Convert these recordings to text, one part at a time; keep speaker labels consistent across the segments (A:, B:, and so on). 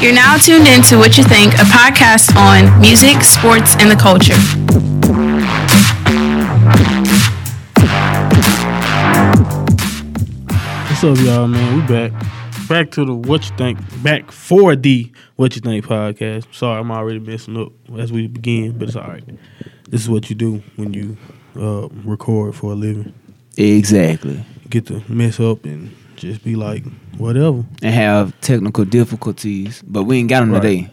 A: You're now tuned into What You Think, a podcast on music, sports, and the culture.
B: What's up, y'all, man? We back. Back to the What You Think, back for the What You Think podcast. Sorry, I'm already messing up as we begin, but it's all right. This is what you do when you uh, record for a living.
C: Exactly.
B: You get to mess up and just be like, whatever.
C: And have technical difficulties, but we ain't got them
B: Right.
C: today.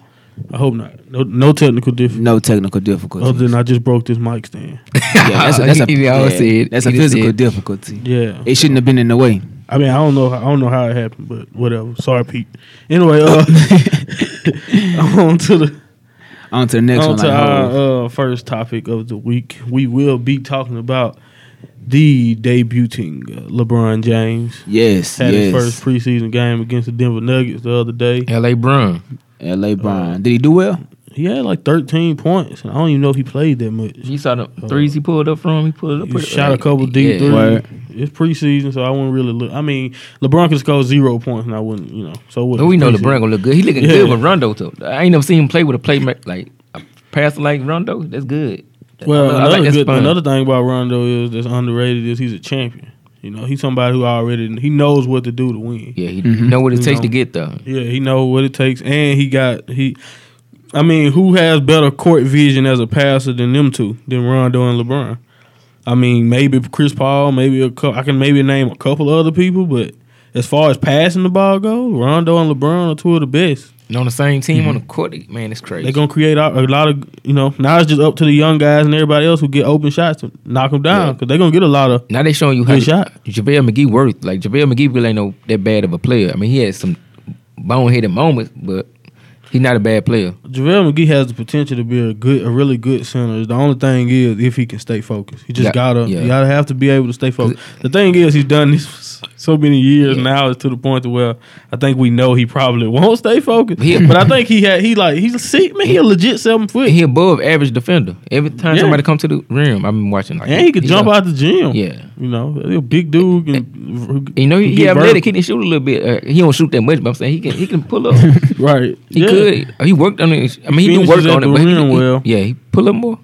B: I hope not. No, no technical difference.
C: No technical difficulties.
B: Other than I just broke this mic stand.
C: Yeah, that's a, that's a,
D: He always
C: yeah,
D: said-
C: that's a
D: he just
C: physical
D: said-
C: difficulty.
B: Yeah.
C: It shouldn't have been in the way.
B: I mean, I don't know. I don't know how it happened, but whatever. Sorry, Pete. Anyway, uh, on to the
C: On to the next
B: on
C: one.
B: to
C: Like, oh,
B: our uh, first topic of the week. We will be talking about the debuting uh, LeBron James.
C: yes,
B: Had his
C: yes.
B: first preseason game against the Denver Nuggets the other day.
D: L.A. Brun.
C: L.A. Brown. Did he do well?
B: He had like 13 points, and I don't even know if he played that much.
D: You saw the threes he pulled up from. He pulled up.
B: He
D: pretty-
B: shot a couple deep
D: Yeah.
B: threes.
C: Right.
B: It's preseason, so I wouldn't really look. I mean, LeBron could score zero points, and I wouldn't, you know. So what?
D: But we know
B: Preseason.
D: LeBron gonna look good. He looking
B: Yeah.
D: good with Rondo too. I ain't never seen him play with a playmaker like a passer like Rondo. That's good.
B: Well,
D: I like
B: another,
D: that
B: good,
D: spun.
B: another thing about Rondo is that's underrated is he's a champion. You know, he's somebody who already he knows what to do to win.
D: yeah, he
C: Mm-hmm.
D: know what it
B: You
D: takes
B: know.
D: to get there.
B: Yeah, he know what it takes, and he got he. I mean, who has better court vision as a passer than them two, than Rondo and LeBron? I mean, maybe Chris Paul, maybe a couple, I can maybe name a couple of other people, but as far as passing the ball goes, Rondo and LeBron are two of the best.
D: And on the same team
C: Mm-hmm.
D: on the court, man, it's crazy.
B: They're gonna create a a lot of you know. Now it's just up to the young guys and everybody else who get open shots to knock them down
D: Yeah.
B: because they're gonna get a lot of
D: now they showing you how
B: Good shot.
D: JaVale McGee worth. Like JaVale McGee really ain't no that bad of a player. I mean, he had some boneheaded moments, but he's not a bad player.
B: JaVale McGee has the potential to be a good, a really good center. The only thing is if he can stay focused. He just
D: Yeah,
B: gotta,
D: yeah.
B: you gotta have to be able to stay focused. The thing is, he's done this for s- so many years
D: Yeah.
B: now. It's to the point to where I think we know he probably won't stay focused.
D: He-
B: but I think he had, he like, he's a six, man. He a legit seven foot,
D: But he above average defender. Every time
B: Yeah.
D: somebody come to the rim, I've been watching. Like,
B: and he could jump
D: a-
B: out the gym.
D: Yeah.
B: you know, he a big dude. And, who
D: You know,
B: can
D: he, he
B: get
D: athletic.
B: vertical.
D: He can shoot a little bit. Uh, he don't shoot that much, but I'm saying he can. He can pull up.
B: Right,
D: He
B: yeah.
D: could. Uh, He worked on it. I mean, he, do
B: Finishes
D: work
B: at
D: on it,
B: the
D: but he,
B: rim
D: he-
B: well.
D: yeah, he pull up more.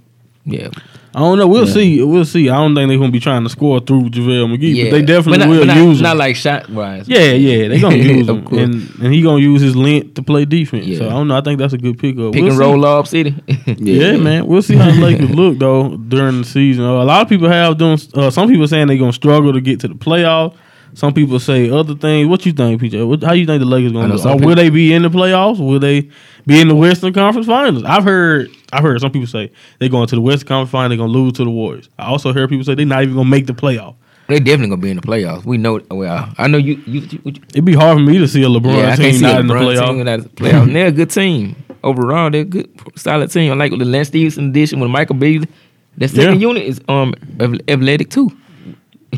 D: Yeah,
B: I don't know. We'll see. We'll see. I don't think they're gonna be trying to score through JaVale McGee,
D: yeah.
B: but they definitely
D: not,
B: will
D: but
B: use him.
D: Not, not like shot wise.
B: Yeah, yeah, they gonna use
D: Of
B: him,
D: course.
B: and and he gonna use his length to play defense. So
D: Yeah.
B: I don't know. I think that's a good pickup.
D: pick
B: We'll
D: and
B: see.
D: roll up city.
B: Yeah, man. We'll see how the Lakers look though during the season. Uh, a lot of people have doing. Uh, some people saying they're gonna struggle to get to the playoffs. Some people say other things. What you think, PJ? What, how you think the Lakers
D: I know
B: gonna look?
D: some
B: Or
D: people-
B: will they be in the playoffs? Will they be in the Western Conference Finals? I've heard. I've heard some people say they're going to the Western Conference Finals. They're gonna lose to the Warriors. I also heard people say they're not even gonna make the playoff.
D: they definitely gonna be in the playoffs. We know. Well, I know you. you, you, you
B: It'd be hard for me to see a LeBron
D: yeah, I can
B: team
D: see
B: not
D: a
B: in the
D: LeBron
B: playoff.
D: team without the playoffs. And they're a good team overall. They're a good, solid team. Like the Lance Stevenson edition with Michael Beasley. That second
B: Yeah.
D: unit is um ath- athletic too.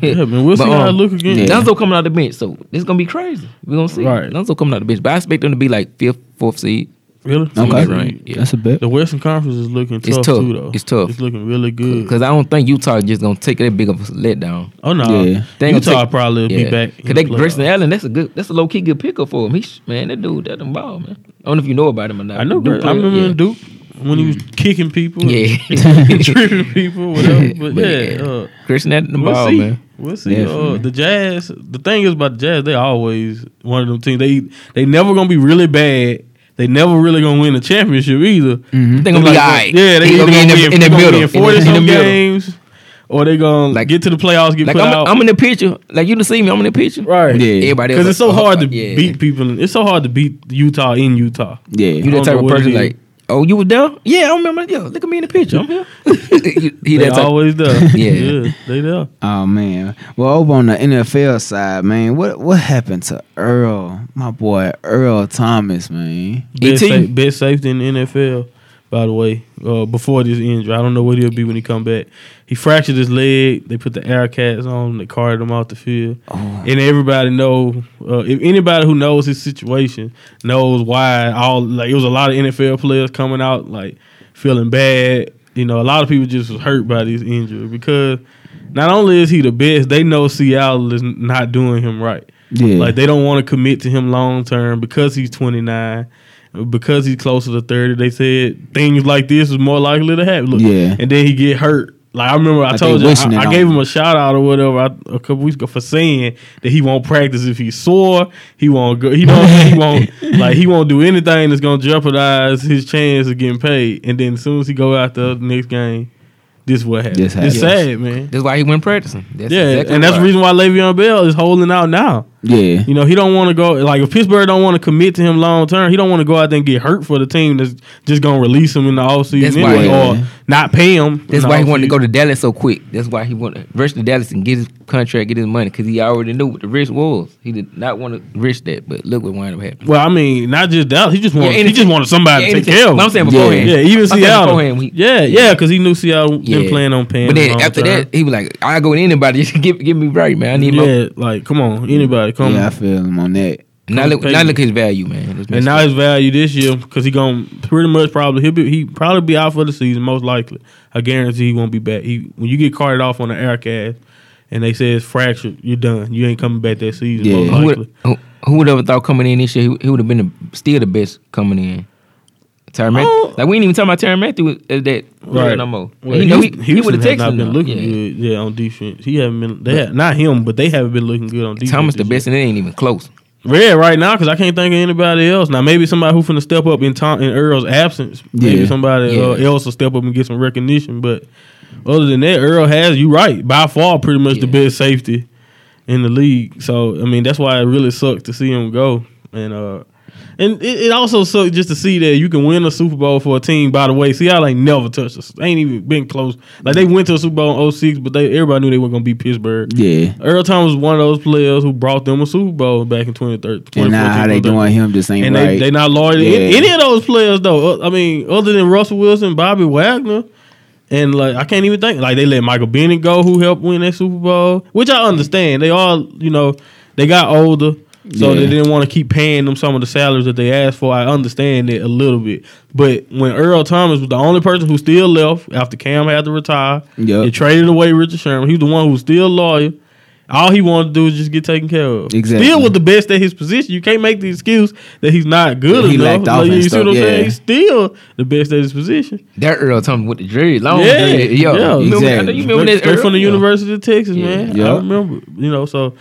B: Yeah, man, we'll see how it look again.
D: Yeah. Lonzo coming out the bench, so it's gonna be crazy. We're gonna see.
B: Right.
D: Lonzo coming out the bench, but I expect them to be like fifth, fourth seed.
B: Really?
C: Okay.
D: That's right. Yeah.
C: That's a bet.
B: The Western Conference is looking tough,
D: It's tough.
B: too, though.
D: It's tough.
B: It's looking really good.
D: Because I don't think Utah just gonna take that big of a letdown.
B: oh no,
C: Yeah.
D: They ain't gonna
B: Utah
D: take-
B: probably will be back. in
D: Cause
B: the
D: they Grayson
B: playoffs.
D: Allen, that's a good, that's a low key good pickup for him. He, sh- man, that dude, that them ball, man. I don't know if you know about him or not.
B: I know.
D: Duke
B: Duke I
D: player,
B: remember
D: yeah. Mm.
B: in Duke when he was kicking people, and
D: Yeah.
B: tripping people, whatever. But,
D: But
B: yeah,
D: yeah.
B: Uh,
D: Christian at the
B: we'll
D: ball,
B: see.
D: man.
B: We'll see. Uh,
C: Definitely.
B: the Jazz. The thing is about the Jazz, they always one of them teams. They they never gonna be really bad. They never really gonna win a championship either.
D: Mm-hmm. They gonna be
B: Like,
D: alright.
B: Yeah, they
D: They
B: either
D: gonna be in the- in the
B: they gonna be
D: middle.
B: in forty
D: In the- in the
B: some
D: middle.
B: games, or they gonna
D: Like-
B: get to the playoffs, get
D: Like
B: put
D: I'm,
B: out.
D: I'm in the picture. Like you done see me. I'm in the picture.
B: Right.
C: Yeah.
D: Everybody
B: Because
D: else
B: it's so
D: like, oh,
B: hard to
D: yeah.
B: beat people. It's so hard to beat Utah in Utah.
C: Yeah.
D: You
B: don't
D: that type
B: know
D: of
B: what it
D: person
B: is.
D: like, oh, you was there? Yeah, I remember. Yeah, look at me in the picture. I'm here. You- he
B: They
D: that type.
B: always there.
D: Yeah.
B: they there.
C: Oh man. Well, over on the NFL side, man, what what happened to Earl, my boy Earl Thomas, man?
B: Best,
D: ET.
B: safe, best safety in the NFL. By the way, uh, before this injury, I don't know what he'll be when he come back. He fractured his leg. They put the air cats on. him. They carted him off the field. And everybody know uh, if anybody who knows his situation knows why all like it was a lot of NFL players coming out like feeling bad. You know, a lot of people just was hurt by this injury because not only is he the best, they know Seattle is not doing him right.
C: Yeah.
B: Like they don't want to commit to him long term because he's 29. because he's closer to thirty. They said things like this is more likely to happen. Look,
C: Yeah.
B: and then he get hurt. Like I remember, I
C: Like
B: told
C: they
B: you,
C: wishing
B: I,
C: it
B: I
C: on
B: gave
C: him.
B: him a shout out or whatever I, a couple weeks ago for saying that he won't practice if he's sore. He won't go. He don't. he won't like he won't do anything that's gonna jeopardize his chance of getting paid. And then as soon as he go out the next game, this what happened.
C: This
B: It's
C: happens.
B: sad, man.
D: That's why he went practicing. That's
B: yeah,
D: exactly
B: and that's
D: why.
B: the reason why Le'Veon Bell is holding out now.
C: Yeah.
B: You know, he don't want to go like if Pittsburgh don't want to commit to him long term, he don't want to go out there and get hurt for the team that's just gonna release him in the offseason
D: That's why-
B: anyway,
C: Yeah.
B: or not pay him. in
D: That's
B: the
D: why he wanted to
B: offseason.
D: go to Dallas so quick. That's why he wanted to rush to Dallas and get his contract, get his money, because he already knew what the risk was. He did not want to risk that, but look what wound up happening.
B: Well, I mean, not just Dallas. He just wanted he
D: anything-
B: just wanted somebody
D: yeah,
B: to take
D: anything.
B: care of.
D: But I'm saying beforehand.
B: yeah, yeah, even
D: I'm saying
B: Seattle.
D: beforehand, we-
B: yeah, yeah, because he knew Seattle
D: Yeah.
B: didn't plan on paying.
D: But
B: him
D: then
B: long
D: after
B: term.
D: that, he was like, "I go to anybody, just give give me right, man. I need my."
B: yeah, like come on, anybody come.
C: yeah, I feel him on that.
D: Now look,
B: pay
D: now
B: me.
D: look at his value, man. It's
B: And now his value this year because he going to pretty much probably he'll be he probably be out for the season most likely. I guarantee he won't be back. He when you get carted off on the air cast and they say it's fractured, you're done. You ain't coming back that season
C: Yeah.
B: most
D: who
B: likely.
D: would, who, who would ever thought coming in this year he, he would have been the, still the best coming in? Tyron
B: Oh.
D: Matthew, like we ain't even talking about Tyron Matthew at that
B: Right.
D: no more.
B: Well,
D: he, know he,
B: Houston-
D: he
B: Houston
D: would
B: has
D: have taken
B: not
D: him.
B: been
D: though.
B: looking
D: Yeah.
B: good. Yeah, on defense, he haven't been. They ha- not him, but they haven't been looking good on defense.
D: Thomas the
B: this
D: best, and it ain't even close.
B: Red right now because I can't think of anybody else. Now maybe somebody who finna step up in Tom in Earl's absence. Maybe
C: Yeah.
B: somebody uh,
D: Yeah.
B: else will step up and get some recognition. But other than that, Earl has you right by far, pretty much the
D: Yeah.
B: best safety in the league. So I mean that's why it really sucks to see him go. And uh, and it, it also sucks just to see that you can win a Super Bowl for a team. By the way, Seattle ain't never touched us. They ain't even been close. Like they went to a Super Bowl in 06, but they everybody knew they were gonna be Pittsburgh.
C: Yeah.
B: Earl Thomas was one of those players who brought them a Super Bowl back in 2013.
C: And now how they
B: 2014.
C: doing him just ain't
B: And they,
C: right.
B: they not loyal to
C: Yeah.
B: any, any of those players, though. Uh, I mean, other than Russell Wilson, Bobby Wagner, and like, I can't even think. Like, they let Michael Bennett go, who helped win that Super Bowl, which I understand. They all, you know, they got older. So
C: Yeah.
B: they didn't want to keep paying them some of the salaries that they asked for. I understand it a little bit, but when Earl Thomas was the only person who still left after Cam had to retire,
C: Yup.
B: they traded away Richard Sherman. He was the one who was still loyal. All he wanted to do was just get taken care of.
C: Exactly.
B: Still with the best at his position. You can't make the excuse that he's not good
C: Yeah,
B: enough.
C: he lacked off
B: Like,
C: and
B: you see
C: stuff,
B: what I'm
C: yeah.
B: saying? He's still the best at his position.
D: That Earl Thomas with the dread, long
B: Yeah,
D: dread. Yo,
B: yeah,
D: you remember, I
C: exactly.
D: know you remember that
B: Straight
D: Earl?
B: from the
D: Yeah.
B: University of Texas, man.
C: Yeah.
B: I remember. You know, so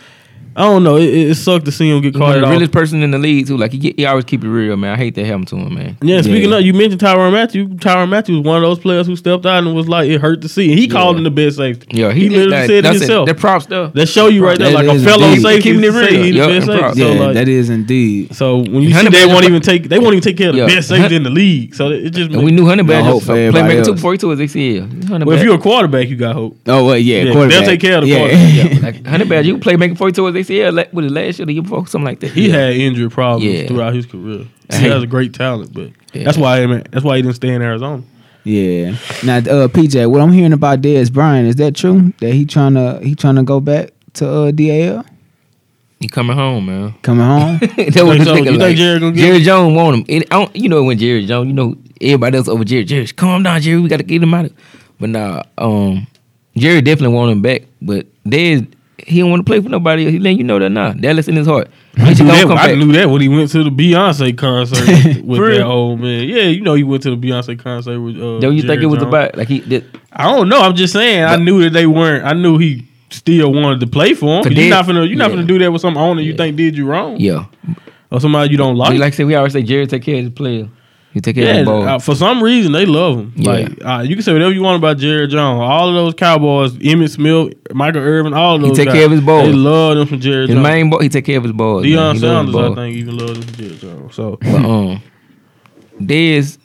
B: I don't know. It, it it sucked to see him get
D: He's one
B: caught
D: of the
B: off.
D: realest person in the league too. Like he, get, he always keep it real, man. I hate that happened to him, man.
B: Yeah, speaking
C: Yeah.
B: of, you mentioned Tyron Matthew. Tyron Matthew was one of those players who stepped out and was like, it hurt to see. And he called him the best safety.
D: Yeah,
B: he, literally
D: that,
B: said it
D: that's
B: himself.
D: That props though.
B: That show you right there,
C: That
B: like a
C: is
B: fellow
C: indeed.
B: safety.
D: Keeping it
B: say
D: real.
B: he the
D: Yeah,
B: best
D: and
B: safety.
D: props.
B: So,
C: yeah,
B: like,
C: that is indeed.
B: So when you see
D: Hunter
B: they
D: Biden-
B: won't even take they won't even take care of the
D: Yeah.
B: best safety in the league. So it just
D: And we knew Hunter Badger
C: hope
D: was
C: for
D: a
C: everybody
D: playmaker
C: else.
D: too before he tore his ACL. Hunter
B: well if
D: Badger-
B: you're a quarterback, you got hope.
C: Oh well, yeah,
B: Yeah, they'll
C: quarterback.
B: take care of the
C: yeah.
B: quarterback.
D: Yeah, like Hunter Badger, you playmaker before he tore his ACL like, with his last year, the year before, something like that.
B: He
D: yeah.
B: had injury problems
D: Yeah.
B: throughout his career.
D: I
B: He
D: hate-
B: has a great talent, but
D: Yeah.
B: that's why I that's why he didn't stay in Arizona.
C: Yeah. Now, uh, PJ, what I'm hearing about Dez Bryant is that true? That he trying to he trying to go back to uh, DAL
D: He coming home, man.
C: coming home?
D: that was
B: think so? You
D: looking
B: think
D: like.
B: Jerry gonna get
D: Jerry Jones want him. And I don't, you know when Jerry Jones, you know everybody else over Jerry. Jerry, calm down, Jerry. We got to get him out. of But nah, um, Jerry definitely want him back. But there's he don't want to play for nobody. else. He letting you know that nah, that's in his heart. He
B: I knew,
D: should gonna
B: that,
D: come
B: I
D: back.
B: knew that when he went to the Beyonce concert with, with
D: For
B: that
D: real?
B: old man. Yeah, you know he went to the Beyonce concert with. Uh,
D: Don't you think
B: Jerry
D: it was
B: Jones.
D: about like he that,
B: I don't know. I'm just saying. I
D: But-
B: knew that they weren't. I knew he still wanted to play for him.
D: For
B: 'Cause You're
D: Dez-
B: not finna. You're not
D: yeah.
B: finna do that with some owner you
D: Yeah.
B: think did you wrong,
D: yeah.
B: or somebody you don't
D: Like,
B: like.
D: like I said, we always say Jerry take care of his player. He take care of
B: Yeah,
D: the ball.
B: uh, for some reason they love him.
D: Yeah.
B: Like uh, you can say whatever you want about Jared Jones. All of those Cowboys, Emmitt Smith, Michael Irvin, all of
D: He
B: those.
D: take
B: guys,
D: care of his balls.
B: They love them from Jared
D: his
B: Jones.
D: main ball, he take care of his balls. man. He love
B: Deion
D: his
B: Sanders, I
D: balls.
B: think, even loves them from Jared Jones. So
D: But um, Dez,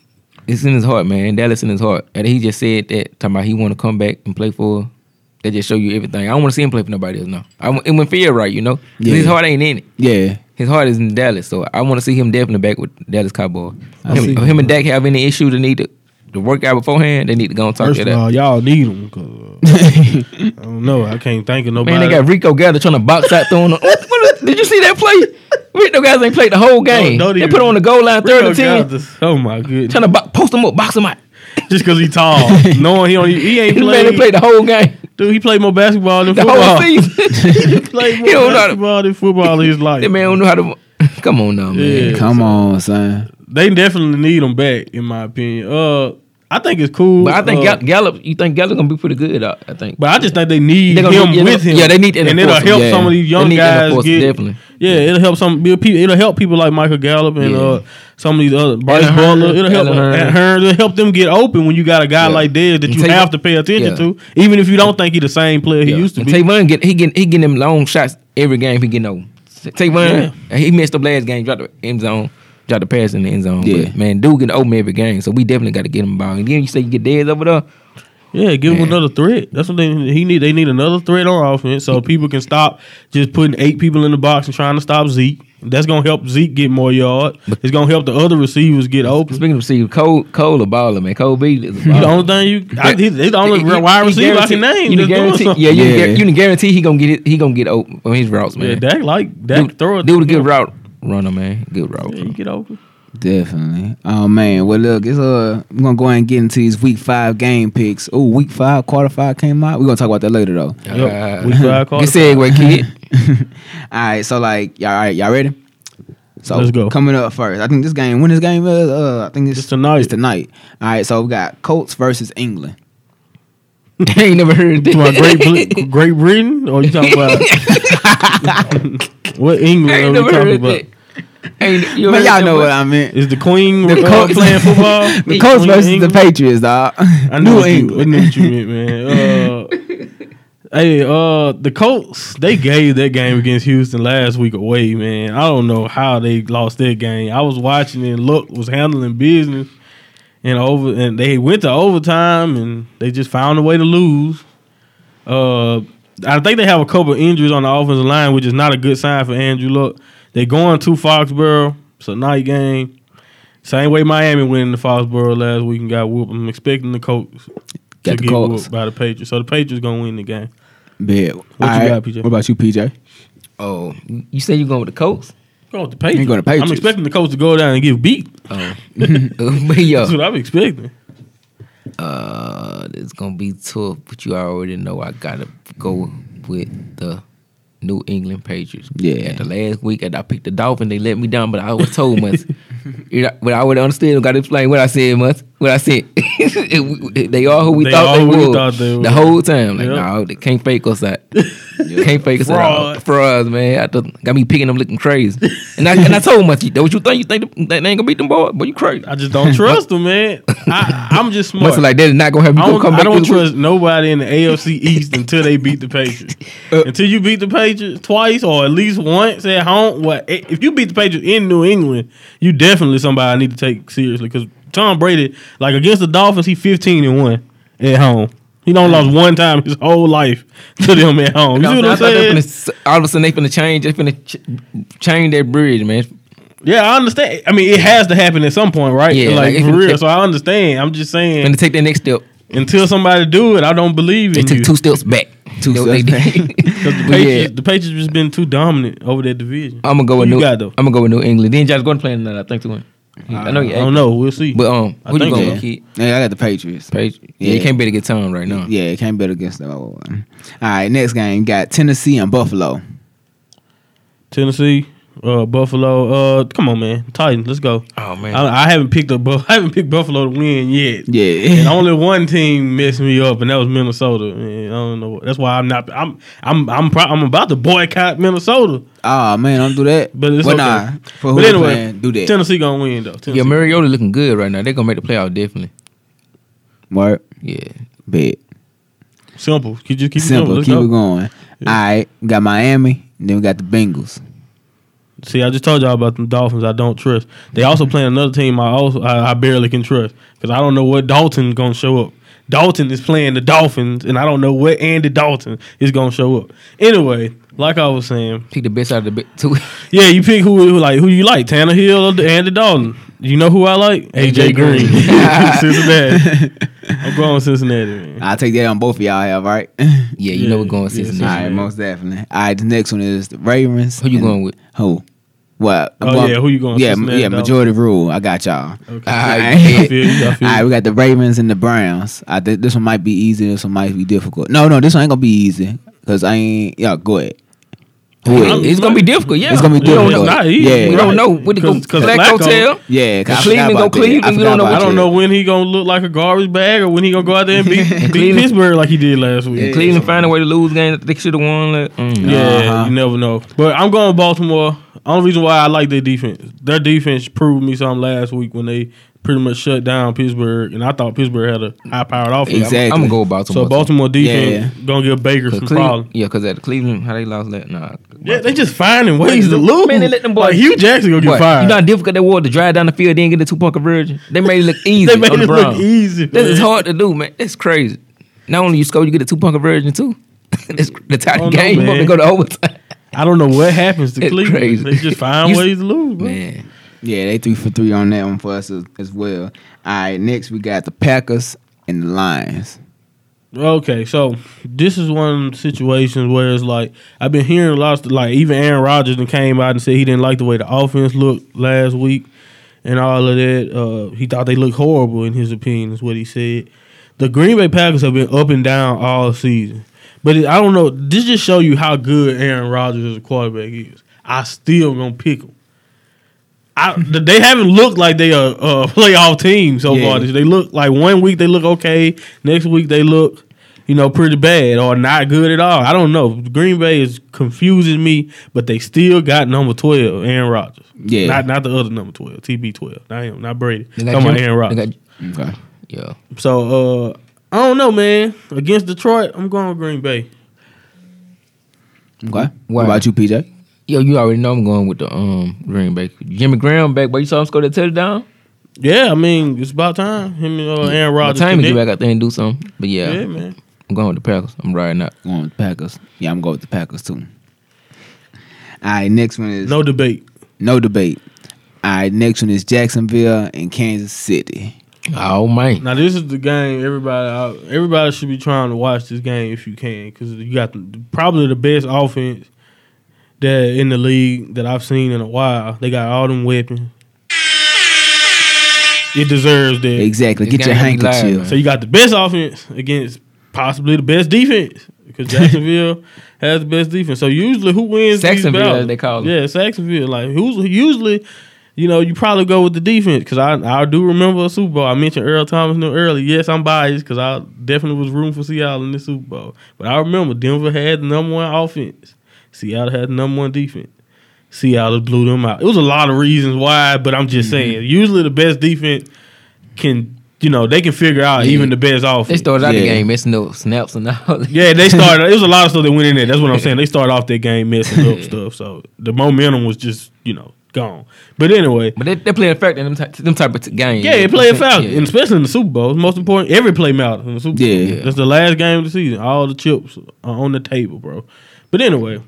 D: it's in his heart, man. Dallas in his heart, and he just said that talking about he want to come back and play for. That just show you everything. I don't want to see him play for nobody else. No, I want- it went feel right, you know. 'Cause
C: Yeah.
D: His heart ain't in it.
C: yeah.
D: His heart is in Dallas, so I want to see him definitely back with Dallas Cowboys.
C: I see.
D: Him, him and Dak have any issue they need to, to work out beforehand, they need to go and talk
B: first
D: it
B: of
D: out.
B: all, y'all need them. Cause, uh, I don't know. I can't think of nobody.
D: Man, they got Rico Gather trying to box out throwing. On, what, what, did you see that play? Rico guys ain't played the whole game.
B: don't
D: they
B: even-
D: put on the goal line, third
B: Rico
D: and ten,
B: Gathers. Oh my goodness!
D: trying to bo- post him up, box him out.
B: Just because he tall, knowing he don't, e, he ain't
D: This man
B: played.
D: done played the whole game,
B: Dude, he played more basketball than
D: the
B: football.
D: whole season.
B: he played more
D: He don't know how to-
B: basketball than football in his life.
D: that man don't know how to. Come on now, man.
B: Yeah.
C: Come on, son.
B: They definitely need him back, in my opinion. Uh, I think it's cool.
D: But I think
B: uh,
D: Gall- Gallup, you think Gallup gonna be pretty good? I, I think.
B: But I just think they need
D: They
B: him
D: gonna- yeah, they-
B: with him.
D: yeah, they need to
B: and it'll
D: enforce him,
B: help
D: yeah.
B: some of these
D: They
B: young
D: need to
B: guys
D: enforce,
B: get.
D: definitely.
B: Yeah, it'll help some. it'll pe- It'll help people like Michael Gallup and
D: Yeah.
B: uh, some of these other Bryce
D: Allen
B: Butler.
D: Hurd,
B: It'll help
D: Allen Hurd.
B: Allen Hurd. It'll help them get open when you got a guy
D: Yeah.
B: like this that
D: And
B: you
D: Tay-
B: have to pay attention
D: yeah.
B: to, even if you don't think he's the same player he used to
D: and
B: be.
D: Tavon get he getting he getting them long shots every game. He getting over. Tavon he messed up last game. Dropped the end zone. Dropped the pass in the end zone.
C: Yeah.
D: But, man, dude getting open every game. So we definitely got to get him the ball. And then you say you get Dez over there.
B: Yeah, give him another threat. That's what they he need. They need another threat on offense so people can stop just putting eight people in the box and trying to stop Zeke. That's gonna help Zeke get more yard. It's gonna help the other receivers get open.
D: Speaking of see Cole Cole a baller man. Cole B is a
B: He
D: baller.
B: the only thing you, I, he's, he's the only
D: He- he-
B: wide
D: he
B: receiver I
D: guarantee-
B: can name. that's
D: You
B: doing
D: done guarantee,
B: something.
D: yeah, you, done
C: Yeah.
D: gu- you done guarantee he gonna get it. He gonna get open on his routes, man.
B: yeah, Dak like Dak
D: dude,
B: throw it.
D: dude, a good route runner, man. Good route.
B: Yeah, you
D: runner.
B: get open.
C: Definitely. Oh man. Well, look, it's uh, we're gonna go ahead and get into these week five game picks. Oh, week five quarter five came out. We're gonna talk about that later though.
B: Yep.
D: Uh,
B: We try call
D: Good segue, kid.
C: All right. So like, y'all, all right, y'all ready? So
B: Let's go.
C: Coming up first, I think this game. When this game is, uh, I think it's,
B: It's tonight.
C: It's tonight. All right. So we got Colts versus England.
D: I ain't never heard that.
B: You want Great Bri- Great Britain or you talking about what
D: I ain't
B: England are we
D: never
B: talking
D: heard
B: about?
D: that. Ain't, you
C: Man,
D: heard
C: y'all
D: that
C: know what
D: one?
C: I meant.
B: Is the Queen uh,
C: Colts-
B: playing football?
C: The Colts
B: Queen
C: versus
B: England?
C: the Patriots, dog.
B: I knew
C: New
B: what you, I
C: England.
B: knew what you meant, man. Uh, hey, uh, the Colts they gave that game against Houston last week away, man. I don't know how they lost that game. I was watching and Luck was handling business, and over and they went to overtime and they just found a way to lose. Uh, I think they have a couple injuries on the offensive line, which is not a good sign for Andrew Luck. They going to Foxborough. It's a night game. Same way Miami went into Foxborough last week and got whooped. I'm expecting the Colts to
C: Got the
B: get
C: Colts.
B: whooped by the Patriots. So the Patriots gonna win the game.
C: Bet.
B: you
C: All right.
B: got, PJ?
C: What about you, PJ?
D: Oh, you say you going with the Colts?
B: Go with the Patriots.
C: go to
B: I'm
C: Patriots.
B: expecting the Colts to go down and get beat.
D: Oh, but yo,
B: That's what I'm expecting.
D: uh, it's gonna be tough. But you already know I gotta go with the New England Patriots.
C: Yeah.
D: At the last week, and I picked the Dolphins. They let me down, but I was told much. You know, but I would understand. Got to explain what I said, much. What I said. they are who we
B: They
D: thought
B: are
D: they
B: who we
D: were
B: thought they were.
D: the whole time. Like,
B: Yep.
D: no, they can't fake us out. Can't fake us out.
B: Fraud.
D: Frauds, man. I thought- got me picking them looking crazy. And I and I told much. Don't you think you think they ain't gonna beat them boys? But you crazy.
B: I just don't trust them, man. I, I'm just smart.
D: Much like that is not gonna have me
B: I
D: go
B: don't,
D: come
B: I
D: back.
B: don't
D: this week.
B: trust nobody in the AFC East until they beat the Patriots.
D: Uh,
B: until you beat the Patriots twice or at least once at home. What eh, if you beat the Patriots in New England? You definitely somebody I need to take seriously because Tom Brady, like against the Dolphins, he fifteen and one at home. He don't lost one time his whole life to them at home. You see what
D: I
B: I'm
D: thought they
B: saying?
D: finna- all of a sudden they finna change. They finna ch- change that bridge, man.
B: Yeah, I understand. I mean, it has to happen at some point, right?
D: Yeah,
B: like,
D: like,
B: for real. So I understand. I'm just saying
D: Finna take that next step.
B: until somebody do it, I don't believe
D: They
B: in
D: took
B: you.
D: two steps back.
C: Two
D: They- they
C: steps
D: did.
B: Because the
D: But yeah,
B: Patriots, the Patriots just been too dominant over that division.
D: I'm gonna go with
B: Who
D: New.
B: you got, though? Uh,
D: I'm gonna go with New England. Then Josh Gordon playing tonight. I think to win. I know you.
B: I don't know. We'll see.
D: But um,
B: I
D: who you
B: think
D: going
B: so.
D: with, kid?
C: Yeah, I got the Patriots.
D: Page. Yeah, you
C: Yeah.
D: can't bet against Tom right now.
C: Yeah, it can't bet against the old one. All right, next game got Tennessee and Buffalo.
B: Tennessee, uh, Buffalo. Uh, come on, man. Titans. Let's go.
D: Oh man.
B: I, I haven't picked up. I haven't picked Buffalo to win yet. And
C: Yeah.
B: only one team messed me up, and that was Minnesota. Man, I don't know. That's why I'm not. I'm. I'm. I'm. Pro- I'm about to boycott Minnesota.
C: oh man, don't do that.
B: But it's
C: well,
B: okay.
C: nah, for who
B: but
C: they
B: anyway,
C: playing, do that.
B: Tennessee gonna win though. Tennessee.
D: yeah, Mariota looking good right now. They're gonna make the playoff definitely.
C: Mark,
D: Yeah.
C: bet.
B: Simple. Could you keep
C: Simple.
B: It
C: Keep
B: simple.
C: it going. All right, we got Miami. Then we got the Bengals.
B: See, I just told y'all about the Dolphins. I don't trust. They also
D: Mm-hmm.
B: playing another team. I also I, I barely can trust because I don't know what Dalton gonna show up. Dalton is playing the Dolphins, and I don't know what Andy Dalton is gonna show up. Anyway, like I was saying,
D: Pick the best out of the big two.
B: yeah, you pick who, who like who you like, Tanner Hill or Andy Dalton. You know who I like? AJ Green, Cincinnati. I'm going with Cincinnati, man.
C: I'll take that on both of y'all have, all right?
D: yeah, you know
B: Yeah,
D: we're going
B: yeah,
C: All
D: Cincinnati.
C: right, most definitely. All right, the next one is the Ravens.
D: Who you
C: and-
D: going with?
C: Who? What?
B: Oh, yeah, who you going with?
C: Yeah, m-
B: Cincinnati
C: yeah.
B: Dolphins.
C: Majority rule. I got y'all.
B: Okay.
C: All
B: I
C: right.
B: feel you. I
C: All
B: feel
C: right,
B: you.
C: we got the Ravens and the Browns. I thi- this one might be easy. This one might be difficult. No, no, this one ain't gonna be easy because I ain't. Yeah, go ahead. Who
B: I'm-
C: it?
D: It's gonna be difficult. Yeah,
C: It's gonna be
D: You don't
C: difficult.
D: know-
B: Nah, he-
C: yeah,
D: We don't know what to go
B: Cause- cause
D: black
B: Flacco-
D: hotel.
C: Yeah, 'cause I
D: Cleveland
C: forgot
D: go
C: about that.
D: Cleveland,
C: I
D: we
C: forgot
D: don't know
C: about
B: I
D: what
B: don't
C: that.
B: know when he gonna look like a garbage bag or when he gonna go out there and beat, beat
D: Cleveland-
B: Pittsburgh like he did last week.
D: And Cleveland find a way to lose games that they should have won. Like, mm.
B: Yeah,
C: Uh-huh.
B: you never know. But I'm going Baltimore. Only reason why I like their defense, their defense proved me something last week when they pretty much shut down Pittsburgh, and I thought Pittsburgh had a high powered offense.
C: Exactly.
D: I'm gonna go Baltimore.
B: So Baltimore defense gonna give Baker
D: Cause
B: some
D: Cleveland,
B: problems.
D: yeah, because at Cleveland, how they lost that? Nah.
B: Yeah, they just finding ways to lose.
D: Man, they let them boys-
B: like Hugh Jackson gonna get
D: Boy,
B: fired.
D: You know how difficult that was to drive down the field, then get the two point conversion. They made it look easy
B: they made
D: on
B: it
D: the
B: look
D: Browns.
B: easy.
D: This is
B: man.
D: hard to do, man. It's crazy. Not only you score, you get a two point conversion too. it's the tie
B: Oh, no,
D: the game. you want
B: man.
D: to go to overtime,
B: I don't know what happens to
D: It's
B: Cleveland.
D: crazy.
B: They just find
D: You-
B: ways to lose, bro.
D: man.
C: Yeah, they three for three on that one for us as, as well. All right, next we got the Packers and the Lions.
B: Okay, so this is one of the situations where it's like I've been hearing lots. Of, like even Aaron Rodgers done came out and said he didn't like the way the offense looked last week and all of that. Uh, he thought they looked horrible in his opinion. Is what he said. The Green Bay Packers have been up and down all season, but it, I don't know. This just show you how good Aaron Rodgers as a quarterback is. I still gonna pick him. I, they haven't looked like they are a playoff team so
C: Yeah.
B: far. This They look like one week they look okay, next week they look, you know, pretty bad or not good at all. I don't know. Green Bay is confusing me, but they still got number twelve, Aaron Rodgers.
C: Yeah.
B: not not the other number twelve, TB twelve. Not him, not Brady.
D: They
B: Come
D: got
B: on,
D: Jim-
B: Aaron
D: they
B: Rodgers.
D: got-
C: Okay.
D: Yeah,
B: so uh, I don't know, man. Against Detroit, I'm going with Green Bay.
C: Okay. What
D: Why?
C: about you, PJ?
D: yo, you already know I'm going with the um Green Bay. Jimmy Graham back, but you saw him score that touchdown.
B: Yeah, I mean it's about time him and uh, Aaron
D: By the
B: Rodgers.
D: time you get
B: connect.
D: back out there and do something, but yeah,
B: yeah, man.
D: I'm going with the Packers. I'm riding out.
C: Going with the Packers. Yeah, I'm going with the Packers too. All right, next one is
B: No debate.
C: no debate. All right, next one is Jacksonville and Kansas City.
D: Oh man,
B: Now this is the game everybody out- everybody should be trying to watch this game if you can because you got the, probably the best offense that in the league that I've seen in a while. They got all them weapons. It deserves that.
C: Exactly.
D: This
C: Get your
D: game gonna be live,
C: handkerchief.
D: man.
B: So you got the best offense against possibly the best defense because Jacksonville has the best defense. So usually who wins? these
D: Saxonville, as
B: battles?
D: they call it.
B: Yeah, Saxonville. Like who's usually. You know, you probably go with the defense because I I do remember a Super Bowl. I mentioned Earl Thomas New early. Yes, I'm biased because I definitely was room for Seattle in this Super Bowl. But I remember Denver had the number one offense. Seattle had the number one defense. Seattle blew them out. It was a lot of reasons why, but I'm
D: Mm-hmm.
B: just saying. Usually the best defense can you know they can figure out
D: Yeah.
B: even the best offense.
D: they started out
C: Yeah.
D: the game messing up snaps and all. that.
B: yeah, they started. it was a lot of stuff that went in there. That's what I'm saying. They started off their game messing up stuff, so the momentum was just you know gone. But anyway,
D: But they, they play a factor in them, ty- them type of t- games.
B: yeah, they play a foul,
D: Yeah.
B: and especially in the Super Bowl. Most important, every play matters in the Super Bowl.
C: Yeah.
B: that's the last game of the season. All the chips are on the table, bro. But anyway,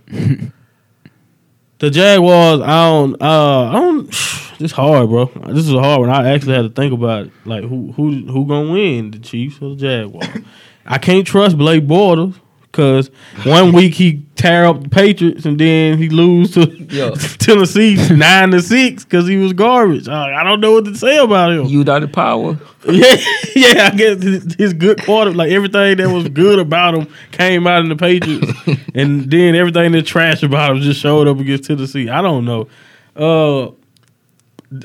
B: the Jaguars. I don't. Uh, I don't. This hard, bro. This is a hard one. I actually had to think about it. like who who who gonna win, the Chiefs or the Jaguars. I can't trust Blake Bortles. Cause one week he tear up the Patriots and then he lose to
D: Yo.
B: Tennessee nine to six because he was garbage. Uh, I, I don't know what to say about him.
D: Used all the power.
B: Yeah, yeah. I guess his, his good quarter, like everything that was good about him, came out in the Patriots, and then everything that's trash about him just showed up against Tennessee. I don't know. Uh,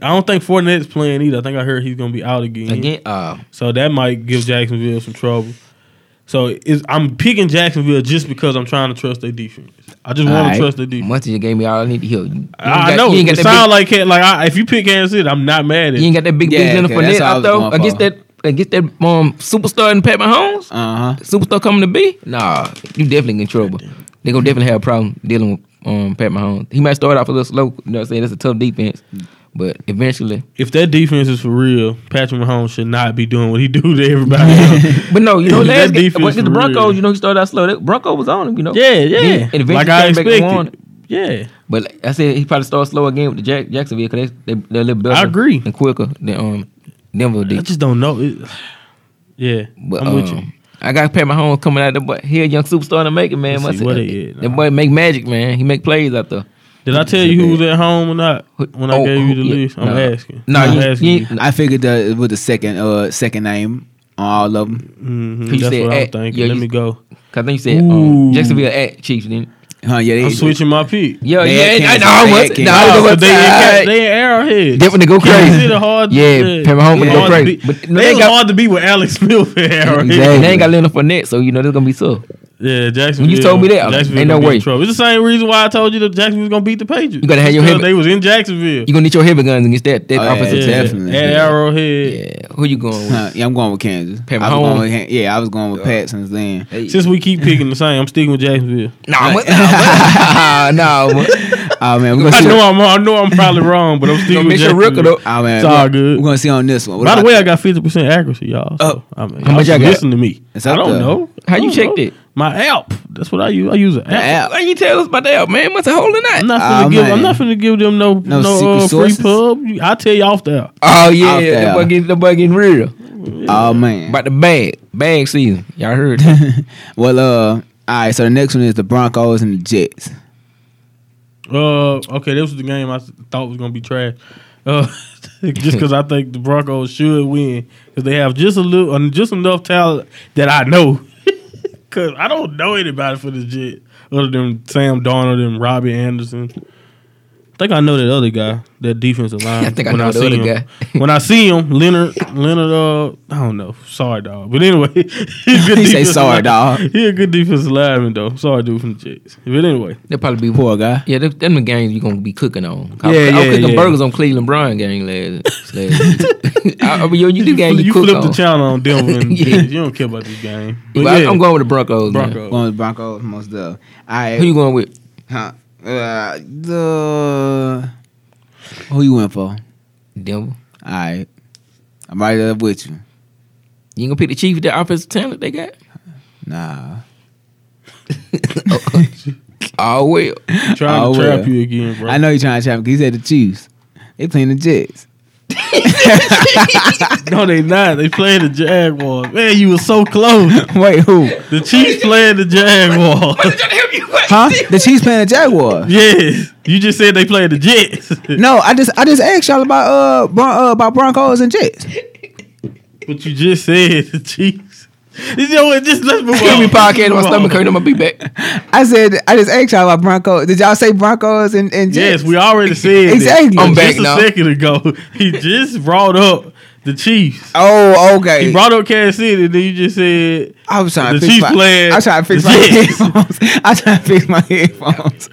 B: I don't think Fournette's playing either. I think I heard he's gonna be out again,
D: Again, uh,
B: so that might give Jacksonville some trouble. So it's, I'm picking Jacksonville just because I'm trying to trust their defense. I just want
C: All right.
B: to trust their defense.
D: Muncie just gave me all I need to hear. You ain't
B: I I
D: got-
B: know
D: You ain't
B: it
D: got that
B: sound
D: big,
B: like like I, if you pick Kansas City, I'm not mad at
D: you ain't got that big
C: Yeah,
D: yeah, Benjamin
C: okay,
D: Fournette
C: that's what I
D: out
C: was
D: though
C: going for.
D: against that against that um superstar and Pat Mahomes.
C: Uh huh.
D: superstar coming to be? Nah, you definitely in trouble. They gonna definitely have a problem dealing with um Pat Mahomes. He might start off a little slow. You know what I'm saying? That's a tough defense, but eventually.
B: if that defense is for real, Patrick Mahomes should not be doing what he do to everybody else.
D: But no, you know,
B: That
D: last game
B: defense
D: against the
B: for
D: Broncos,
B: real.
D: you know, he started out slow. That Bronco was on him, you know.
B: yeah, yeah.
D: Then- and eventually
B: like I
D: came back and won.
B: expected. Yeah.
D: But like I said, he probably started slow again with the Jack- Jacksonville because they, they they're a little better.
B: I agree.
D: and quicker than um Denver
B: I
D: did.
B: just don't know. It, yeah.
D: But
B: I'm
D: um,
B: with you.
D: I got Pat Mahomes coming out. That boy, he a young superstar to make it, man.
B: Let's
D: Must
B: see what he is.
D: that boy make magic, man. He make plays out there.
B: Did I tell you who was at home or not when I
D: Oh,
B: gave you the
D: yeah,
B: list? I'm
D: nah.
B: asking.
D: Nah,
B: I'm
D: you-
B: asking.
D: you-
B: you.
C: I figured that it was the second uh second name on all of them.
B: Mhm,
D: you
B: that's
D: said
B: what I'm
D: at-
B: thinking.
D: yeah,
B: Let
D: you-
B: me go.
D: Cause I think you said um,
B: Ooh.
D: Jacksonville at Chiefs. Then
C: Huh? Yeah, they,
B: I'm switching my pick.
D: Yo,
C: They had
D: yeah, I-
C: Kansas,
D: no, I
C: they had
D: wasn't.
C: Kansas.
D: No,
B: Oh,
D: I
B: so
D: was
B: they, in Ca-
D: about
B: they in Arrowhead.
D: Definitely go
B: You
D: crazy.
B: see the hard.
D: Yeah,
B: the-
D: Pam Home would go
B: hard to
D: crazy.
B: beat.
D: But
B: they,
D: they
B: was
D: got-
B: hard to beat with Alex Smith in Arrowhead.
D: They ain't got Leonard Fournette, so you know they're gonna be tough.
B: Yeah, Jackson.
D: When you told me that, I was-
B: Jacksonville
D: ain't no
B: gonna be
D: way.
B: in trouble. It's the same reason why I told you that Jacksonville was gonna beat the Patriots. You
D: gotta have your head-
B: They was in Jacksonville.
D: You gonna need your heavy guns against that that
C: Oh, yeah,
D: offensive
B: yeah,
D: tackle.
C: definitely.
B: At
C: Yeah.
B: Arrowhead.
D: Yeah, who you going with?
C: Huh, yeah, I'm going with Kansas.
D: Pat
C: I was going
D: Mahomes.
C: with Han- yeah, I was going with Pat since then.
D: Hey.
B: Since we keep picking the same, I'm sticking with Jacksonville.
D: Nah, I'm nah, nah.
C: Oh man, we're
B: I
C: gonna see.
B: know I'm I know I'm probably wrong, but I'm
D: Gonna
B: sticking with
D: miss your rookie
B: Jacksonville.
D: though.
C: Oh man,
B: It's all
C: we're-
B: good.
C: We're gonna see on this one. What
B: By the
C: about
B: way, I
C: that?
B: got fifty percent accuracy, y'all. So, I mean,
D: Oh. How much
B: y'all
D: y'all
B: should
D: got?
B: Listen to me.
C: It's
B: I
C: up
B: don't
C: there.
B: know.
D: How you
B: I don't
D: checked
B: know.
D: it?
B: My app. That's what I use. I use an app.
C: app.
D: Why you tell us about that, man? Must have holding
B: I'm
D: that.
B: not
C: Ah,
B: finna give. I'm
C: man.
B: not finna give them no no,
C: No
B: uh,
C: secret
B: free
C: sources?
B: pub. You- I tell you off there.
D: Oh
C: Out
D: yeah,
C: there.
D: the boy getting the boy getting real.
C: oh man,
D: About the bag, bag season. Y'all heard? that.
C: well, uh, all right. So the next one is the Broncos and the Jets.
B: Uh, okay, this was the game I s- thought was gonna be trash. Uh, just because I think the Broncos should win because they have just a little, uh, just enough talent that I know. Because I don't know anybody for the Jet other than Sam Darnold and Robbie Anderson. I think I know that other guy, that defensive line.
D: I think I know the
B: see
D: other
B: him.
D: guy.
B: when I see him, Leonard, Leonard, uh, I don't know. Sorry, dog. But anyway, he
C: He say sorry, dog.
B: He a good defensive lineman, though. Sorry, dude from the Jets. But anyway,
D: That probably be
C: Poor guy.
D: Yeah, them, them the games you gonna be cooking on. I,
B: Yeah,
D: was- I was
B: yeah,
D: cooking
B: yeah.
D: burgers on Cleveland Brown game last. last week. I, I mean, yo, you the game
B: fl-
D: you, cook
B: flip the
D: on.
B: channel on Denver and
D: Yeah.
B: Jets. You don't care about this game. But
D: But I,
B: yeah,
D: I'm going with the Broncos. man.
B: Broncos.
C: Going with Broncos most of. All right,
D: Who you going with?
C: huh? Uh, the who you went for? All
D: Denver.
C: right, I'm right up with you.
D: You ain't gonna pick the Chiefs with that offensive talent they got?
C: Nah,
D: Oh well.
B: Trying
C: Oh,
B: to
C: well.
B: trap you again, bro.
C: I know you're trying to trap because he said the Chiefs. They playing the Jets.
B: No, they not. They playing the Jaguars. Man, you were so close.
C: Wait, who?
B: The Chiefs playing the Jaguars.
C: Huh? The Chiefs playing the Jaguars.
B: yes. You just said they playing the Jets.
C: No, I just I just asked y'all about uh, Bron- uh about Broncos and Jets.
B: But you just said the Chiefs. You know what? Just let's move on.
D: Give me podcast my
B: Move on.
D: stomach hurting. I'm gonna be back.
C: I said I just asked y'all about Broncos. Did y'all say Broncos and, and
B: Yes,
C: Jets?
B: we already said that.
C: Exactly.
D: I'm back
B: just a
D: now.
B: second ago. He just brought up the Chiefs.
C: Oh, okay.
B: He brought up Kansas City, and then you just said
C: I was trying
B: The
C: to fix
B: Chiefs
C: my.
B: playing
C: I was trying to fix
B: the
C: my
B: Jets.
C: headphones. I was trying to fix my headphones.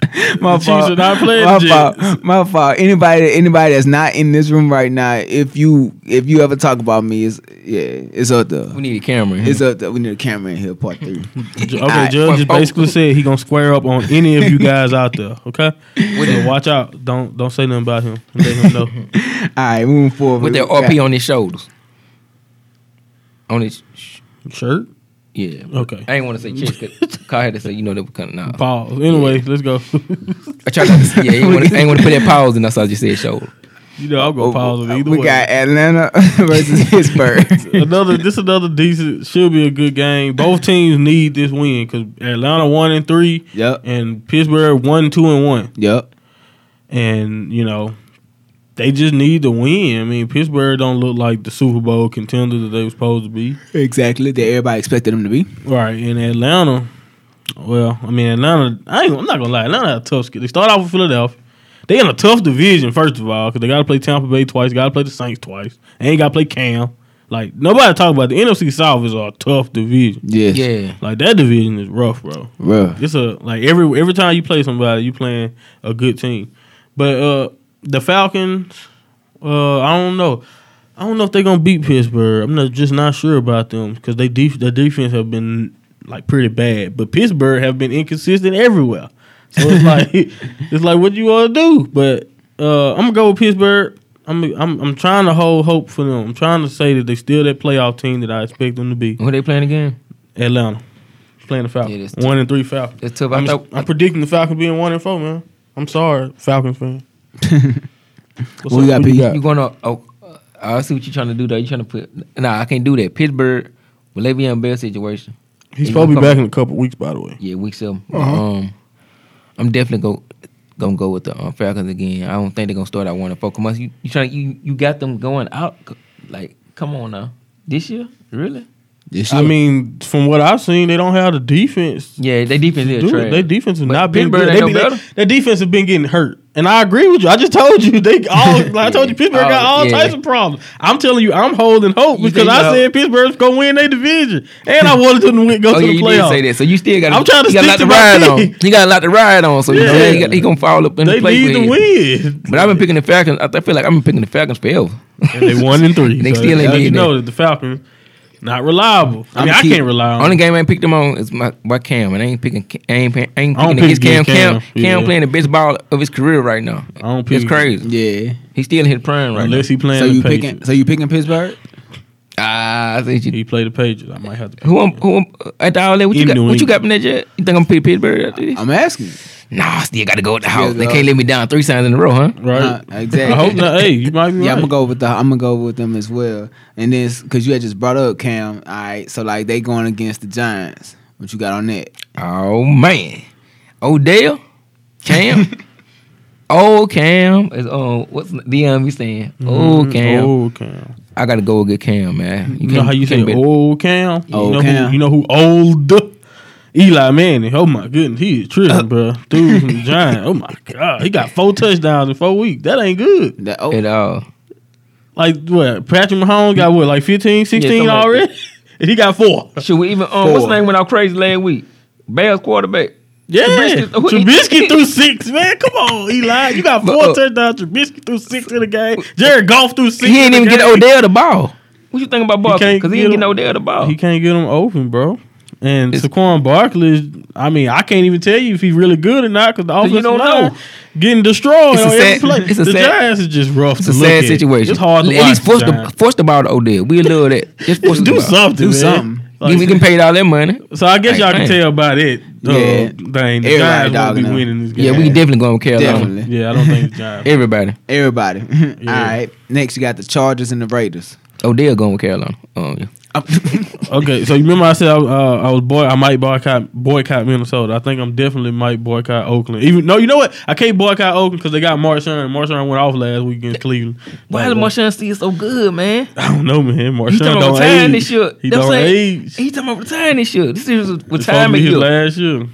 C: My
B: The Chiefs
C: fault.
B: are not playing
C: my
B: the
C: fault. My fault. Anybody, anybody that's not in this room right now, if you if you ever talk about me, it's yeah, it's up there.
D: We need a camera. in here.
C: It's up there. We need a camera in here, part three.
B: Ju-
C: All
B: Okay,
C: right.
B: Judge just
D: Oh, oh.
B: basically said he gonna square up on any of you guys out there. Okay, so watch out. Don't don't say nothing about him. Let him know.
C: All right, moving forward.
D: with that RP on his shoulders. On his sh-
B: Shirt.
D: yeah.
B: Okay.
D: I ain't want to say chest. 'cause Kyle had to say you know they were kind of nah.
B: Pause. Anyway, let's go.
D: I tried to yeah. I ain't wanna- I ain't want to put that pause in. That's why I just said shoulder.
B: you know I'm gonna pause it either
C: Oh, we
B: way.
C: got Atlanta versus Pittsburgh.
B: another this another decent should be a good game. Both teams need this win because Atlanta one and three.
C: Yep.
B: And Pittsburgh one two and one.
C: yep.
B: and you know they just need to win. I mean, Pittsburgh don't look like the Super Bowl contender that they were supposed to be.
C: Exactly. That everybody expected them to be.
B: Right in Atlanta, well, I mean Atlanta. I ain't, I'm not gonna lie, Atlanta had a tough. schedule. They start off with Philadelphia. They in a tough division first of all because they got to play Tampa Bay twice, got to play the Saints twice, and ain't got to play Cam. Like nobody talk about it. the NFC South is a tough division.
C: Yes.
D: Yeah.
B: Like that division is rough, bro.
C: Bro.
B: It's a like every every time you play somebody, you playing a good team. But uh the Falcons, uh I don't know. I don't know if they're gonna beat Pittsburgh. I'm not, just not sure about them because they def- their defense have been like pretty bad, but Pittsburgh have been inconsistent everywhere. So it's like it's like what you want to do. But uh I'm gonna go with Pittsburgh. I'm, I'm I'm trying to hold hope for them. I'm trying to say that they still that playoff team that I expect them to be.
D: Who they playing again?
B: Atlanta playing the Falcons.
D: that's tough.
B: one and three Falcons.
D: That's tough. I
B: I'm,
D: thought-
B: I'm predicting the Falcons being one and four, man. I'm sorry, Falcons fan. What's
C: What we got,
B: Who
C: P?
B: you got?
D: You gonna? Oh, uh, I see what you're trying to do. Though you trying to put? Nah, I can't do that. Pittsburgh with Le'Veon Bell situation.
B: He's
D: You
B: supposed to be
D: gonna
B: back
D: come-
B: in a couple weeks, by the way.
D: Yeah, week 7
B: Uh-huh.
D: Um, I'm definitely go gonna go with the um, Falcons again. I don't think they're gonna start out one and four. Come on, you you trying you you got them going out c- like come on now this year really?
C: This
B: I
C: year.
B: mean, from what I've seen, they don't have the defense.
D: Yeah, they defense is
B: Dude,
D: trash.
B: their defense has
D: But
B: not been good.
D: Pittsburgh ain't
B: They
D: no
B: be- they-
D: better.
B: Their defense has been getting hurt, and I agree with you. I just told you they all. Like I told you, Pittsburgh got
D: Oh,
B: all
D: yeah.
B: types of problems. I'm telling you, I'm holding hope
D: You
B: because
D: think
B: I
D: so?
B: said Pittsburgh's gonna win their division, and I wanted them to win, go
D: oh
B: to
D: yeah,
B: the
D: you
B: playoffs.
D: did say that. So you still got.
B: I'm trying to
D: you got a
B: stick
D: lot
B: to
D: to
B: my
D: ride
B: team.
D: on. You got a lot to ride on. So you know,
B: Yeah.
D: he, got, he gonna fall up in
B: They
D: the play.
B: need
D: with
B: to
D: it.
B: win.
D: But I've been picking the Falcons. I feel like I've been picking the Falcons forever.
B: And they one and three.
D: They
B: so
D: still ain't
B: as you
D: did
B: know that the Falcons not reliable. I mean,
C: I'm
B: I
C: keep-
B: can't rely on.
D: Only game I ain't picked them on is my by Cam, and I ain't picking. I ain't, pick- I ain't
B: I don't
D: picking against
B: pick
D: Cam.
B: against
D: Cam,
B: Cam,
D: Cam,
B: yeah.
D: playing the best ball of his career right now.
B: I don't
D: It's
B: pick-
D: crazy.
C: yeah.
D: He's still in his prime right
B: unless he playing
C: So
B: the
C: you
B: Patriots.
C: picking? So you picking Pittsburgh?
B: Mm.
D: now. Ah, I think you.
B: he played the Patriots. I might have to. Pick
D: Who I'm, who I'm, at the outlet? What you
B: In
D: got?
B: New
D: What you
B: England.
D: got from that jet? You think I'm picking Pittsburgh? After this?
C: I'm asking.
D: Nah, I still got to go with the house.
C: Still
D: They
C: go.
D: can't let me down three times in a row, huh?
B: right.
C: Uh, exactly.
B: I hope not. Hey, you might be
C: Yeah,
B: right.
C: I'm gonna go with the. I'm gonna go with them as well. And then because you had just brought up Cam, all right. So like they going against the Giants. What you got on that?
D: Oh man, Odell, Cam, old Cam is um what's Dion be saying? Old Cam,
B: Mm-hmm. Mm, Old Cam.
D: I gotta go with good Cam, man.
B: You know how you say
D: can't bet-
B: old Cam?
C: Old
B: you know
C: Cam.
B: Who, you know who old? Eli Manning. Oh my goodness, he is
C: Uh,
B: tripping, bro. Dude, from the Giant. Oh my god, he got four touchdowns in four weeks. That ain't good.
C: That oh,
D: at all.
B: Like what? Patrick Mahomes got what? Like 15, 16
D: something like
B: already, and he got four.
D: Should we even um what's his
C: Four.
D: name went out crazy last week? Bears quarterback.
B: Yeah,
D: Trubisky- who-
B: Trubisky threw six, man. Come on, Eli, you got four
D: But, uh,
B: touchdowns. Trubisky threw six in the game. Jared Goff threw six.
D: He ain't
B: in
D: even
B: the
D: get
B: game.
D: Odell the ball. What you think about Barkley?
B: can't
D: Because he
B: get
D: ain't getting
B: him-
D: Odell the ball.
B: He can't get them open, bro. And
D: It's-
B: Saquon Barkley, I mean, I can't even tell you if he's really good or not because the
D: you
B: offensive
D: don't
B: line
D: know.
B: getting destroyed
D: It's a
B: on every
D: sad-
B: play.
D: it's a
B: the
D: sad-
B: Giants is just rough.
D: it's
B: to
D: a
B: look
D: sad
B: at.
D: situation.
B: It's hard to
D: At least
B: watch
D: force
B: the
D: the,
B: Giants.
D: force the ball to Odell. We love that. Just force the
B: do
D: ball.
B: something,
C: do
B: man.
C: something.
B: Like,
D: we can pay all that money.
B: so I guess y'all can
D: Dang.
B: tell about it. Uh,
C: Yeah.
B: thing. The
C: Everybody
B: Giants won't be
C: dogging them.
B: winning this game.
D: Yeah, we definitely going to Carolina.
C: Definitely.
B: Yeah, I don't think the Giants.
D: Everybody.
C: everybody.
B: Yeah.
C: All right. Next, you got the Chargers and the Raiders.
D: Odell going with Carolina. Um, yeah.
B: Okay, so you remember I said I, uh, I was boy I might boycott boycott Minnesota. I think I'm definitely might boycott Oakland. Even no, you know what? I can't boycott Oakland because they got Marshawn. Marshawn went off last week against Cleveland.
D: Why is
B: Like,
D: Marshawn still so good, man?
B: I don't know, man.
D: He's
B: Marshawn
D: talking about
B: don't
D: retiring
B: age.
D: this year.
B: He
D: That's
B: don't
D: what I'm saying.
B: age.
D: He's talking about retiring this year. This is
B: It's supposed to
D: retirement
B: be his
D: year.
B: last year.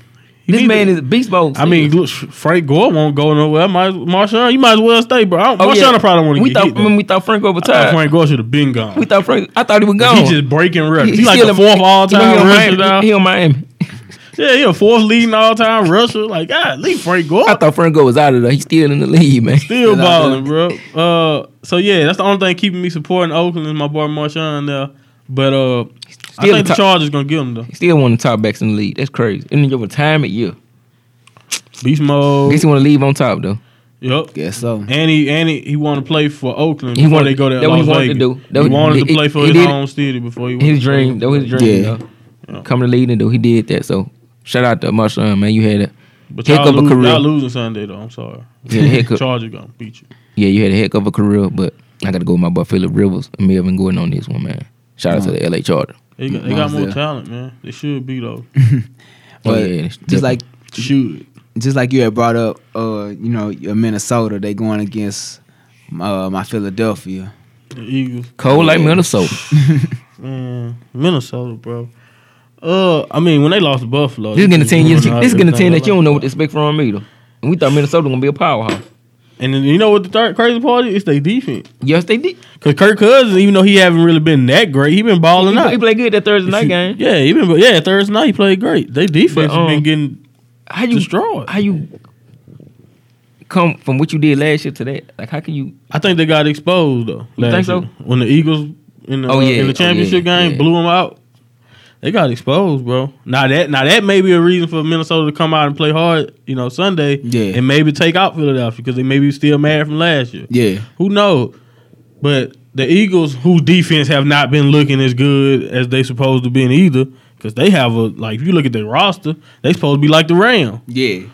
B: He
D: This
B: need
D: man
B: to-
D: is beast mode.
B: I mean, look, Frank Gore won't go nowhere. I Might, Marshawn, you might as well stay, bro. I don't, Marshawn probably want to
D: Oh, We
B: get
D: thought
B: hit. though.
D: when we thought Franco
B: I thought
D: retired.
B: Frank Gore should have been gone.
D: we thought Frank. I thought he was gone.
B: He's just breaking records.
D: He-
B: He's like
D: still
B: the
D: in-
B: fourth all
D: you know,
B: time rusher
D: He on
B: now.
D: Miami. He on Miami.
B: Yeah, he a fourth leading all time rusher. Like, God, leave Frank Gore.
D: I thought Franco was out of there. He's still in the league, man.
B: Still
C: Still
B: balling,
C: out
B: bro. Uh, so yeah, that's the only thing keeping me supporting Oakland is my boy Marshawn there. But uh, I
D: Still
B: think the
D: top-
B: Chargers gonna get him though.
D: He still one of the top backs in the league. That's crazy. And in your retirement year,
B: Beast
D: I
B: mode.
D: guess he want to leave on top though.
B: Yep.
C: Guess so.
B: And he and he, he wanted to play for Oakland before
D: wanted-
B: they go to
D: that what
B: Las
D: he wanted to
B: Vegas.
D: do. That
B: he
D: what-
B: wanted to
D: he-
B: play for
D: he
B: his
D: did it.
B: home city before he went
D: His
B: to
D: dream, that was his dream.
C: Yeah.
D: though. Come to lead and do. He did that. So shout out to Marshawn, man. You had a
B: But
D: heck
B: y'all,
D: of a
B: lose,
D: career.
B: y'all losing Sunday though. I'm sorry.
D: Yeah, heck of-
B: Chargers gonna beat you.
D: Yeah, you had a heck of a career, but I got to go with my boy Philip Rivers and Melvin Gordon on this one, man. Shout out to the LA Charter.
B: They got, they got
C: Miles
B: more
C: Dale.
B: talent, man. They should be though.
D: Oh,
C: But
D: yeah,
C: just like
B: Shoot.
C: just like you had brought up, uh, you know, your Minnesota, they going against uh, my Philadelphia.
B: The Eagles.
D: cold like Minnesota.
B: Man, Minnesota, bro. Uh, I mean, when they lost to Buffalo,
D: This is getting a
B: just
D: team. This
B: ruined
D: this is getting a team
B: everything.
D: that you don't know what to expect from either. And we thought Minnesota gonna be a powerhouse.
B: And then, you know what the third crazy part is? It's their defense.
D: Yes, they did.
B: Cause Kirk Cousins, even though he haven't really been that great, he been balling
D: He,
B: out.
D: he played good that Thursday night
B: If you-
D: game.
B: Yeah, he been. Yeah, Thursday night he played great. Their defense
D: But, um,
B: has been getting.
D: How you
B: Destroyed.
D: How you come from what you did last year to that? Like how can you?
B: I think they got exposed though.
D: You
B: last
D: think so?
B: year. When the Eagles in the
D: Oh,
B: uh,
D: yeah,
B: in
D: oh, yeah,
B: the championship game
D: yeah.
B: blew them out, they got exposed, bro. Now that now that may be a reason for Minnesota to come out and play hard, you know, Sunday.
C: Yeah.
B: and maybe take out Philadelphia because they may be still mad from last year.
C: Yeah.
B: Who knows? But the Eagles, whose defense have not been looking as good as they supposed to be either, because they have a like if you look at their roster, they supposed to be like the Rams.
C: Yeah.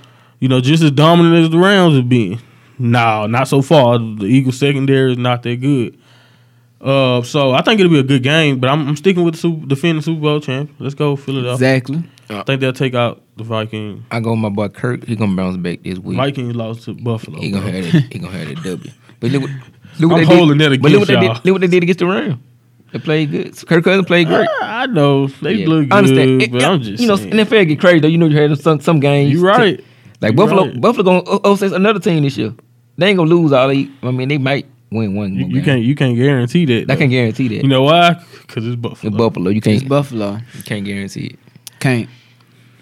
B: You know, just as dominant as the Rams have been. No, not so far. The Eagles secondary is not that good. Uh, so I think it'll be a good game, but I'm, I'm sticking with the super, defending Super Bowl champ. Let's go Philadelphia.
C: Exactly.
B: I think they'll take out the Vikings.
D: I go with my boy Kirk. He gonna bounce back this week.
B: Vikings lost to Buffalo.
D: He
B: bro.
D: gonna have that. He gonna have that W. But look, what- look what
B: I'm
D: they did-
B: holding that
D: But
B: against
D: look what they
B: y'all.
D: did. Look what they did against the Rams. They played good. Kirk Cousins played great.
B: I know Ah, they
D: Yeah.
B: look good,
D: I understand. It-
B: but
D: it-
B: I'm just
D: you know
B: saying.
D: NFL get crazy though. You know you had some some games.
B: you right.
D: Like
B: You
D: Buffalo,
B: right.
D: Buffalo gonna oh, oh, say another team this year. They ain't gonna lose all they. I mean, they might win one.
B: You,
D: one
B: you
D: game.
B: can't you can't guarantee that.
D: I
B: though.
D: can't guarantee that.
B: You know why? Because it's Buffalo.
D: In Buffalo, you
C: It's
D: can't.
C: Buffalo.
D: You can't guarantee it.
C: Can't.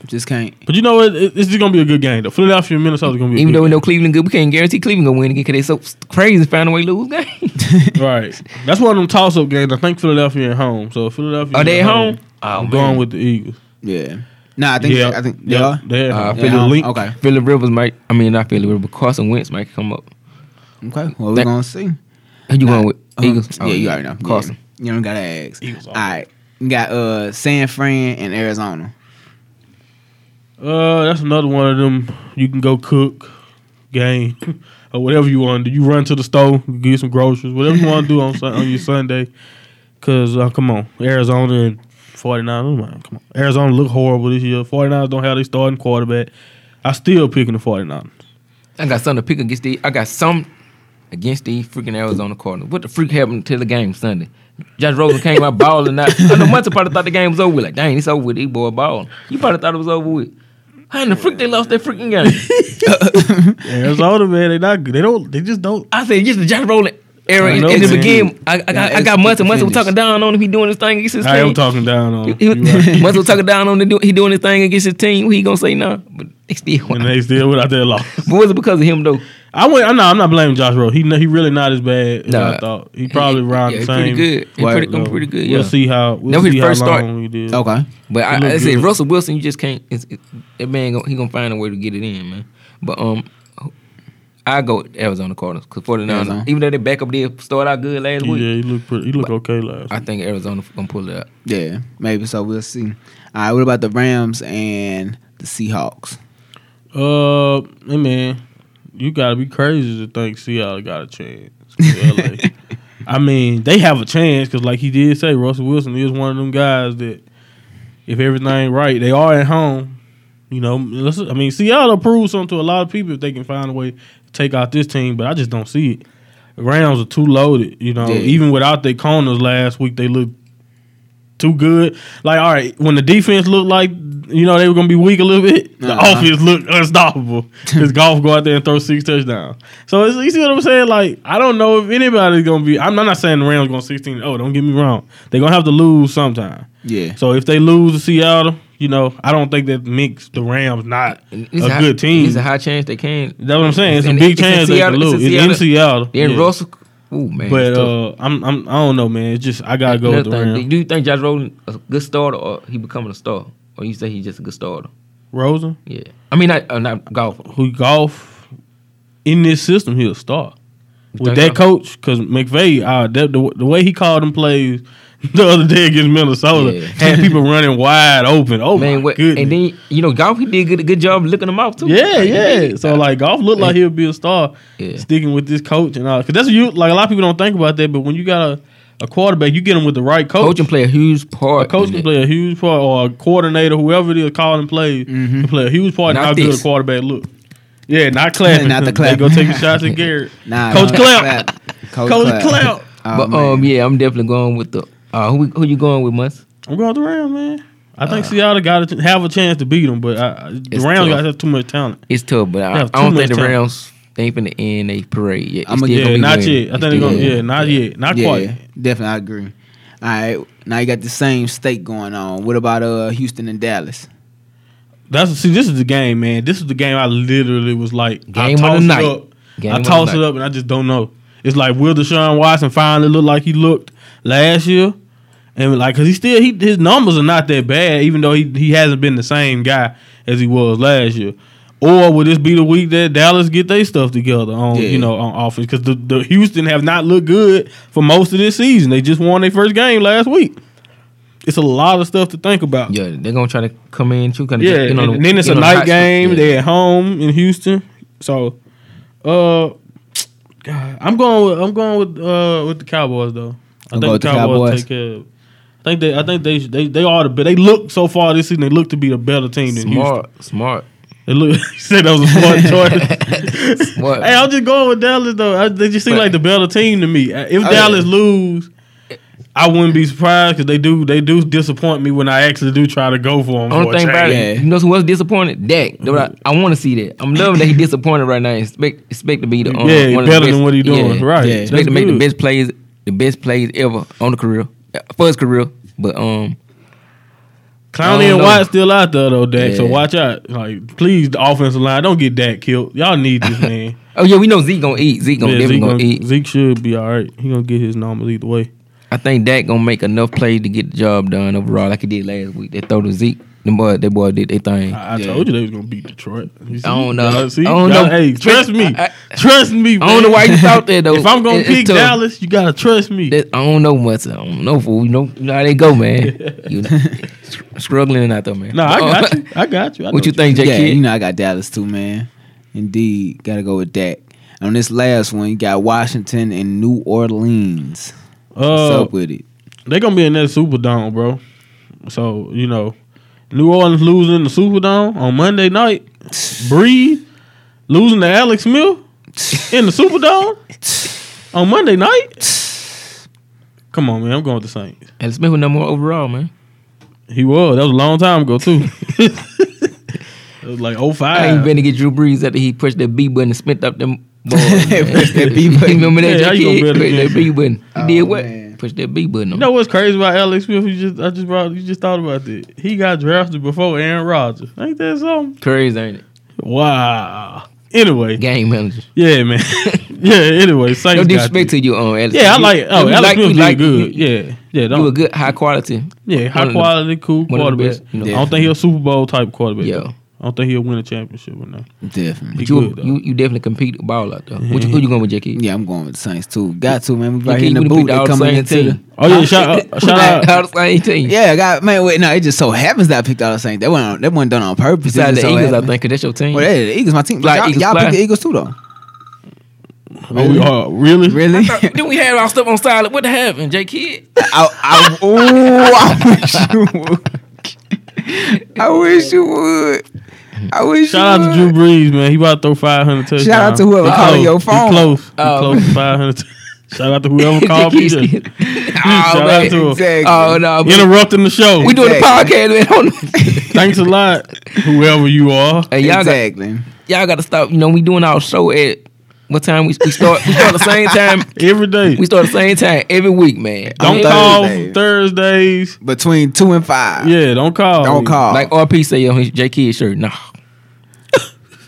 C: Just can't.
B: But you know what? It, it's just gonna be a good game though. Philadelphia and Minnesota gonna be a
D: Even though
B: good
D: we know Cleveland good, we can't guarantee Cleveland gonna win again because they so crazy find a way to lose games.
B: game. right. That's one of them toss up games. I think Philadelphia at home. So if Philadelphia
D: Are they at home?
B: I'm
D: Oh,
B: going
D: man.
B: with the Eagles.
C: Yeah. Nah, I think
B: yeah,
C: I think they
B: yeah,
C: are.
B: They
D: Uh,
B: are.
D: Philly-
B: the link.
C: Okay.
D: Philip Rivers might. I mean, not Philip Rivers, but Carson Wentz might come up.
C: Okay. Well, we're
D: That-
C: gonna see.
D: Who you going with?
C: Um,
D: Eagles.
C: yeah, you already know.
D: Carson.
C: Yeah. You don't gotta ask.
B: Eagles
C: All
B: all
C: right. You got uh San Fran and Arizona.
B: Uh, that's another one of them. You can go cook, game, or whatever you want to do. You run to the store, get some groceries, whatever you want to do on Sun- on your Sunday. Cause uh, come on, Arizona and 49ers, man, come on. Arizona look horrible this year. 49ers don't have their starting quarterback. I still picking the 49ers.
D: I got something to pick against the. I got some against the freaking Arizona Cardinals. What the freak happened to the game Sunday? Josh Rosen came out balling out. I know Munster probably thought the game was over with. Like, dang, it's over with. These boy balling. You probably thought it was over with. How in the freak they lost that freaking game?
B: Arizona, man, they not good. They don't. They just don't.
D: I said, just the Josh Rosen era
B: I
D: in
B: know,
D: the
B: man.
D: beginning. I, I got, I got
C: Yeah,
D: Munster.
C: it's-
D: Munster
C: it's
D: was talking down on him. He doing his thing against his team.
B: I am talking down on.
D: He,
B: them. You right.
D: he, Munster was talking down on him. do- He doing his thing against his team. He gonna say nah, but they still.
B: and
D: But
B: they still without their loss.
D: was it because of him though?
B: I went. I'm not. I'm not blaming Josh Rowe. He he really not as bad as
D: Nah.
B: I thought. He probably around
D: yeah,
B: the
D: he
B: same.
D: pretty good. He
C: Right,
D: pretty, I'm
B: So,
D: pretty good.
B: We'll
D: yeah.
B: see how we'll
D: That was his
B: see
D: first
B: how
D: start.
B: long we did.
C: Okay.
D: But I,
B: He look
D: I said
B: good.
D: Russell Wilson, you just can't. It's, it, that man, gon- he gonna find a way to get it in, man. But um, I go with Arizona Cardinals because 49
C: Arizona.
D: even though they backup did start out good last
B: He,
D: week,
B: yeah, he looked pretty. He looked okay last.
D: I think Arizona gonna pull it out.
C: Yeah, maybe so. We'll see. All right, what about the Rams and the Seahawks?
B: Uh, hey, man, you gotta be crazy to think Seattle got a chance. with LA. I mean, they have a chance because, like he did say, Russell Wilson is one of them guys that, if everything right, they are at home. You know, let's- I mean, Seattle proves something to a lot of people if they can find a way to take out this team, but I just don't see it. The Rams are too loaded. You know,
C: Yeah.
B: even without their corners last week, they looked too good. Like, all right, when the defense looked like you know they were gonna be weak a little bit, the
C: Uh-huh.
B: offense looked unstoppable. Because golf go out there and throw six touchdowns. So it's, you see what I'm saying? Like, I don't know if anybody's gonna be. I'm, I'm not saying the Rams going 16. Oh, don't get me wrong. They're gonna have to lose sometime.
C: Yeah,
B: So if they lose to Seattle, you know, I don't think that makes the Rams not a
D: And
B: good
D: high,
B: team.
D: It's a high chance they can.
B: That's what I'm saying. It's,
D: It's in-
B: a big
D: it's in
B: chance they can
D: Seattle- it's
B: lose.
D: in
B: It's in Seattle.
D: Then
B: Yeah.
D: Russell, ooh man,
B: But
D: it's tough.
B: uh, I'm, I'm I don't know, man. It's just I gotta go with
D: Another
B: the
D: thing,
B: Rams.
D: do you think Josh Rosen a good starter or he becoming a star, or you say he's just a good starter?
B: Rosen,
D: Yeah, I mean, not uh, not golfer.
B: who golf in this system, he'll start with
D: think
B: that
D: so?
B: coach because McVay. Uh, that, the, the way he called them plays the other day against Minnesota
D: Yeah.
B: had people running wide open. Oh
D: Man,
B: my
D: what,
B: goodness.
D: and then you know, golf he did a good, good job looking him out too.
B: Yeah,
D: Like, he
B: yeah.
D: did.
B: So like, golf looked like he'll be a star
D: Yeah.
B: sticking with this coach and all. Because that's what you like. A lot of people don't think about that, but when you got a, a quarterback, you get him with the right coach.
D: coaching play a huge part.
B: a coach
D: in
B: can
D: that.
B: play a huge part, or a coordinator, whoever it is, calling plays,
D: Mm-hmm.
B: can play a huge part in
D: Not
B: how good
D: this.
B: a quarterback look. Yeah, not clapping.
C: Not the
B: they go
C: clapping.
B: taking shots at Garrett.
C: nah,
B: Coach
C: don't
B: Clout.
C: Coach,
B: Coach Clout.
C: Oh,
D: but
C: man.
D: um, yeah, I'm definitely going with the. Uh, who who you going with, Mus?
B: I'm going with the Rams, man. I think Seattle got to have a chance to beat them, but I, I- the
D: Uh. It's
B: Rams
D: tough.
B: got have too much talent.
D: It's tough, but I,
B: Yeah,
D: I
B: too
D: don't think
B: much
D: the
B: talent.
D: Rams they ain't finna end a parade yet. It's
C: I'ma-
D: still
C: They
B: Yeah,
D: gonna be
B: not
D: winning.
B: yet. I
D: It's
B: think they're
D: still
B: gonna.
D: gonna
B: Yeah,
D: win.
B: not yet. Not
C: yeah,
B: quite.
C: definitely, I agree. All right, now you got the same state going on. What about uh Houston and Dallas?
B: That's see. This is the game, man. This is the game. I literally was like, I
D: Game of the
B: toss
D: night.
B: it up.
D: Game
B: I
D: of the
B: toss it
D: night.
B: up, and I just don't know. It's like will Deshaun Watson finally look like he looked last year, and like because he still he his numbers are not that bad, even though he he hasn't been the same guy as he was last year. Or will this be the week that Dallas get their stuff together on
C: Yeah.
B: you know on offense? Because the, the Houston have not looked good for most of this season. They just won their first game last week. It's a lot of stuff to think about.
D: Yeah, they're gonna try to come in too. Kind of
B: Yeah, and,
D: get, on the-
B: and then it's a
D: get on the
B: night
D: hot
B: game.
D: streak. Yeah.
B: They're at home in Houston, so uh, God, I'm going with I'm going with uh with the Cowboys though. I
C: Gonna go
B: think
C: with
B: the
C: the
B: Cowboys,
C: Cowboys.
B: take care. Of, I think they I think they they they are the be- they look so far this season they look to be a better team than Houston.
D: smart, smart.
B: They look you said that was a smart choice.
D: Smart.
B: hey, I'm just going with Dallas though. I, they just seem
D: But-
B: like the better team to me. If
D: yeah.
B: Dallas Uh, lose. I wouldn't be surprised because they do they do disappoint me when I actually do try to go for them.
D: Only thing about
C: Yeah.
D: it, you know who else disappointed? Dak. That's what I, want to see that. I'm loving that he disappointed right now. Expect expect to be the um,
B: yeah,
D: one of the
B: better
D: best.
B: than what he doing,
D: Yeah.
B: right?
C: Yeah.
B: That's
D: Expect to make the
B: good.
D: best plays, the best plays ever on the career for his career. But um, I
B: Clowney
D: don't
B: and
D: know.
B: Watt still out there though, Dak. So
D: Yeah.
B: watch out. Like, please, the offensive line, don't get Dak killed. Y'all need this man.
D: oh yeah, we know Zeke gonna eat. Zeke gonna
B: Yeah,
D: definitely
B: Zeke,
D: gonna,
B: gonna-
D: eat.
B: Zeke should be all right. He gonna get his numbers either way.
D: I think Dak gonna make enough plays to get the job done overall, like he did last week. They throw to Zeke. Them boy, they boy did their thing.
B: I, I
C: Yeah.
B: told you they was gonna beat Detroit. You see?
D: I don't know.
B: Y'all see?
D: I don't
B: Y'all-
D: know.
B: Hey, trust me.
D: I-
B: trust me.
D: I don't know
B: man.
D: why you thought that though.
B: If I'm gonna
D: It- it's
B: pick
D: tough.
B: Dallas, you gotta trust me.
D: That- I don't know much. I don't know fool. You know, you know how they go, man. you str- struggling out there, man.
B: No, I
D: Uh,
B: got you. I got you. I know
D: what you think, J
C: yeah,
D: Kidd?
C: you know I got Dallas too, man. Indeed, gotta go with Dak. On this last one, you got Washington and New Orleans. What's
B: Uh,
C: up with it?
B: they gonna be in that Superdome, bro. So you know, New Orleans losing the Superdome on Monday night. Breed losing to Alex Mill in the Superdome on Monday night. Come on, man. I'm going with the Saints.
D: Alex Smith with number one overall, man.
B: He was. That was a long time ago too. it was like
D: I ain't
B: 05.
D: been to get Drew Brees after he pushed that B button and spent up them balls. man.
C: Pushed that B
D: You
C: button.
D: Remember that,
B: Yeah, how
D: J
B: you gonna
D: Kidd?
B: bet
D: Pushed
B: against
D: that B button. He
C: Oh,
D: did what?
C: man.
D: Pushed that B button.
B: You
D: on
B: know
D: him.
B: what's crazy about Alex Smith? You just I just brought you just thought about that. He got drafted before Aaron Rodgers. Ain't that something?
D: Crazy, ain't it?
B: Wow. Anyway,
D: Game manager.
B: yeah, man. yeah. Anyway, Saints
D: No
B: got
D: disrespect
B: you.
D: to you, um, Alex.
B: Yeah, I
D: You-
B: like. Oh,
D: you
B: Alex Smith
D: you
B: did good.
D: You,
B: yeah, yeah.
D: you a
B: Don't,
D: good, high quality.
B: yeah,
D: one
B: high
D: of the-
B: quality, cool
D: one of the
B: quarterback.
D: best, you know.
B: I don't think he'll Super Bowl type quarterback.
D: Yeah.
B: though. I don't think he'll win a championship Oh, or nothing.
C: Definitely.
B: He
D: You,
B: good, though.
D: you, you definitely compete with ball out there. What you, who you going with, J Kidd?
C: Yeah, I'm going with the Saints too. Got to man. We right
D: Right
C: here in the booth. They
D: all
C: coming
D: the
C: into
D: same
C: the
D: team.
B: Oh yeah, shout,
D: All
B: shout out.
D: the same team.
C: yeah, I got man. Wait, no, it just so happens that I picked all the Saints. That wasn't that wasn't done on purpose. It
D: Besides
C: just
D: the
C: so
D: Eagles, I
C: happened.
D: think, 'cause that's your team.
C: Well, yeah, the Eagles, my team.
D: Fly,
C: y'all
D: Eagles,
C: y'all
D: fly.
C: picked the Eagles too though.
B: Oh, we are- really?
C: Really? I,
D: then we had our stuff on silent. What the happened, J Kidd?
C: I, ooh, I wish you would. I wish you would. I wish
B: Shout
C: you
B: out
C: would.
B: to Drew Brees, man. He about to throw 500 touchdowns.
C: Shout out to whoever
B: He
C: called
B: close.
C: your
B: He
C: phone.
B: close. He
D: Oh.
B: close to 500. Shout out to whoever called me.
D: J.
B: that.
D: Kidd. oh,
B: Shout
D: man.
B: out to him.
C: Exactly.
D: Oh, no. but
B: Interrupting the show.
D: We doing the
C: Exactly.
D: podcast. Man. Don't-
B: Thanks a lot, whoever you are.
D: hey, y'all, got,
C: exactly.
D: y'all got to stop. You know, we doing our show at what time we, we start? We start the same time.
B: Every day.
D: We start the same time every week, man.
B: Don't
D: Every-
B: call
C: Thursday.
B: Thursdays.
C: Between two and five.
B: Yeah, don't call.
C: Don't call.
D: Like oh. RP say on his J Kidd shirt. Nah.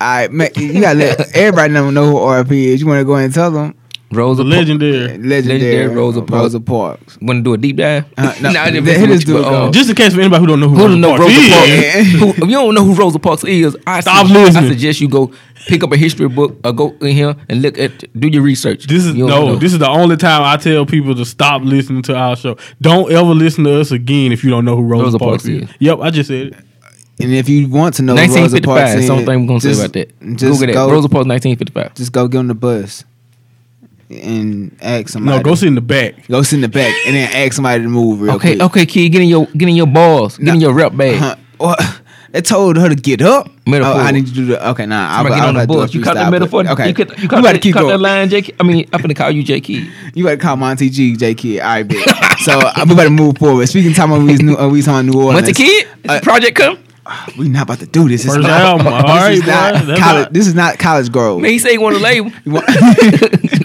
C: I man, you gotta let everybody know know who RP is. You wanna go ahead and tell them?
D: Rose
B: The
D: of
B: legendary.
C: Legendary
D: Rosa Parks.
C: Rosa Parks.
D: Want to do a deep dive?
C: Uh, no,
D: Nah, I just
C: let
D: messing
C: this
D: with you,
C: dude
D: but,
C: go.
D: um,
B: Just in case for anybody who don't know who,
D: Who
B: Rosa
D: don't know
B: Parks
D: Rosa
B: is.
D: Parks?
C: Yeah.
D: Who, if you don't know who Rosa Parks is, I
B: Stop
D: suggest, I
B: listening.
D: suggest you go pick up a history book or go in here and look at do your research.
B: This is
D: You don't
B: no.
D: know.
B: This is the only time I tell people to stop listening to our show. Don't ever listen to us again if you don't know who Rosa,
D: Rosa
B: Parks,
D: Parks
B: is.
D: is.
B: Yep, I just said it.
C: And if you want to know who Rosa Parks
D: 1955.
C: is,
D: Something we're gonna
C: just-
D: say about that.
C: Just
D: Google that.
C: go,
D: Rosa Parks 1955.
C: just go get on the bus and ask somebody.
B: No, go sit in the back.
C: Go sit in the back and then ask somebody to move real
D: Okay,
C: quick.
D: okay, kid, get in your get in your balls, get in
C: Nah.
D: your rep bag.
C: Huh. Well, they told her to get up.
D: Metaphor.
C: Oh, I need you to do the okay. Nah,
D: I'm
C: I'll,
D: gonna
C: I'll,
D: get on
C: I'll
D: the
C: do a
D: bus. You caught
C: freestyle,
D: that metaphor.
C: but- Okay,
D: You, caught, you caught,
C: about
D: that,
C: to keep
D: caught
C: going.
D: that line, J. Kidd? I mean, I'm gonna call you J. Key.
C: You better call Monty G, J Kid. All right, bitch. so I'm about to move forward. Speaking of time, we was new, uh, we was on New Orleans.
D: What's the kid?
C: Uh,
D: Project come?
C: we not about to do this. This
B: First
C: is not,
B: album.
C: this
B: All right,
C: is not
B: boy. That's
C: college.
B: not-
C: This is not college girl.
D: Man, he say he want a label.
C: You want-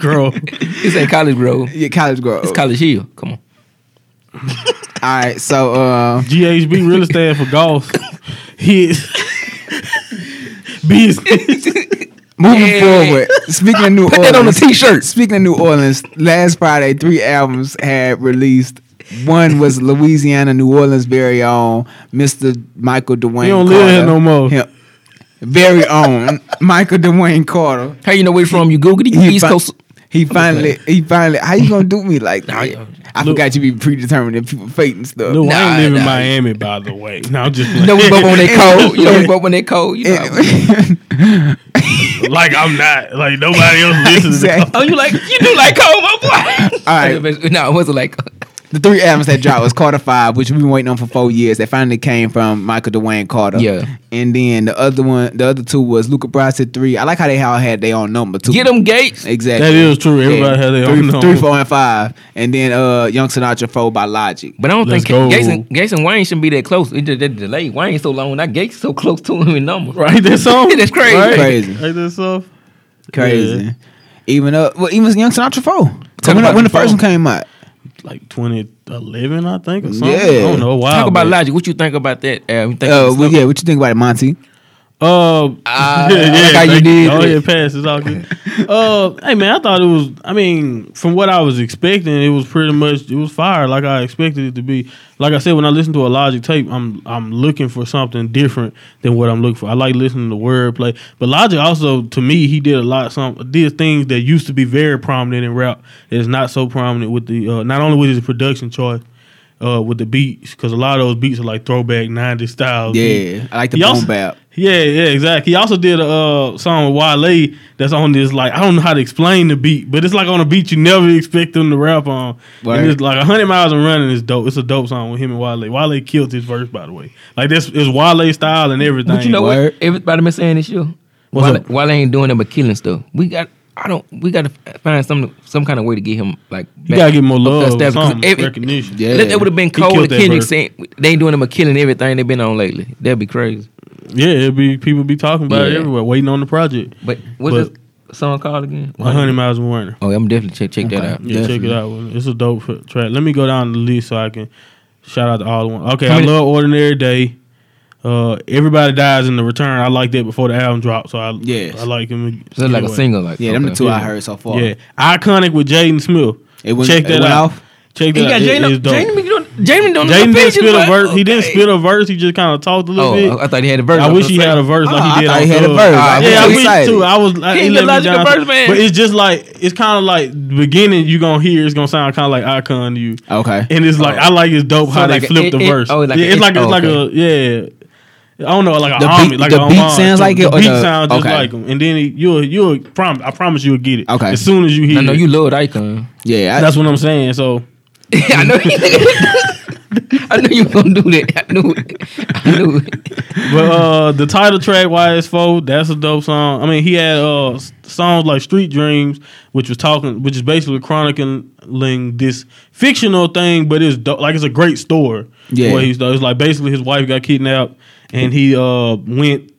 B: Girl,
D: this ain't college, bro.
C: yeah, college girl.
D: It's College Hill. Come on.
C: All right, so uh,
B: GHB really stands for golf. His business.
C: moving
D: Yeah.
C: forward. Speaking of New
D: Put
C: Orleans,
D: that on a t-shirt.
C: Speaking of New Orleans, last Friday, three albums had released. One was Louisiana, New Orleans' very own Mr. Michael Dwayne.
B: He don't live here
C: Carter.
B: no more.
C: Him- very own Michael Dwayne Carter.
D: How you know where you from? You Google it. You East
C: fin-
D: Coast.
C: He finally, he finally. How you gonna do me like that?
D: Nah,
C: I
B: Lil-
C: forgot you be predetermined and people fate and stuff.
B: No, I
D: Nah,
B: ain't live in
D: nah.
B: Miami, by the way. No, I'm just
D: You know we
B: playing.
D: both on that cold. You know we both on that cold. You know. how we-
B: like I'm not. Like nobody else listens.
C: Exactly.
B: to
D: Oh, you like you do like cold, my boy.
C: All right.
D: no, it wasn't like
C: the three albums that dropped was Carter Five, which we've been waiting on for four years. That finally came from Michael Dwayne Carter.
D: Yeah.
C: And then the other one, the other two was Luca Brasi three. I like how they all had their own number too.
D: Get them Gates.
C: exactly.
B: That is true. Everybody had their
C: three,
B: own
C: Three,
B: number.
C: four, and five, and then uh, Young Sinatra four by Logic.
D: But I don't
B: Let's
D: think
B: go.
D: Gates and, Gates and Wayne shouldn't be that close. It just that delay. Wayne so long. That Gates so close to him in number.
B: Right, that song.
D: That's crazy.
B: Right?
C: Crazy.
B: Like that song.
C: Crazy.
B: Yeah.
C: Even uh, well, even Young Sinatra four.
D: Talk
C: When,
D: about
C: when the
D: before.
C: first one came out,
B: Like 2011, I think, or something. I
C: Yeah.
B: don't know. Wow.
D: Talk about
B: man.
D: logic. What you think about that? Uh, you think
C: uh,
D: it's
C: well,
D: slow?
C: yeah, what you think about it, Monty?
B: Uh,
D: Ah,
B: yeah,
D: I
B: yeah,
D: like how you
B: thank
D: did
B: Oh
D: it.
B: yeah, pass. It's all good. uh, hey man, I thought it was. I mean, from what I was expecting, it was pretty much it was fire, like I expected it to be. Like I said, when I listen to a Logic tape, I'm I'm looking for something different than what I'm looking for. I like listening to wordplay, but Logic also to me he did a lot some did things that used to be very prominent in rap that is not so prominent with the uh, not only with his production choice. Uh, with the beats, because a lot of those beats are like throwback '90s styles.
C: Yeah, I like the
B: He also-
C: boom bap.
B: Yeah, yeah, exactly. He also did a uh, song with Wale that's on this like I don't know how to explain the beat, but it's like on a beat you never expect them to rap on.
C: Right.
B: And it's like hundred miles and running is dope. It's a dope song with him and Wale. Wale killed his verse by the way. Like that's it's Wale style and everything.
D: But you know
C: Word.
D: what? Everybody been saying this year.
B: What's
D: Wale,
B: up?
D: Wale ain't doing nothing but killing stuff. We got. I don't. We got to find some some kind of way to get him like.
B: you
D: back
B: gotta get more
D: up that
B: love,
D: step, 'cause
B: something,
D: every-
B: recognition.
C: Yeah.
D: That, would have been
B: He
D: cold
B: killed
D: with
B: that
D: Kendrick
B: verse.
D: saying they ain't doing nothing but killing everything they've been on lately. That'd be crazy.
B: Yeah, it'd be people be talking about it
D: Yeah.
B: everywhere, waiting on the project.
D: But what's
B: But-
D: the song called again?
B: hundred miles and running.
D: Oh, I'm definitely check check that out.
B: Yeah, check
C: Definitely.
B: it out. It's a dope f- track. Let me go down the list so I can shout out to all the one. Okay,
D: How
B: I
D: many-
B: love Ordinary Day. Uh, Everybody dies in the return. I like that before the album dropped, so I
C: Yes.
B: I like him.
D: So it's like a
B: anyway.
D: single, like
C: Yeah, them the
D: okay.
C: two I
B: Yeah.
C: heard so far.
B: Yeah, iconic with Jaden Smith.
C: It went-
B: check
C: it
B: that
C: went
B: out.
C: off?
B: Check that
D: He got
B: out. It-
D: Jaden.
B: it's dope.
D: Jaden don't- Jaden don't know
B: Jaden didn't
D: pitches,
B: spit a
D: but-
B: verse. He didn't
D: okay.
B: spit a verse. He just kind of talked a little bit.
D: Oh, I thought he had a verse.
B: I
D: was
B: wish
D: gonna
B: he
D: say.
B: had a verse
C: Oh,
B: like
C: I
B: he did
C: thought
B: on
C: he had a
B: Thug.
C: verse. I
B: Yeah, I
C: was
B: wish
C: excited.
B: too. I was like,
D: He ain't
B: let me
D: Logic the
B: down.
D: Bird's man.
B: But it's just like it's kind of like the beginning. You gonna hear it's gonna sound kind of like Icon to you,
C: Okay.
B: and it's like
D: Oh.
B: I like it's dope
D: So
B: how
D: like
B: they
D: a-
B: flipped the
D: it- it-
B: verse.
D: oh, like
B: yeah,
D: a-
B: it's like
D: oh,
B: it's like a yeah. I don't know, like a
C: The
B: homage,
C: beat-
B: like
C: the
B: a
C: beat
B: homage.
C: sounds like it
B: The
C: or
B: beat
C: the-
B: sounds just
C: okay.
B: like him, and then he, you'll you'll prom. I promise you'll get it.
C: Okay.
B: as soon as you hear.
D: I know
B: it.
D: you loved Icon.
C: Yeah, I,
B: That's what I'm saying. So
D: I know. you- I knew you were gonna do that. I knew. It. I knew. It.
B: but uh the title track YS4, that's a dope song. I mean, he had uh s- songs like Street Dreams, which was talking which is basically chronicling this fictional thing, but it's dope. like it's a great story.
C: Yeah.
B: What he's it's like basically his wife got kidnapped and he uh went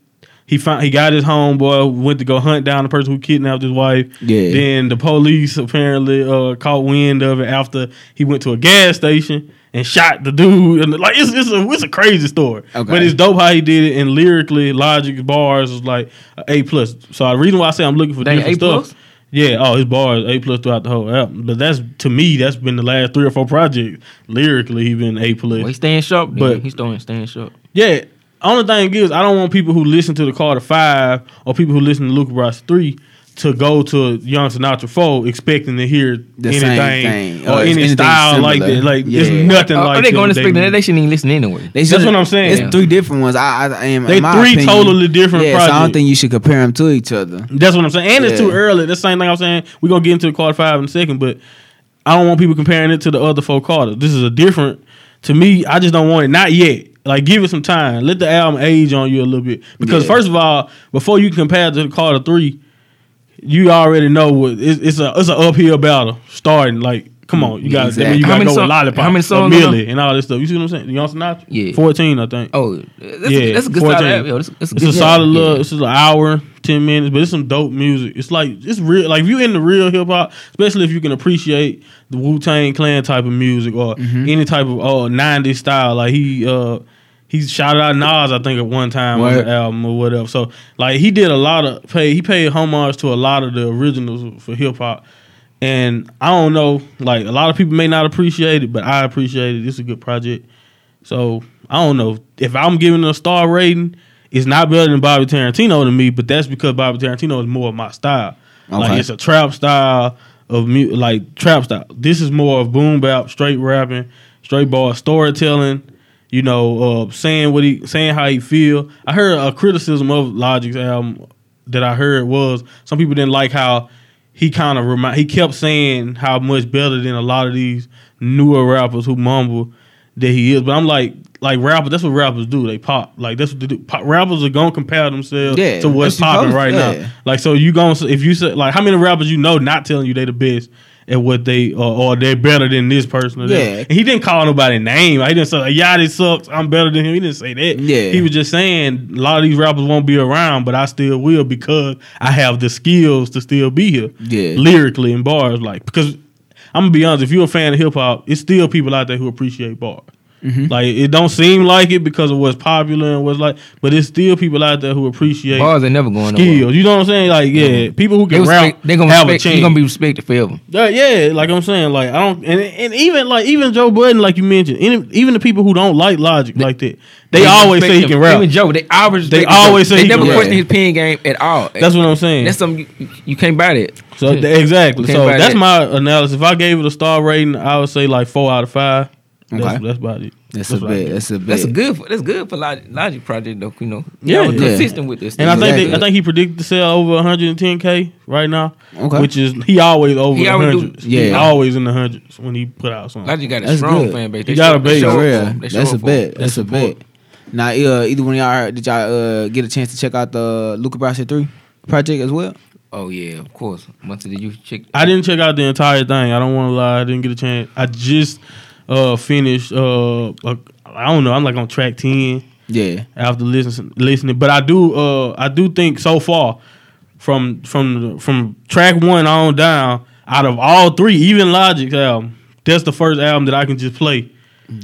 B: he found he got his homeboy went to go hunt down the person who kidnapped his wife.
C: Yeah.
B: Then the police apparently uh, caught wind of it after he went to a gas station and shot the dude. And like it's it's a it's a crazy story.
C: Okay.
B: But it's dope how he did it and lyrically, logic bars was like a plus. So the reason why I say I'm looking for
D: Dang,
B: different
D: A
B: stuff.
D: plus?
B: Yeah, oh, his bars A plus throughout the whole album. But that's to me, that's been the last three or four projects. Lyrically, he been A plus.
D: Well, he's staying sharp. But
B: But-
D: he's staying staying sharp.
B: Yeah. Only thing is, I don't want people who listen to the Carter Five or people who listen to Luca Brasi Three to go to Young Sinatra Four expecting to hear
C: The
B: anything
C: same thing.
B: or
C: Or
B: any
C: anything
B: style like
C: similar.
B: that. Like it's
C: Yeah.
B: nothing
D: Oh,
B: like
D: are they
B: the-
D: going to speak that? They shouldn't even listen anyway.
C: They
B: That's
C: should-
B: what I'm saying.
C: It's
D: Yeah.
C: three different ones. I, I, I am.
B: They
C: in my
B: three
C: opinion,
B: totally different
C: Yeah, so I don't
B: projects.
C: think you should compare them to each other.
B: That's what I'm saying. And it's too
C: Yeah.
B: early. That's the same thing I'm saying. We're gonna get into the Carter Five in a second, but I don't want people comparing it to the other four Carters. This is a different to me, I just don't want it. Not yet. Like give it some time. Let the album age on you a little bit. Because
C: Yeah.
B: first of all, before you compare it to the Carter Three, you already know what it's, it's a it's an uphill battle starting. Like, come on, you gotta I mean,
C: Exactly.
B: you
C: How
B: gotta
D: many
B: go
D: song-
B: with lollipop.
D: how many songs
B: or
D: are
B: Millie and all this stuff. You see what I'm saying? You know Sinatra?
D: Yeah.
B: Fourteen, I think.
D: Oh, that's,
B: Yeah,
D: a, that's a good
B: 14.
D: solid album. Yo, That's, that's
B: It's
D: good
B: a solid
D: album.
B: little.
D: Yeah.
B: It's an hour, ten minutes, but it's some dope music. It's like it's real. Like if you into real hip hop, especially if you can appreciate the Wu Tang Clan type of music or
D: Mm-hmm.
B: any type of uh, '90s style. Like he uh he shouted out Nas, I think, at one time on
C: Right.
B: the album or whatever. So like he did a lot of pay. He paid homage to a lot of the originals for hip hop. And I don't know, like a lot of people may not appreciate it, but I appreciate it. It's a good project. So I don't know if I'm giving it a star rating. It's not better than Bobby Tarantino to me, but that's because Bobby Tarantino is more of my style.
C: Okay.
B: Like it's a trap style of mu- like trap style. This is more of boom bap, straight rapping, straight bar storytelling. You know, uh, saying what he saying how he feel. I heard a criticism of Logic's album that I heard was some people didn't like how he kind of remind. He kept saying how much better than a lot of these newer rappers who mumble that he is. But I'm like, like rappers. That's what rappers do. They pop. Like that's what they do. Pop, rappers are gonna compare themselves
C: Yeah,
B: to what's
C: that's what
B: popping
C: you
B: right
C: supposed- yeah.
B: now. Like so, you gonna if you say like how many rappers you know not telling you they the best. at what they or, or they're better than this person or that.
C: Yeah.
B: And he didn't call nobody name. He didn't say like, Yachty sucks. I'm better than him. He didn't say that.
C: Yeah.
B: He was just saying a lot of these rappers won't be around, but I still will because I have the skills to still be here.
C: Yeah.
B: Lyrically and bars, like because I'm gonna be honest, if you're a fan of hip hop, it's still people out there who appreciate bars.
C: Mm-hmm.
B: Like it don't seem like it because of what's popular and what's like, but it's still people out there who appreciate
D: Bars ain't never going nowhere.
B: skills. You know what I'm saying? Like yeah, people who
D: They
B: can rap,
D: respect- they gonna
B: have
D: respect,
B: a
D: you
B: chance.
D: gonna be respected forever.
B: Yeah, yeah, like I'm saying, like I don't, and, and even like even Joe Budden, like you mentioned, even, even the people who don't like Logic like that, they, always say he
D: respect
B: can
D: him.
B: rap.
D: Even Joe, they always
B: They
D: respect him.
B: always say
D: they
B: he
D: never
B: can
C: rap.
D: question his pen game at all.
B: That's what I'm saying.
D: That's something you, you can't buy that.
B: so th- exactly.
D: You can't
B: So
D: buy
B: that's
D: that.
B: my analysis. If I gave it a star rating, I would say like four out of five. That's,
C: Okay.
B: that's about it.
C: That's a
B: what I
C: bit.
B: give.
C: That's a bit.
D: That's a good. For, that's good for Logic, Logic project though. You know,
B: Yeah,
D: Y'all was
B: yeah.
D: consistent with this.
B: And I think they, I
C: Exactly.
B: think he predicted to sell over 110k right now,
C: Okay.
B: which is he always over
D: He
B: the
D: always do-
B: hundreds. He
C: Yeah.
B: always in the hundreds when he put out something.
D: Logic got a
C: That's
D: strong
C: good.
D: fan base.
B: You got a base,
C: For
B: Show
C: real. That's a bet. That's a bet. Now, uh, either one of y'all heard- did y'all uh, get a chance to check out the Luca Brasi three project as well?
D: Oh yeah, of course. Once did you check?
B: I didn't check out the entire thing. I don't want to lie. I didn't get a chance. I just uh finished. uh uh, I don't know. I'm like on track ten
C: Yeah,
B: after listening listening. But I do. uh I do think so far from from from track one on down. Out of all three, even Logic's album, that's the first album that I can just play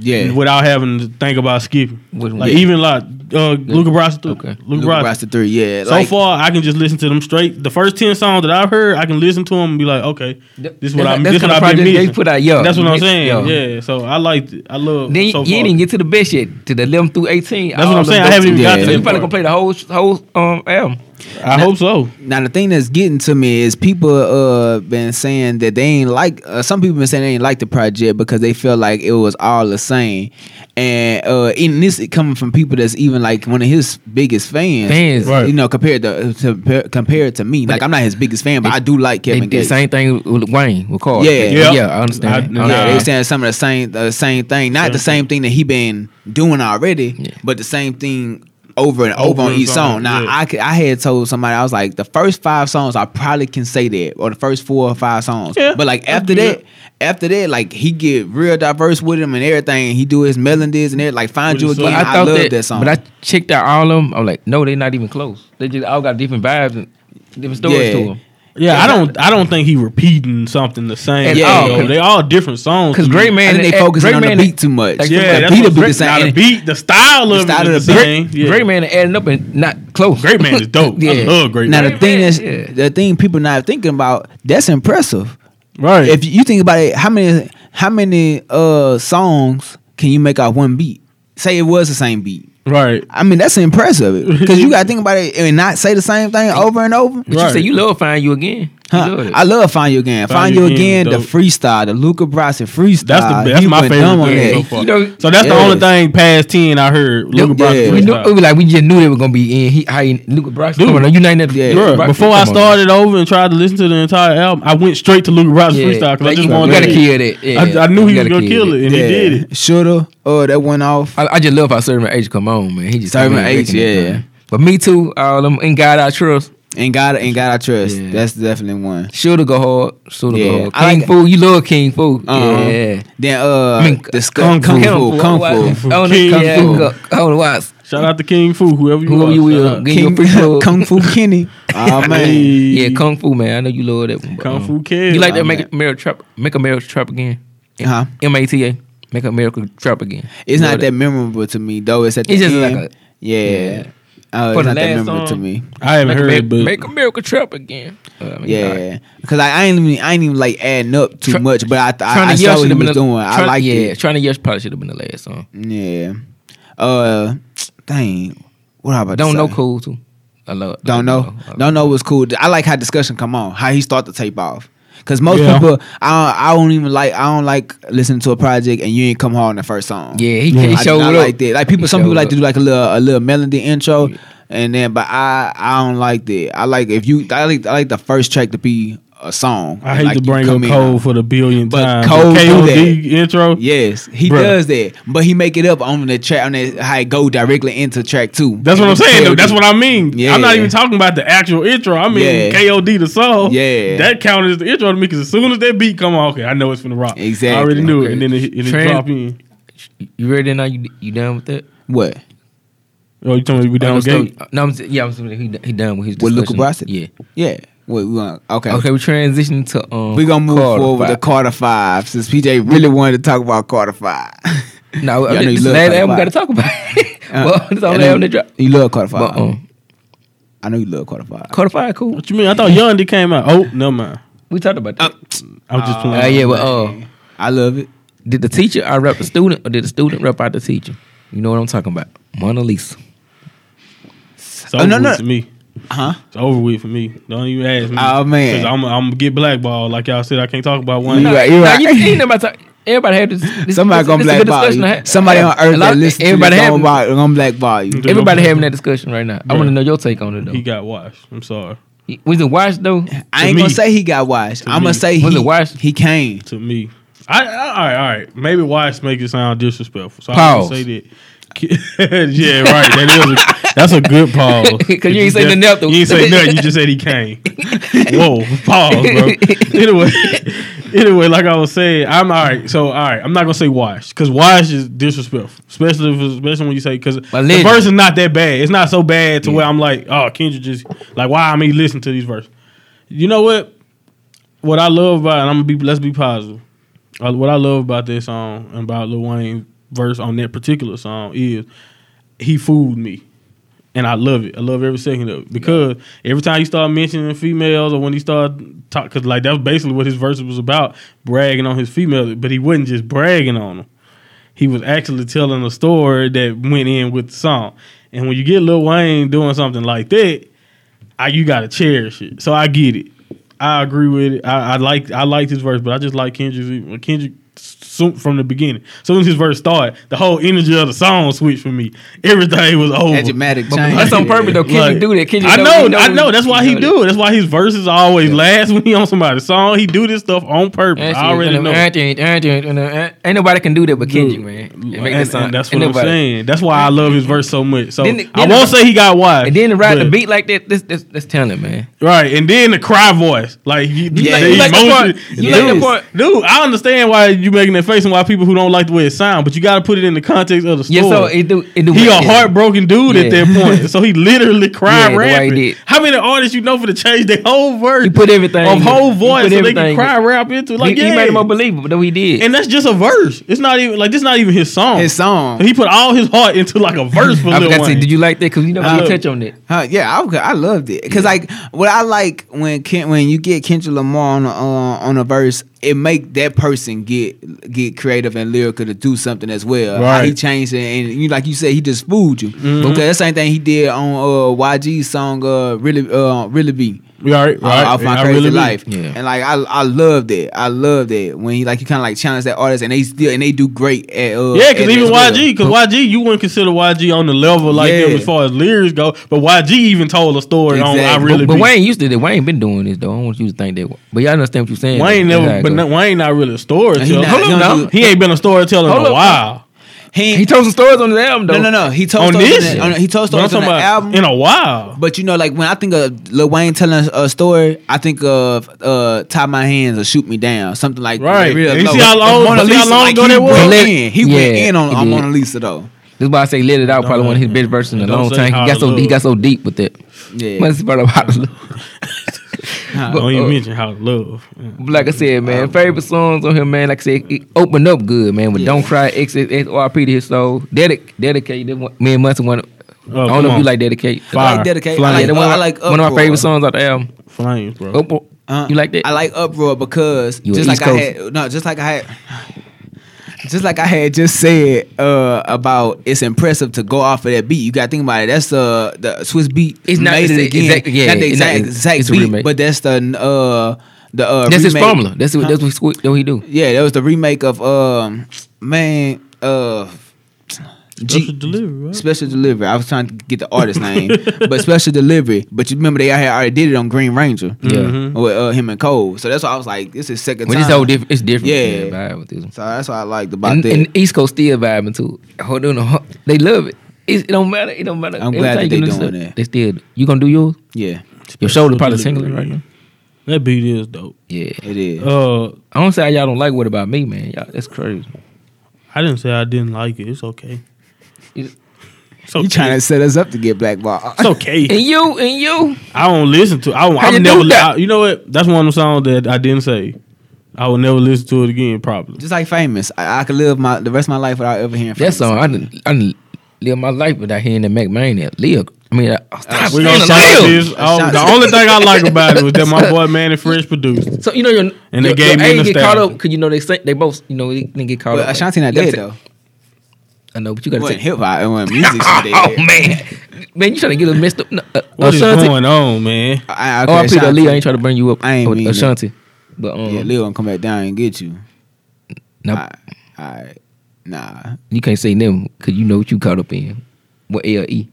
C: yeah.
B: without having to think about skipping.
D: Which
B: Like
D: one?
B: even like uh, Luca Brasi.
D: Okay.
B: Luca
C: Luca
B: Brasi.
C: Brasi three. Yeah.
B: So
C: like-
B: far, I can just listen to them straight. The first ten songs that I've heard, I can listen to them and be like, okay,
D: Th-
B: this is what
D: that's-
B: I'm.
D: that's
B: This
D: the
B: what I've been
D: project they
B: missing.
D: put out, yeah.
B: that's what I'm
D: Yeah.
B: saying. Yeah. So I liked. It. I love.
D: Then you,
B: so
D: you
B: far.
D: didn't even get oh, to the best yet. To the 11 through 18.
B: That's what
D: All
B: I'm
D: of
B: saying. I
D: those
B: haven't even
D: two.
C: got to
D: So you
C: that
D: probably
B: part.
D: gonna play the whole whole um album.
B: I hope so.
C: Now the thing that's getting to me is people uh been saying that they ain't like uh, some people been saying they ain't like the project because they feel like it was all the same, and uh in this it coming from people that's even like one of his biggest fans,
D: Fans.
B: Right.
C: you know compared to, to compared to me like I'm not his biggest fan but I do like Kevin
D: And the
C: Gates.
D: same thing with Wayne with Carl.
C: Yeah.
D: yeah,
B: Yeah.
D: I understand.
B: I- yeah,
D: that. I
C: Yeah,
D: understand.
C: they saying some of the same the same thing, not the same thing that he been doing already,
D: Yeah.
C: but the same thing over and over, on
B: and
C: each song.
B: song,
C: Now
B: yeah.
C: I could- I had told somebody I was like the first five songs I probably can say that, or the first four or five songs,
B: Yeah,
C: but like
B: I
C: after
B: do
C: that. After that, like he get real diverse with him and everything. He do his melodies and everything. Like find
B: With
C: you
B: his
C: again.
B: song.
C: I, love that, song.
D: But I checked out all of them. I'm like, no, they're not even close. They just all got different vibes and different stories
C: Yeah.
D: to them.
B: Yeah, I don't. I don't think he repeating something the same.
D: At
B: Yeah,
C: all,
B: though.
D: 'cause-
B: they all different songs.
D: Because
B: to me.
D: Great
C: I
D: Man,
C: think they
D: and-
C: focusing
D: Great
C: on the
D: Man
C: beat too much.
D: like
B: Yeah,
D: somebody-
B: that's
C: beat
B: what
C: will be the
B: Great-
C: same.
B: now The
C: And-
B: beat, the style of
C: style
B: it
C: of
B: is
C: the
B: the
C: beat.
B: same. Yeah.
D: Great Man adding up and not close.
B: Great man is dope.
D: Yeah.
B: I love Great
C: Now
B: man.
C: the
D: Great
C: thing
D: man,
C: that's
D: yeah.
C: the thing people not thinking about. That's impressive.
B: Right.
C: if you think about it, how many how many uh songs can you make out one beat? Say it was the same beat.
B: right.
C: I mean, that's impressive because you got to think about it and not say the same thing over and over.
D: But you
B: Right.
D: say you love Find You Again. You
C: Huh.
D: love it.
C: I love Find You Again. Find, You Again, the
B: dope.
C: freestyle, the Luca Brasi freestyle.
B: That's the that's
C: Uh, He
B: my
C: went
B: favorite
C: dumb on
B: thing
C: that.
B: so far.
D: You know-
B: so that's the
C: Yes.
B: only thing past ten I heard. Luka
C: Yeah.
B: Brasi
C: We
D: we
B: freestyle.
D: knew it was like we just knew they were gonna be in. He, how he, Luca Brasi,
B: Dude.
D: come on, now, you ain't that.
C: Yeah.
B: Bruh,
D: Brasi,
B: before I
D: come on.
B: started over and tried to listen to the entire album, I went straight to Luke Ross
D: Yeah,
B: freestyle because I
D: like,
B: just
D: you
B: wanted
D: gotta
B: to
D: kill that, yeah.
B: I, I knew
D: You
B: he was
D: gotta
B: gonna
D: kill
B: kill it, and he did it.
C: Shoulda. Oh, that went off.
D: I, I just love how Servant H come on, man. He just
C: Servant
D: come in
C: H,
D: wrecking that
C: yeah.
D: thing. But me too. All them in God I trust.
C: And God, and God, I trust.
D: Yeah.
C: That's definitely one.
D: Shooter go hard. Shooter
C: Yeah.
D: go hard.
C: I
D: King
C: like-
D: Fu. You love King Fu.
C: Uh-huh.
D: Yeah.
C: Then uh,
D: I mean,
C: the Kung,
B: Kung Fu.
C: Kung, Fu, Kung Fu,
D: Oh,
B: King
D: yeah,
C: Fu.
D: go- Hold on, watch.
B: Shout out to King Fu, whoever you
D: Whoever
B: are.
D: you will,
B: shout out.
D: get- King your free
C: King,
D: throw.
C: Kung Fu Kenny. Oh man.
D: Yeah, Kung Fu man. I know you love that one. but,
B: Kung
D: um,
B: Fu Kid.
D: You like that?
C: Oh,
D: Make
C: man.
D: a miracle trap. Make a miracle trap again.
C: Huh?
D: M A T A. Make a miracle trap again.
C: It's
D: You
C: not
D: love
C: that memorable to me though. It's at the
D: It's just
C: end.
D: like a-
C: yeah. Uh,
D: For
C: it's
D: the
C: not that
D: last
C: memorable to
D: song.
C: me.
B: I haven't
D: Make a,
B: heard
D: make,
B: it, but
D: make a miracle trap again. Uh, I mean, all right.
C: Yeah, because I, I ain't even I ain't even like adding up too
D: Try-
C: much, but I I,
D: Trying
C: I
D: to
C: saw
D: yell
C: what
D: should
C: he
D: have been
C: was
D: the-
C: doing. I
D: Tryna-
C: liked
D: yeah,
C: it.
D: Trying to yell probably should have been the last song.
C: Yeah. Uh, dang. What I about? to
D: Don't know
C: say?
D: cool too. I love. I
C: uh, Don't know.
D: I love-
C: Don't know what's cool. I like how discussion come on. How he start the tape off. Cause most
B: Yeah.
C: people, I don't, I don't even like. I don't like listening to a project and you ain't come hard on the first song.
D: Yeah, he, he
C: I do
D: showed
C: not
D: up.
C: like that. Like people,
D: He
C: some people
D: showed
C: like
D: up.
C: to do like a little a little melody intro, and then but I I don't like that. I like if you I like I like the first track to be a song.
B: I hate
C: Like,
B: to
C: you
B: bring up
C: come in-
B: Cole for the billionth
C: But
B: time.
C: Cole
B: the
C: do
B: KOD intro.
C: Yes, he
B: Bruh.
C: does that, but he make it up on the track on that how it go directly into track two.
B: That's what I'm saying. Though. That's what I mean.
C: Yeah.
B: I'm not even talking about the actual intro. I mean
C: Yeah.
B: KOD the song.
C: Yeah.
B: that counted as the intro to me because as soon as that beat come on, okay, I know it's finna rock. I
C: Exactly.
B: already knew
D: Okay.
B: it, and then it, and it
D: Trans-
B: drop in.
D: You ready now? You you done with that?
C: What?
B: Oh, you telling me we
D: Oh,
B: down
D: no,
B: gate?
D: so- No, I'm, s- yeah, I'm saying he, he done with his
C: With Luca
D: discussion.
C: Brasi?
D: Yeah.
C: Yeah. What we want? Okay.
D: Okay, we're transitioning to um.
C: We gonna move
D: Carter
C: forward
D: Five.
C: to Carter Five since PJ really wanted to talk about Carter Five. Y'all
D: No, I
C: know
D: mean,
C: you
D: this
C: love
D: last
C: Carter
D: album
C: Five.
D: got to talk about. it.
C: Uh,
D: well, it's the
C: I
D: only
C: know
D: album that dropped.
C: You love Carter Five.
D: But um,
C: I know you love Carter Five.
D: Carter Five, cool.
B: What you mean? I thought Yondi came out. Oh, never mind.
D: We talked about that.
B: I'm just
D: Uh,
B: playing.
D: yeah, but uh,
C: I love it.
D: did the teacher out rap the student, or did the student rap out the teacher? You know what I'm talking about, Mona Lisa.
B: It's over
C: uh, no,
B: with
C: no.
B: to me.
C: Huh?
B: It's over with for me. Don't even ask me.
C: Oh, man.
B: I'm I'm gonna get blackballed. Like y'all said, I can't talk about one.
C: You right, you
D: Nah,
C: right.
D: you ain't nobody talk- Everybody had this. this
C: Somebody
D: this,
C: gonna
D: this a good
C: blackball
D: discussion to
C: you.
D: have.
C: Somebody on
D: A
C: earth
D: lot-
C: that listen everybody to
D: everybody
C: this
D: having-
C: gonna, black, gonna blackball you.
B: Mhm.
D: Everybody having that discussion right now. I want to
B: Bruh.
D: know your take on it
B: He
D: though.
B: got washed. I'm sorry.
D: Was it watched though?
C: I ain't
B: me-
C: gonna say he got washed. I'm
B: me.
C: gonna say
D: Was
C: he
D: it washed?
C: He came.
B: To me, I, I all right, all right. Maybe washed make it sound disrespectful. So
D: Pause.
B: I can say that. yeah, right. That is a, that's a good pause.
D: 'Cause you ain't say
B: just-
D: nothing else.
B: You ain't say nothing. You just said he came. Whoa, pause, bro. Anyway, anyway, like I was saying, I'm all right. So all right, I'm not gonna say washed because washed is disrespectful, especially if, especially when you say because
D: My
B: the
D: legend.
B: verse is not that bad. It's not so bad to where I'm like, oh, Kendrick just like why am I listening to these verses? You know what? What I love about and I'm gonna be let's be positive. Uh, what I love about this song and about Lil Wayne verse on that particular song is he fooled me. And I love it. I love every second of it because every time you start mentioning females or when he started talk, because like that's basically what his verse was about, bragging on his females. But he wasn't just bragging on them; he was actually telling a story that went in with the song. And when you get Lil Wayne doing something like that, I, you gotta cherish it. So I get it. I agree with it. I, I like I like his verse, but I just like Kendrick's when Kendrick so- from the beginning. As soon as his verse started, the whole energy of the song switched for me. Everything was over.
C: That dramatic change.
D: That's on purpose though. Kendrick
B: Like,
D: do that. Kendrick
B: I
D: know-
B: know,
D: he know
B: I know.
D: when-
B: That's why he
D: know
B: do it. That's why his verses always last when he on somebody's song. He do this stuff on purpose.
D: that.
B: I already know.
D: Ain't uh, ain't nobody can do that but Kendrick, man.
B: And,
D: And make that sound-
B: and that's
D: ain't
B: what I'm
D: nobody.
B: saying. That's why I love his verse so much. So
D: Then the-
B: I
D: then
B: won't
D: the-
B: say he got wise.
D: And then to ride the
B: but-
D: beat like that, this this that's talent, man.
B: Right, and then the cry voice, like you,
D: You like-
B: the
D: you like the
B: emotion.
D: part- you like the
B: Dude,
D: part-
B: dude. I understand why you making that face and why people who don't like the way it sound, but you got to put it in the context of the story.
D: Yeah, so it do it do
B: he a
D: yeah.
B: heartbroken dude at
D: Yeah.
B: that point, so he literally cried
D: Yeah, the way he
B: rapping.
D: did.
B: How many artists you know for the change their whole verse,
D: He put everything
B: of
D: in.
B: whole
D: He
B: voice,
D: put
B: so they can
D: everything
B: cry rap into it. like
D: he,
B: yeah,
D: he made him unbelievable, though he did.
B: and that's just a verse. It's not even like this. Not even his song.
C: His song.
B: He put all his heart into like a verse for
D: I
B: Lil
D: forgot to say,
B: Wayne.
D: did you like that? Because you never
C: I
D: did
C: love
D: touch on that.
C: Huh, yeah, I, I loved it because like what I like when Ken, when you get Kendrick Lamar on a, uh, on a verse, it make that person get get creative and lyrical to do something as well. How he
B: Right.
C: changed it, and you like you said, he just fooled you
D: Mm-hmm.
C: because that's the same thing he did on uh, YG's song, uh, really, uh, really be.
B: We all right, all right.
C: off my
B: I
C: crazy
B: really do.
C: life,
D: Yeah.
C: and like I, I love that. I love that when he like you kind of like challenge that artist, and they still and they do great at uh,
B: Yeah,
C: at
B: because
C: it
B: even
C: as well.
B: YG, because YG, you wouldn't consider YG on the level like
C: Yeah.
B: him as far as lyrics go. But YG even told a story on I
C: Exactly.
B: really
D: But
B: Be.
D: Wayne used to. do- Wayne been doing this though. I don't want you to think that. But y'all understand what you're saying.
B: Wayne
D: though.
B: never, but
D: Exactly.
B: no, Wayne not really a
C: He
B: storyteller.
C: not-
B: Hold
C: he
B: up,
C: don't
B: now.
C: do-
B: he ain't been a storyteller in
D: Hold
B: a
D: up.
B: while.
C: He,
D: he told some stories on his album though.
C: no, no, no. He told
B: On
C: stories
B: this,
C: on the- on the- he told
B: But I'm
C: stories on the
B: talking about
C: album
B: in a while.
C: But you know, like when I think of Lil Wayne telling a story, I think of uh, "Tie My Hands" or "Shoot Me Down," something like
B: Right.
C: Real
B: You
C: low.
B: see how long-
C: Mona
B: you see how
C: Lisa,
B: long
C: like,
B: ago
C: he
B: that was?
C: Went in. He went
D: Yeah,
C: in on,
D: he
C: on
D: did.
C: Mona Lisa though.
D: This is why I say "Let It Out." Probably one of his best verses in a
B: Don't
D: long
B: say
D: time.
B: how
D: He got
B: I
D: so
B: love.
D: he got so deep with it.
C: Yeah.
D: Must have been about how to love.
B: I don't even
D: uh,
B: mention Oh, how to love.
D: But Like I said, man, favorite songs on him, man. Like I said, it opened up good, man. With "Don't Cry," XXRP to his soul. Dedic, dedicate. that one- Me and Munson want.
B: Oh,
D: I don't know
B: come
D: if you
B: on.
D: like dedicate.
C: I
B: Fire.
C: like dedicate.
B: Fly.
C: I
D: Yeah,
C: like,
D: that
C: uh,
D: one,
C: I like uproar.
D: one of my favorite songs on the album.
B: Flames, bro.
D: Oprah.
C: Uh,
D: you like that?
C: I like uproar because
D: You a
C: just
D: East
C: like I had no, just like I had. Just like I had just said uh, about, it's impressive to go off of that beat. You got to think about it. That's uh, the Swiss beat.
D: It's not
C: made
D: the
C: it
D: sa-
C: again.
D: exact- yeah,
C: not the
D: it's
C: exact,
D: not- it's-
C: exact
D: it's a
C: beat,
D: remake.
C: but that's the uh, the uh,
D: that's his
C: remake.
D: formula. That's what. That's what. Squid- That he do.
C: Yeah, that was the remake of um man uh
B: Special
C: G-
B: delivery, right?
C: Special delivery. I was trying to get the artist name, but special delivery. But you remember they had already did it on Green Ranger.
D: Yeah.
B: Mhm.
C: with uh, him and Cole. So that's why I was like, this is second
D: Mm-hmm. But it's
C: time.
D: so different. It's different.
C: Yeah.
D: vibe with this one.
C: so that's what I liked about
D: And,
C: that.
D: and East Coast still vibing too. Hold on, hold- they love it. It's, it don't matter. It don't matter.
C: I'm glad
D: time
C: that
D: you
C: they
D: do
C: doing
D: stuff,
C: that.
D: They still. You gonna do yours?
C: yeah,
D: Your
B: Special
D: shoulder probably
B: delivery.
D: tingling right now.
B: That beat is dope.
D: Yeah.
C: it is.
B: Uh,
D: I don't say how y'all don't like what about me, man. Y'all, that's crazy.
B: I didn't say I didn't like it. It's okay.
D: It's-
B: It's okay.
C: you trying to set us up to get blackballed?
B: It's okay.
D: And you, and you.
B: I don't listen to. I,
D: How you
B: I'm never.
D: do
B: Li- I,
D: that?
B: you know what? That's one of the songs that I didn't say. I will never listen to it again. Probably.
C: Just like famous, I, I could live my the rest of my life without ever hearing
D: That
C: famous.
D: song, I didn't, I didn't live my life without hearing that McMahon that live. I mean, I, stop
B: We're gonna
D: saying
B: shout
D: live.
B: this. out.
C: Uh, Shout
B: the
C: out.
B: only thing I like about it was that my boy Manny Fresh produced.
D: So you know your
B: And they
D: your,
B: gave
D: your
B: me
D: age get
B: nostalgia.
D: caught up because you know they say, they both you know they, they get caught
C: But
D: up.
C: Ashanti not
D: You gotta
C: dead
D: take-
C: though.
D: I know, but you
C: It
D: gotta
C: wasn't
D: take.
C: hip hop. It wasn't music. she did.
D: Oh man, man, you trying to get a messed up? No, uh,
B: What is
D: Ashanti.
B: going on, man?
C: I, I,
D: oh, I plead to
C: Ashanti.
D: Leo. I ain't trying to bring you up.
C: I ain't
D: with
C: mean it.
D: Ashanti. But um,
C: Yeah, Lil gonna come back down and get you.
D: nah,
C: I, I, nah.
D: you can't say them because you know what you caught up in. What L E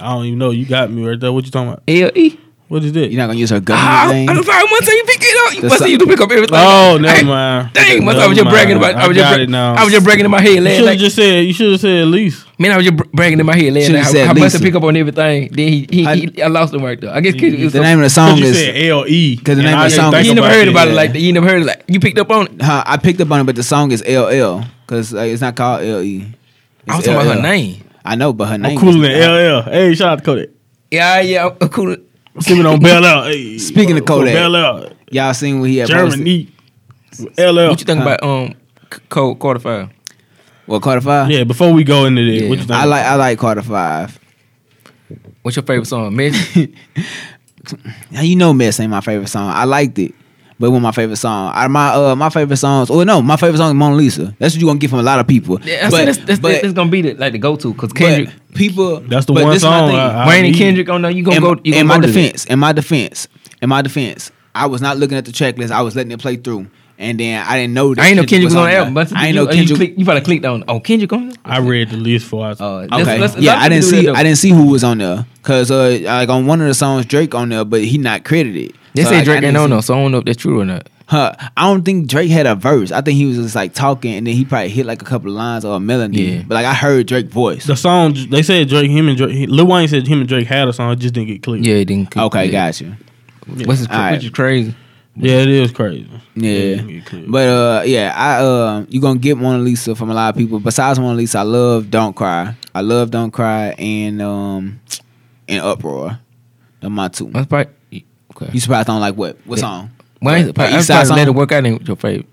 B: I don't even know. You got me right there. What you talking about?
D: L E?
B: What is
C: You're
B: that?
C: not gonna use her
D: Ah,
C: government
D: I'm
C: name.
D: sorry. One time you pick it up, you
C: The
D: must
C: so-
D: you do pick up everything.
B: Oh,
D: Hey,
B: never mind.
D: Dang, must I was
B: Never
D: just bragging
B: mind.
D: about. I was
B: I
D: just
B: got
D: bra-
B: it now.
D: I was just bragging in my head
B: You
D: last
B: should have
D: night.
B: just said. You should have said at least.
D: Man, I was just br- bragging in my head last
C: Should've
D: night.
C: said
D: How, how much to
C: Lisa.
D: pick up on everything? Then he, he,
C: I-
D: he I lost him right there. I guess kid, it was
C: The
D: some-
C: name of the
B: But
C: song
B: you
C: is.
B: said L E.
C: 'Cause the name of the song-
D: You
C: Think
D: ain't never heard about it
C: yeah.
D: like that. You ain't never heard it like you picked up on it.
C: Huh, I picked up on it, but the song is LL because like, it's not called LE.
D: I was
C: It's
D: talking about her
C: LL.
D: name.
C: I know, but her name.
B: I'm
C: is
B: cooler than LL. Hey, shout out to Kodak.
D: Yeah, yeah, I'm- I'm cool.
B: Sipping on Bell Out. Hey,
C: Speaking of Kodak.
B: Bell Out.
C: Y'all seen what he had posted?
B: Germany. LL.
D: What you think about um c- cold quarter five?
C: Well, Carter Five.
B: Yeah, before we go into this,
D: Yeah.
B: what you think?
C: I like I like Carter Five.
D: What's your favorite song, man?
C: Now you know, "Mess" ain't my favorite song. I liked it, but it wasn't my favorite song. I, my uh my favorite songs. Oh no, my favorite song is Mona Lisa. That's what you are gonna get from a lot of people.
D: Yeah, I
C: but,
D: said that's, that's,
C: but,
D: that's gonna be the, like the go to because
C: but uh,
D: Kendrick,
C: people.
B: That's the
C: but
B: one
C: this is my
B: song
C: thing.
B: I-
D: Wayne and
B: need-
D: Kendrick on there, you gonna
C: in,
D: go? You gonna
C: in my
D: go to this.
C: defense, in my defense, in my defense, I was not looking at the checklist. I was letting it play through, and then I didn't know. That
D: I ain't know Kendrick was on the
C: there.
D: album. But
C: I ain't know
D: You,
C: Kendrick.
D: click, you probably clicked on. Oh, Kendrick on. there?
B: I read the list for us.
D: Uh, let's-
C: Okay.
D: let's-
C: yeah,
D: let's
C: I didn't
D: do that
C: see.
D: though.
C: I didn't see who was on there because uh, like on one of the songs Drake on there, but he not credited.
D: They
C: So,
D: say
C: like, I
D: Drake
C: didn't
D: ain't on
C: see-
D: there, so I don't know if that's true or not.
C: Huh. I don't think Drake had a verse. I think he was just like talking, and then he probably hit like a couple of lines or a melody.
D: Yeah.
C: But like I heard Drake voice.
B: the song they said Drake, him and Drake, Lil Wayne said him and Drake had a song, it just didn't get clear.
D: Yeah, it didn't.
C: Mm. Okay,
D: yeah.
C: got you.
D: What's his,
C: Alright.
D: which is crazy.
B: yeah, it is crazy. It
C: Yeah.
B: didn't get clear.
C: But uh, yeah, I uh, you gonna get Mona Lisa from a lot of people. Besides Mona Lisa, I love Don't Cry. I love Don't Cry and um, and Uproar. They're my two.
D: That's probably
C: You
D: okay.
C: surprised I don't like what? What
D: Yeah.
C: song?
D: Why is it?
C: Like,
D: I
C: East
D: probably
C: Side
D: let it
C: song?
D: work out in your favorite.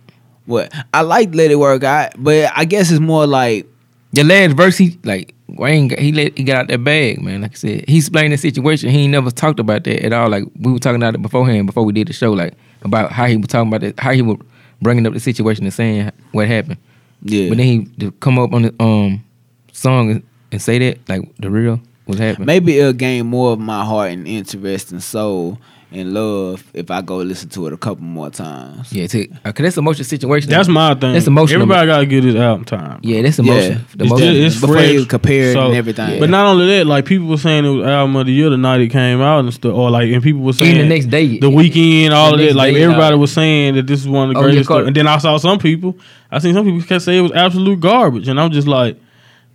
C: What I like Let It Work Out, but I guess it's more like
D: The last verse, he like Wayne, got- he let he got out that bag, man. Like I said, he explained the situation. He ain't never talked about that at all. Like we were talking about it beforehand, before we did the show, like about how he was talking about it, how he was bringing up the situation and saying what happened.
C: yeah.
D: But then he to come up on the um song and, and say that like the real was happening.
C: Maybe it'll gain more of my heart and interest and soul and love if I go listen to it a couple more times.
D: Yeah, to, uh, cause that's emotional situation.
B: That's my thing.
D: That's emotional.
B: Everybody gotta get his album time.
D: Yeah, that's
C: Yeah.
D: emotion. The
B: It's
D: emotion.
B: just- it's
C: Before
B: fresh.
C: you compare it
B: So-
C: and everything.
B: But not only that, like people were saying it was album of the year the night it came out and stuff, or like and people were saying
D: the next day.
B: the weekend, all
D: The
B: of
D: next
B: that. Like
D: day,
B: everybody
D: uh,
B: was saying that this is one of the
D: Oh, yeah,
B: greatest.
D: Carter.
B: stuff. And then I saw some people, I seen some people kept say it was absolute garbage, and I'm just like,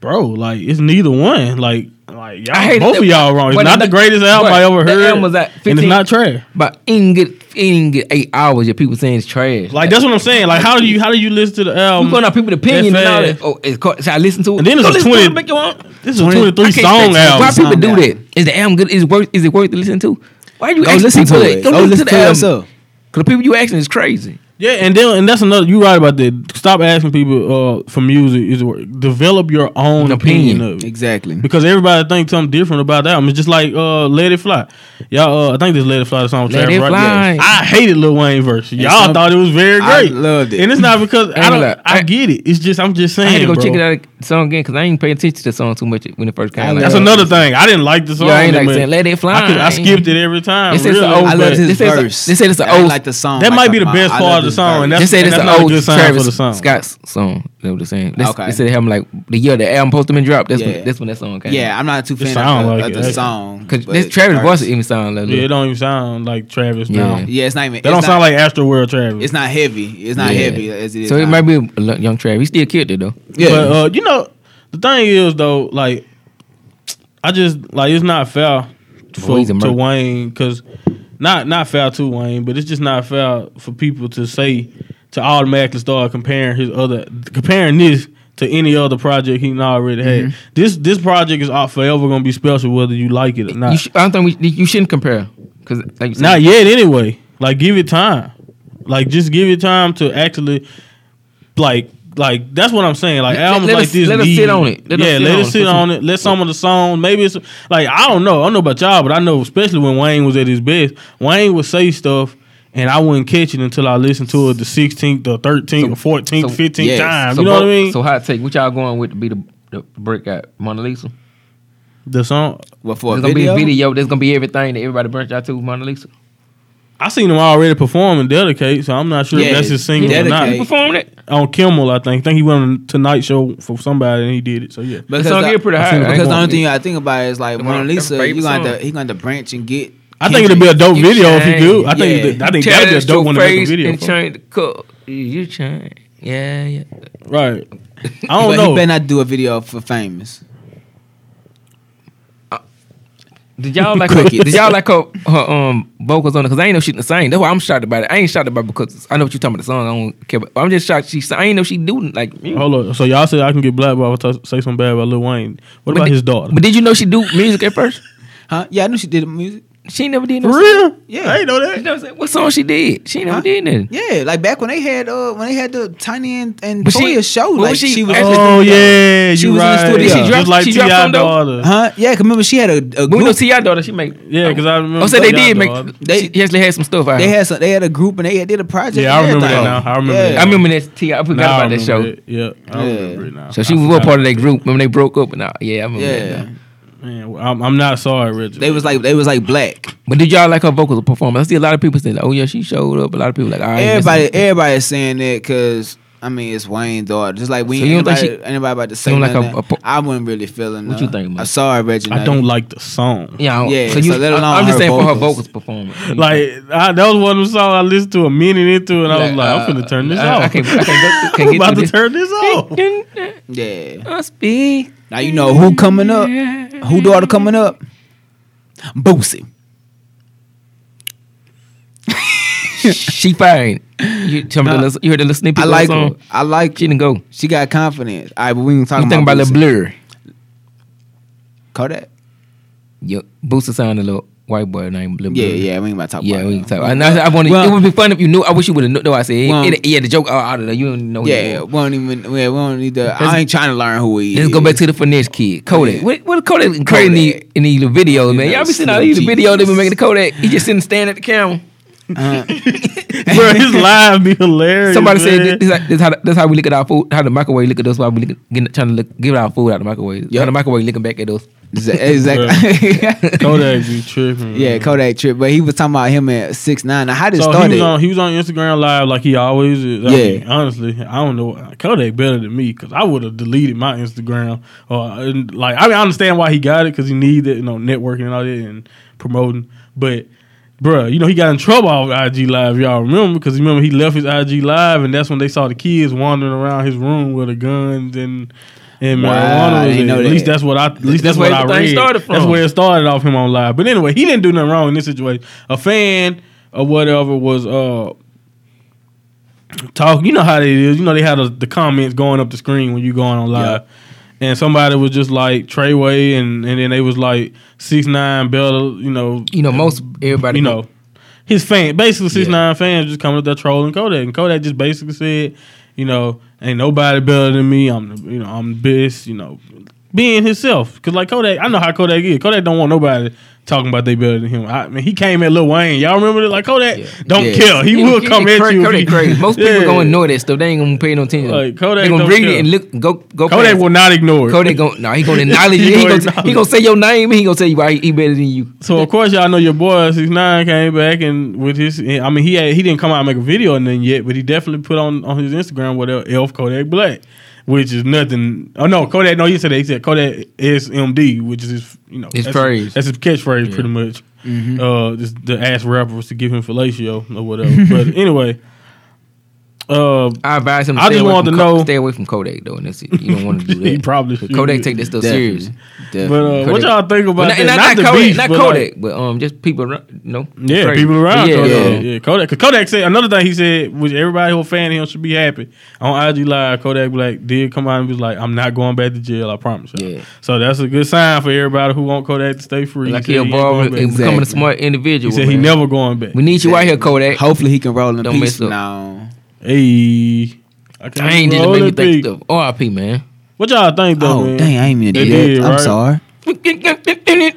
B: bro, like it's neither one. Like, like
D: I
B: y'all,
D: hate
B: both
D: that-
B: of y'all wrong. It's
D: but
B: not
D: the-
B: the greatest album
D: but
B: I ever
D: the
B: heard,
D: album was at
B: and it's
D: 15
B: not trash.
D: But he didn't get he didn't get eight hours. Your people saying it's trash.
B: Like that's what I'm saying. Like how do you how do you listen to the album?
D: You going out people's opinion and all
B: fast?
D: that. Oh, it's called, should I listen to it?
B: Um, And then it's
D: Go
B: a
D: listen to
B: 20
D: it, make your own.
B: This is a 23
D: I can't fix
B: song
D: it.
B: album.
D: Why people
C: Song
D: do
C: album.
D: that? Is the album good? Is it worth? Is it worth to listen to? Why you
C: Go
D: asking
C: listen
D: people
C: to
D: that?
C: it.
D: Go, listen to the album.
C: yourself.
D: Cause the people you asking is crazy.
B: Yeah, and then and that's another. You right about that. Stop asking people uh, for music. Is it- develop your own opinion.
D: Opinion.
B: of it.
C: Exactly.
B: because everybody thinks something different about that. I mean, just like uh, "Let It Fly." Y'all, uh, I think this "Let It Fly" the song. with
D: Let
B: Travis
D: It
B: Wright.
D: Fly.
B: Yes. I hated Lil Wayne verse. Y'all
C: some-
B: thought it was very
C: I
B: great.
C: loved it.
B: and it's not because I
D: gonna
B: don't.
D: lie.
B: I
D: I-
B: get it. It's just I'm just saying.
D: I had to go
B: bro.
D: check it out the song again because I ain't paying attention to the song too much when it first came.
C: I
D: out.
B: That's
C: Yeah.
B: another thing. I didn't like the song.
D: Yeah, I ain't
B: that
D: like
B: much.
D: saying, "Let It Fly."
B: I, could- I skipped it every time.
D: They said it's
B: really,
D: an old
C: I
B: but
C: loved his
D: They said it's a-
C: verse.
D: they said it's
C: I
D: an
C: didn't
D: old-
C: like the song.
B: That
C: I
B: might
C: thought
B: be the
C: my-
B: best
C: I
B: part
C: loved
B: of the
C: his
B: song, and
C: verse.
D: Just say
B: And
D: that's
B: that's
D: the
B: not a
D: old
B: good sign for
D: Travis
B: the song.
D: Scott's song. That what they're saying. That's,
C: Okay.
D: They said it happened like the year the album Postman dropped. That's
C: Yeah.
D: when that's when that song came.
C: Yeah, I'm not too
B: It
C: fan
B: sound
C: of, the-
B: like
C: of
B: it,
C: the
B: actually.
C: song.
D: Cause
C: but
D: this Travis
C: the
D: voice
C: verse-
D: even sound like
B: Yeah, it don't even sound like Travis now.
D: Yeah.
B: They
C: Yeah, it's not even.
B: don't
C: it's
B: sound
C: not-
B: like Astro World Travis.
C: It's not heavy. It's not
D: Yeah.
C: heavy as it is.
D: So it
C: now.
D: might be a lo- young Travis. He still killed it though.
C: Yeah.
B: But uh, you know, the thing is though, like I just like it's not fair
D: Well,
B: for
D: he's a
B: to
D: merc.
B: Wayne because not not fair to Wayne, but it's just not fair for people to say to automatically start comparing his other comparing this to any other project he done already had.
D: Mm-hmm.
B: This this project is all- forever gonna be special whether you like it or
D: You
B: not.
D: sh- I don't think we, you shouldn't compare because like you said,
B: Not yet, anyway. Like, give it time. Like, just give it time to actually, like, like that's what I'm saying. Like,
D: Let-
B: albums
D: let
B: like
D: us-
B: this,
D: let us sit
B: need-
D: on it. Let us
B: yeah,
D: sit
B: let
D: on
B: us
D: it.
B: sit
D: Put
B: on
D: some-
B: it. Let some of the songs. Maybe it's like I don't know. I don't know about y'all, but I know especially when Wayne was at his best, Wayne would say stuff. And I wouldn't catch it until I listened to it the 16th, the 13th,
D: So-
B: the 14th,
D: so-
B: 15th
C: yes.
B: time.
D: So
B: you know what
D: bro-
B: I mean?
D: So hot take. What y'all going with to be the, the breakout Mona Lisa?
B: the song,
C: What for
D: There's
C: a
D: gonna be
C: video?
D: a video. There's gonna be everything that everybody burnt out to Mona Lisa.
B: I seen him already performing Dedicate, so I'm not sure if
C: Yeah,
B: that's his single or not.
C: Dedicate.
D: You performed it.
B: on Kimmel, I think. I think he went on Tonight Show for somebody and he did it. So yeah.
D: The
C: Because
D: song
C: I-
D: get pretty
B: I
D: high.
B: seen it
D: I ain't
C: Because the
D: gonna-
C: only thing I think about is like
D: That's my-
C: Mona
D: that's my
C: Lisa. You
D: favorite
C: gonna
D: song.
C: have to, he gonna have to branch and get.
B: I think it'd be a dope video if he could. I think
C: Yeah.
B: that- I think that'd be a
D: Challenge
B: dope
D: your
B: one to make a
D: face
B: video.
D: and
B: For.
D: change the color. You change. Yeah, yeah.
B: Right. I
C: but
B: don't
C: He
B: know.
C: better not do a video for famous.
D: Did y'all like her,
C: Crickets.
D: did y'all like her, her um vocals on it? Cause I ain't know she can sing. That's why I'm shocked about it. I ain't shocked about it because I know what you talking about the song. I don't care. About, I'm just shocked she. sang. I ain't know she do like. music.
B: Hold on. So y'all said I can get blackballed if I say something bad about Lil Wayne. What about
D: did-
B: his daughter?
D: But did you know she do music at first?
C: Huh? Yeah, I knew she did the music.
D: She never did. No
B: For real?
C: Yeah.
B: I ain't know
D: Song. You
B: that.
D: know what I'm saying? What song she did? She ain't never
C: Huh?
D: did nothing.
C: Yeah, like back when they had uh when they had the Tiny and and
D: But she-
C: Toya show,
D: but
C: like
D: was she
C: she, was.
D: actually-
B: Oh yeah,
C: She
B: you
C: was in the
B: right.
C: studio. She
B: Just
D: dropped-
B: like
D: she dropped
B: T.I.
D: some though?
B: daughter.
C: Huh? Yeah, 'cause remember she had a, a
D: But we know
C: group.
D: see y'all daughter. She make.
B: Yeah, because I remember.
D: Oh, so they did make.
B: Y'all daughter.
C: They-
D: They she actually had some stuff. Out.
C: They had some, they had a group and they had, did a project.
B: Yeah, I
C: and
B: remember
C: everything.
B: that now. I remember
C: Yeah.
B: that.
D: I remember that. T. I forgot
B: Now I
D: about that show.
B: remember it. Yeah, I
C: Yeah.
B: remember it now.
D: So she
B: I
D: was one
B: forgot.
D: part of that group. Remember they broke up and I, yeah, I remember that.
C: Yeah,
D: now.
B: Man, I'm, I'm not sorry, Reggie.
C: they was like they was like black.
D: But did y'all like her vocal performance? I see a lot of people say, like, "Oh yeah, she showed up." A lot of people like, "All right."
C: Everybody everybody is saying that because. I mean, it's Wayne's daughter. Just like we
D: So
C: ain't
D: you don't think
C: anybody, anybody about to say
D: don't like
C: nothing.
D: a- a po-
C: I wasn't really feeling.
D: What
C: her.
D: you think, man?
C: I'm sorry, Reginald.
B: I don't like the song.
D: Yeah, I don't-
C: Yeah, so let alone
D: I, am just
C: her
D: saying for her
C: vocals.
D: vocals performance.
B: Like I, that was one of the songs I listened to a minute into, and I was like, I'm
D: uh,
B: finna turn this
D: I,
B: off.
D: I can't, I can't, go-
B: I'm
D: can't
B: about
D: get
B: to
D: through
B: turn this off.
D: this.
C: Yeah.
D: Must be.
C: Now you know who coming up. Who daughter coming up? Boosie.
D: She fine. You tell me the
C: Nah,
D: little, you heard the little snippet.
C: I
D: of the
C: like her.
D: song.
C: I like.
D: She
C: She,
D: didn't go. You
C: she got confidence. All right, but we ain't talking
D: think about
C: about
D: the
C: Boosie.
D: blur?
C: Kodak.
D: Yo, Booster sound a little white boy named Lil
C: Yeah,
D: Blur.
C: yeah. We ain't about to talk
D: Yeah,
C: about.
D: we can
C: him.
D: talk. And I, I wanted,
C: Well-
D: it would be fun if you knew. I wish you would have known. No, I said, it-
C: Well-
D: it- yeah, the joke. Oh, I don't know. You don't know. who
C: Yeah,
D: he
C: yeah,
D: was.
C: we don't even. Yeah, we don't need to.
D: Let's-
C: I ain't trying to learn who he is.
D: Let's go back to the finesse kid, Kodak.
C: Yeah.
D: What, what Kodak been creating in these- in these little videos, man? Y'all be seeing all these little videos they been making the Kodak. He just sitting standing at the camera.
C: Uh-huh.
B: Bro, his live be hilarious.
D: Somebody
B: man.
D: said this, this, how, this how we look at our food, how the microwave look at us while we look, getting, trying to look, give our food out the microwave.
C: Yep.
D: How the microwave looking back at us.
C: exactly.
B: Kodak be tripping.
C: yeah,
B: man.
C: Kodak trip, but he was talking about him at six nine. Now, how did it
B: Mm-hmm. So
C: start?
B: he was on he was on Instagram live like he always is. I
C: Yeah.
B: mean, honestly, I don't know Kodak better than me because I would have deleted my Instagram. Or and, like, I mean, I understand why he got it because he needed you know networking and all that and promoting. But bruh, you know he got in trouble off IG live. Y'all remember because remember he left his IG live and that's when they saw the kids wandering around his room with the guns and. And
C: Wow, I
B: marijuana was
C: didn't
B: in.
C: know
B: At
C: that.
B: least that's what I. At least that's,
D: That's
B: what
D: where
B: I
D: everything
B: read.
D: started
B: That's
D: from.
B: where it started off him on live. But anyway, he didn't do nothing wrong in this situation. A fan or whatever was uh talk. You know how it is. You know they had a, the comments going up the screen when you going on live. And somebody was just like Treyway, and, and then they was like six nine Bella, you know,
D: You know, most everybody.
B: you know, his fan basically six
D: Yeah.
B: nine fans just coming up there trolling Kodak, and Kodak just basically said, you know, ain't nobody better than me. I'm the, you know I'm the best. You know, being himself because like Kodak, I know how Kodak is. Kodak don't want nobody talking about they better than him. I mean, he came at Lil Wayne. Y'all remember that? Like Kodak
D: Yeah.
B: don't
C: Yeah.
B: care. He will come at
D: crazy,
B: you. if he-
D: Kodak crazy. Most people
B: Yeah.
D: gonna ignore that stuff. They ain't gonna pay no attention.
B: Like, Kodak
D: they gonna
B: don't
D: read
B: care.
D: it and look. Go go.
B: Kodak
D: past
B: will
D: it.
B: not ignore it.
D: Kodak gonna no. He gonna acknowledge
B: He
D: it. He
B: gonna
D: gonna,
B: acknowledge
D: he gonna say your name. and He gonna say why he, he better than you.
B: So of course y'all know your boy six nine came back and with his I mean he had, he didn't come out and make a video or nothing yet, but he definitely put on on his Instagram whatever Elf Kodak Black. which is nothing. Oh no, Kodak. No, you said that. he said Kodak SMD, which is his, you know,
D: His
B: that's-
D: phrase.
B: That's his catchphrase,
D: Yeah.
B: pretty much. Uh, this, the ass rapper was to give him fellatio or whatever. but anyway, uh,
D: I advise him. To
B: I
D: stay
B: just
D: away
B: wanted
D: from
B: to
D: Ko-
B: know-
D: Stay away from Kodak though, and that's it. You don't want to do that.
B: He probably
D: But
B: should.
D: Kodak take this stuff
C: Definitely.
D: serious.
C: Definitely.
B: but uh, what
D: Kodak.
B: y'all think about
D: But
B: that?
D: not, not, not
B: the
D: Kodak,
B: beef,
D: not
B: but,
D: Kodak,
B: like,
D: but um, just people around. You know,
B: Yeah,
D: crazy.
B: people around.
D: But
B: Yeah,
D: Yeah,
B: Kodak.
D: um,
B: yeah, Kodak. 'cause Kodak said another thing. He said, which everybody who a fan of him should be happy on IG Live. Kodak like did come out and was like, "I'm not going back to jail. I promise." you
D: Yeah.
B: So that's a good sign for everybody who want Kodak to stay free.
D: like
B: said
D: he
B: ain't
D: evolved
B: going
D: and
B: back.
D: becoming a
C: Exactly.
D: smart
B: He
D: individual.
B: said he
D: man.
B: never going back.
D: We need you out here, Kodak.
C: Hopefully he can roll in
D: Don't
C: peace
D: mess up.
C: now.
B: Hey, I can't
D: Dang, did it
B: roll
D: make me
B: it,
D: think
B: P.
D: of R.I.P. Man.
B: What y'all think though?
C: Oh
B: man?
C: dang, I ain't mean to
B: They
C: do that.
B: did,
C: I'm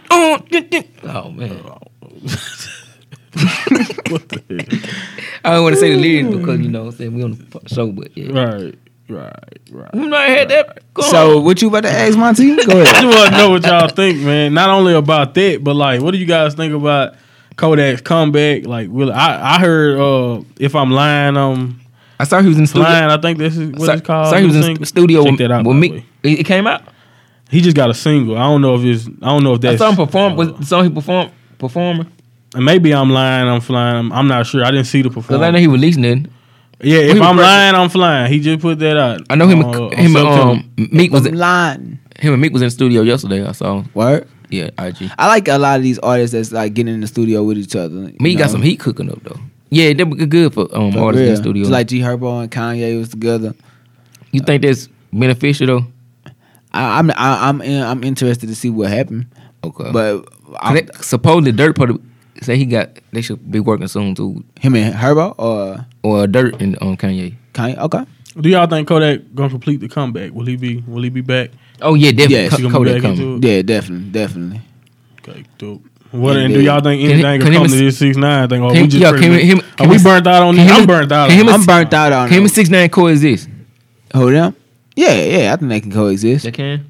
B: right?
C: sorry.
D: Oh man,
B: What the
D: I don't want to say the lyrics because you know what I'm saying we on the fu- show, but
B: heck?
D: yeah.
B: right, right, right.
D: You know I had that. Go
C: So
D: on.
C: what you about to ask, Monty? Go
B: I
C: ahead.
B: just want to know what y'all think, man. Not only about that, but like, what do you guys think about Kodak's comeback? Like, will I? I heard uh, if I'm lying, I'm
D: I saw he was in the studio.
B: lying. I think this is what
D: saw,
B: it's called.
D: saw he was in
B: Single?
D: the studio
B: Check
D: with,
B: that out,
D: with
B: by
D: me.
B: the way.
D: It, it came out.
B: He just got a single. I don't know if it's. I don't know if
D: I
B: that's. uh,
D: saw him perform.
B: Oh.
D: Was the song he performed performing?
B: And maybe I'm lying. I'm flying. I'm, I'm not sure. I didn't see the
D: Cause I know
B: performance.
D: he released nothing.
B: Yeah,
D: he
B: if
D: was
B: I'm
D: pressing-
B: lying, I'm flying. He just put that out.
D: I know him.
B: on,
D: and
B: uh,
D: him and
B: September.
D: um Meek was
C: I'm
D: him
C: lying.
D: and Meek was in the studio yesterday. I saw. him.
C: What?
D: Yeah, IG.
C: I like a lot of these artists that's like getting in the studio with each other. you
D: Meek got
C: know?
D: some heat cooking up though. Yeah, that would be good for um
C: For
D: artists in the
C: real.
D: studio.
C: Just like G Herbo and Kanye was together.
D: you think that's beneficial though?
C: I, I'm I, I'm in, I'm interested to see what happened.
D: Okay,
C: But
D: I,
C: I,
D: supposedly Dirt probably say he got they should be working soon too,
C: him and Herbo or
D: or Dirt and um Kanye.
C: Kanye. Okay.
B: Do y'all think Kodak gonna complete the comeback? Will he be? Will he be back?
D: Oh yeah, definitely.
C: Yes,
D: Co-
B: he gonna be
D: Kodak
B: back
D: coming.
B: into it?
C: Yeah, definitely, definitely.
B: Okay, dope. What
C: Yeah,
B: and do
C: dude.
B: y'all think
D: Can
B: anything
D: he-
B: can,
D: can him
B: come to
D: and-
B: this six nine thing? Or
D: can-
B: we just
D: yeah,
B: pretty
D: can
B: much-
D: him-
B: are
D: can
B: we
D: him-
B: burnt out on
D: can
B: this?
D: him-
B: I'm burnt out. on
D: can him
B: it.
D: and-
C: I'm burnt out on
D: Him
C: him.
D: and Six Nine coexist.
C: Hold on. Yeah, yeah. I think they can coexist.
D: They can.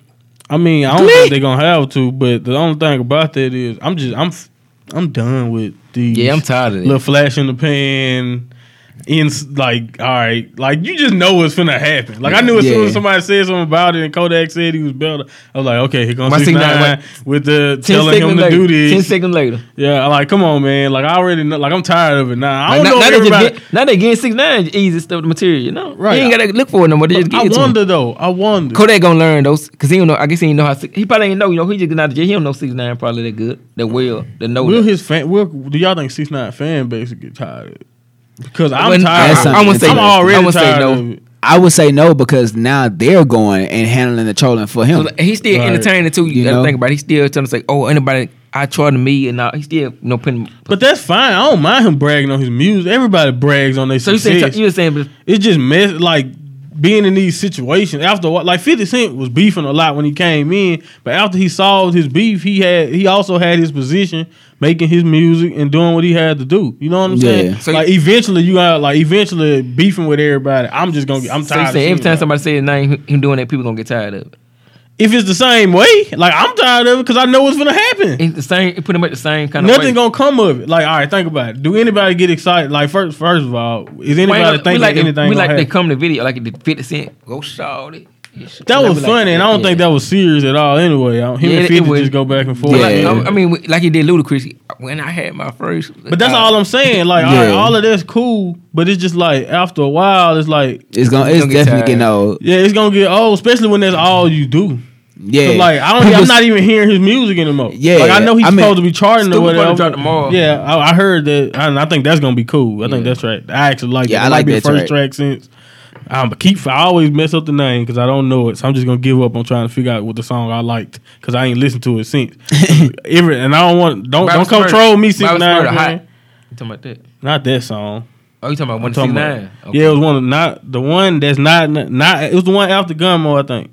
B: I mean, I don't
D: Glee.
B: think they're gonna have to. But the only thing about that is, I'm just I'm f- I'm done with these.
D: Yeah, I'm tired of
B: little
D: it.
B: flash in the pan. In like, all right, like you just know what's finna happen. Like I knew as soon
C: Yeah.
B: as somebody said something about it, and Kodak said he was better. I was like, okay, here comes
D: My
B: six
D: Six Nine,
B: nine
D: like,
B: with the
D: Ten
B: telling him
D: seconds
B: to
D: later.
B: do
D: Ten
B: this.
D: seconds later.
B: Yeah, I'm like come on, man. Like I already know. Like I'm tired of it now. I
D: Like,
B: don't know.
D: now,
B: if
D: now they just
B: everybody-
D: get, now they getting six nine easy stuff the material, you know.
B: Right.
D: You ain't gotta look for it no more. They just
B: But
D: get
B: I
D: it to 'em.
B: wonder though. I wonder.
D: Kodak gonna learn those because he don't know. I guess he ain't know how. Six, he probably ain't know. You know, he just getting out of jail. He don't know six nine probably that good, that well, that know.
B: Will
D: that.
B: his fan? Will do y'all think six nine fan base would get tired? of it? Because I'm
D: When-
B: tired.
C: That's
B: of it.
C: something
B: I'm
C: interesting.
B: already
D: I would say
B: tired.
D: no.
B: of it.
C: I would say no because now they're going and handling the trolling for
D: So
C: him.
D: like, he's still
B: Right.
D: entertaining too. You
C: You
D: gotta
C: know?
D: think about. It. He's still trying to say, oh, anybody I try to me and all. He's still you know putting.
B: But that's fine. I don't mind him bragging on his music. Everybody brags on their
D: So you saying
B: success.
D: you were saying but
B: it's just mess like being in these situations after what like 50 cent was beefing a lot when he came in but after he solved his beef he had he also had his position making his music and doing what he had to do you know what i'm saying
C: Yeah.
D: So
B: like eventually you got like eventually beefing with everybody i'm just gonna get i'm
D: so you
B: tired of
D: saying every
B: seeing
D: time
B: that.
D: somebody say his name, him- him doing that, people gonna get tired of it.
B: if it's the same way like i'm tired of it because i know what's gonna happen
D: It's the same. It pretty much the same kind
B: Nothing
D: of.
B: gonna come of it. Like, all right, think about it. Do anybody get excited? Like, first, first of all, is anybody
D: we
B: thinking
D: like
B: anything?
D: they, we
B: gonna
D: like they
B: happen?
D: come to video like the fifty cent go shout it.
B: That was funny, and I don't think that was serious at all. Anyway, I- him
D: Yeah,
B: and
D: it
B: Fifty
D: was-
B: just go back and forth.
D: Well,
C: Yeah.
D: like, I, I mean, like he did Ludacris when I had my first. uh,
B: But that's all I'm saying. Like, all, right,
C: Yeah.
B: all of that's cool, but it's just like after a while, it's like,
C: It's gonna,
D: He's
C: it's
D: gonna get
C: definitely getting
D: tired.
C: old.
B: yeah, it's gonna get old, especially when that's all you do.
C: Yeah,
B: So, like I don't, I'm
C: People's-
B: not even hearing his music anymore.
C: Yeah,
B: like I know he's
C: I mean,
B: supposed to be charting or
D: Snoop about to
B: whatever.
D: drop tomorrow.
B: Yeah, I, I heard that, and I think that's gonna be cool. I think
D: Yeah.
B: that's right. I actually like.
C: Yeah,
B: that.
C: I
B: It might
C: like
B: be
C: that
B: the first
C: track.
B: track, since. Um, keep. I always mess up the name because I don't know it, so I'm just gonna give up on trying to figure out what the song I liked because I ain't listened to it since. Every and I don't want don't
D: Bobby
B: don't come
D: Smurda.
B: troll me six
D: Bobby
B: nine.
D: Smurda, hot.
B: man.
D: You talking about that?
B: Not that song.
D: Oh, you talking about one
B: I'm talking
D: six
B: about-
D: nine?
B: Yeah, it was one of not the one that's not not. It was the one after Gunmo, I think.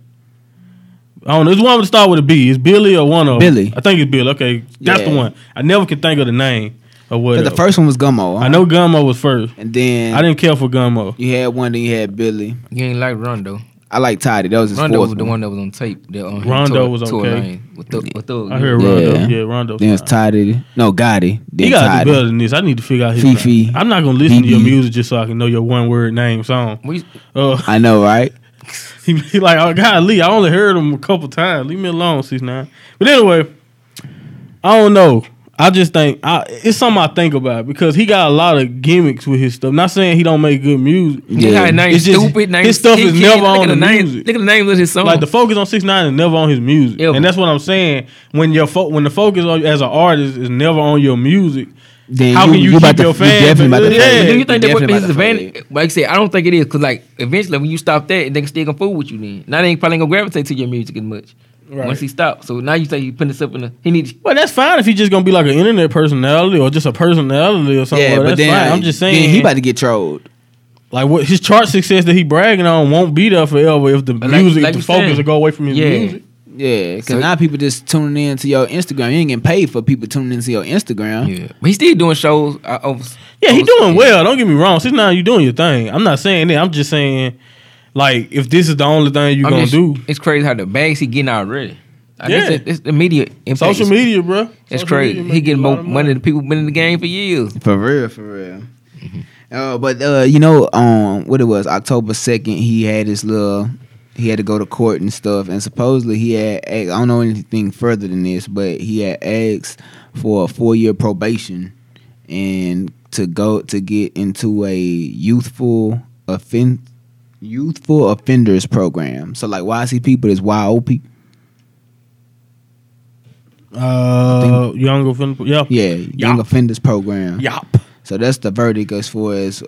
B: I don't know. It's one that start with a B. It's Billy or one of 'em.
C: Billy.
B: I think it's Billy. Okay, that's the
C: Yeah.
B: one. I never can think of the name or what.
C: 'cause the first one was Gummo.
B: I know Gunmo was first.
C: And then
B: I didn't care for Gunmo.
C: you had one, then you had Billy.
D: You ain't like Rondo.
C: I like Tidy. That was his
D: Rondo
C: fourth
D: was the
C: one.
D: one that was on tape. That, um, he
B: Rondo
D: tore-
B: was
D: tore
B: okay.
D: Lane With the, with the,
B: I heard
C: Yeah.
B: Rondo. Yeah, Rondo.
C: Then it's
B: time.
C: Tidy. No, Gotti. Then
B: You gotta do better
C: Tidy.
B: than this. I need to figure out his
C: Fifi.
B: name. I'm not gonna listen to your
C: BB.
B: music just so I can know your one word name song.
D: We,
B: Uh,
C: I know, right?
B: He, he like, oh God, Lee, I only heard him a couple times. Leave me alone, six nine. But anyway, I don't know. I just think I, it's something I think about because he got a lot of gimmicks with his stuff. Not saying he don't make good music.
D: Yeah.
C: Yeah.
D: Got his name
B: It's just-
D: stupid. Name
B: his stuff is
D: Kid Kid.
B: never
D: Look at
B: on the
D: name,
B: music.
D: Look at the names of his songs.
B: Like the focus on six nine is never on his music,
D: Ever.
B: and that's what I'm saying. When your fo- when the focus on, as an artist is never on your music,
C: Then
B: How can you keep your fans? Yeah.
D: But do you
C: You
D: think that would be
C: definitely
D: his
C: about to fade.
D: advantage? Like I said, I don't think it is because like eventually when you stop that, they can still gonna fool with you. Then now they ain't probably gonna gravitate to your music as much
B: Right.
D: once he stops. So now you say you putting yourself in a he needs.
B: well, that's fine if he just gonna be like an internet personality or just a personality or something.
C: Yeah,
B: like,
C: but
B: that's
C: then
B: fine. I'm just saying
C: then he about to get trolled.
B: Like what his chart success that he bragging on won't be there forever if the
D: Like-
B: music,
D: like
B: the
D: you
B: focus
D: said.
B: will go away from his
D: Yeah.
B: music.
C: Yeah, because
D: So-
C: now people just tuning in to your Instagram. You ain't getting paid for people tuning into your Instagram.
D: Yeah, but he's still doing shows. Uh, over,
B: Yeah, he
D: over-
B: doing well. Don't get me wrong. Since now you doing your thing. I'm not saying that. I'm just saying, like, if this is the only thing you
D: I'm
B: gonna
D: just-
B: do,
D: It's crazy how the bags he getting already. I
B: Yeah.
D: guess it, it's the media impact.
B: social
D: is-
B: media, bro.
D: It's
B: Social
D: crazy.
B: media
D: He
B: make a
D: getting
B: lot
D: more
B: of
D: money than people been in the game for years.
C: For real, for real. Uh, but uh, you know, um, what it was October second. He had his little. He had to go to court and stuff, and supposedly he had. a- I don't know anything further than this, but he had asked for a four year probation and to go to get into a youthful offend youthful offenders program. So like YC people is YOP.
B: Uh, young offender. Yeah,
C: Yeah, young offenders program.
B: Yup.
C: So that's the verdict as far as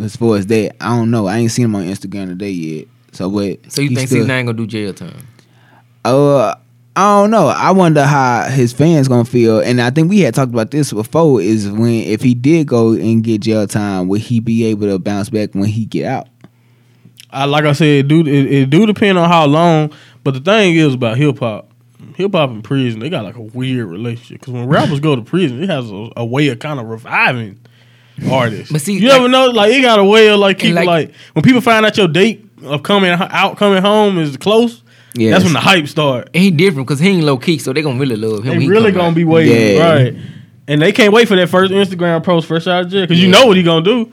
C: as far as that. I don't know. I ain't seen him on Instagram today yet. So what?
D: So you
C: he
D: think
C: still-
D: he's not gonna do jail time?
C: Uh, I don't know. I wonder how his fans gonna feel. And I think we had talked about this before. Is when if he did go and get jail time, would he be able to bounce back when he get out?
B: I like I said, it do it, it do depend on how long. But the thing is about hip hop, hip hop in prison, they got like a weird relationship. Because when rappers go to prison, it has a, a way of kind of reviving artists.
D: But see,
B: you
D: like-
B: ever know, like it got a way of like keeping
D: like-
B: like, when people find out your date of coming h- out, coming home is close. Yeah,
C: Yes.
B: that's when the hype start.
D: And he different because he ain't low key, so they gonna really love him.
B: They
D: when he
B: really
D: come
B: gonna
D: out.
B: be waiting,
C: Yeah.
B: right? And they can't wait for that first Instagram post fresh out of jail because you
D: Yeah.
B: know what he gonna do.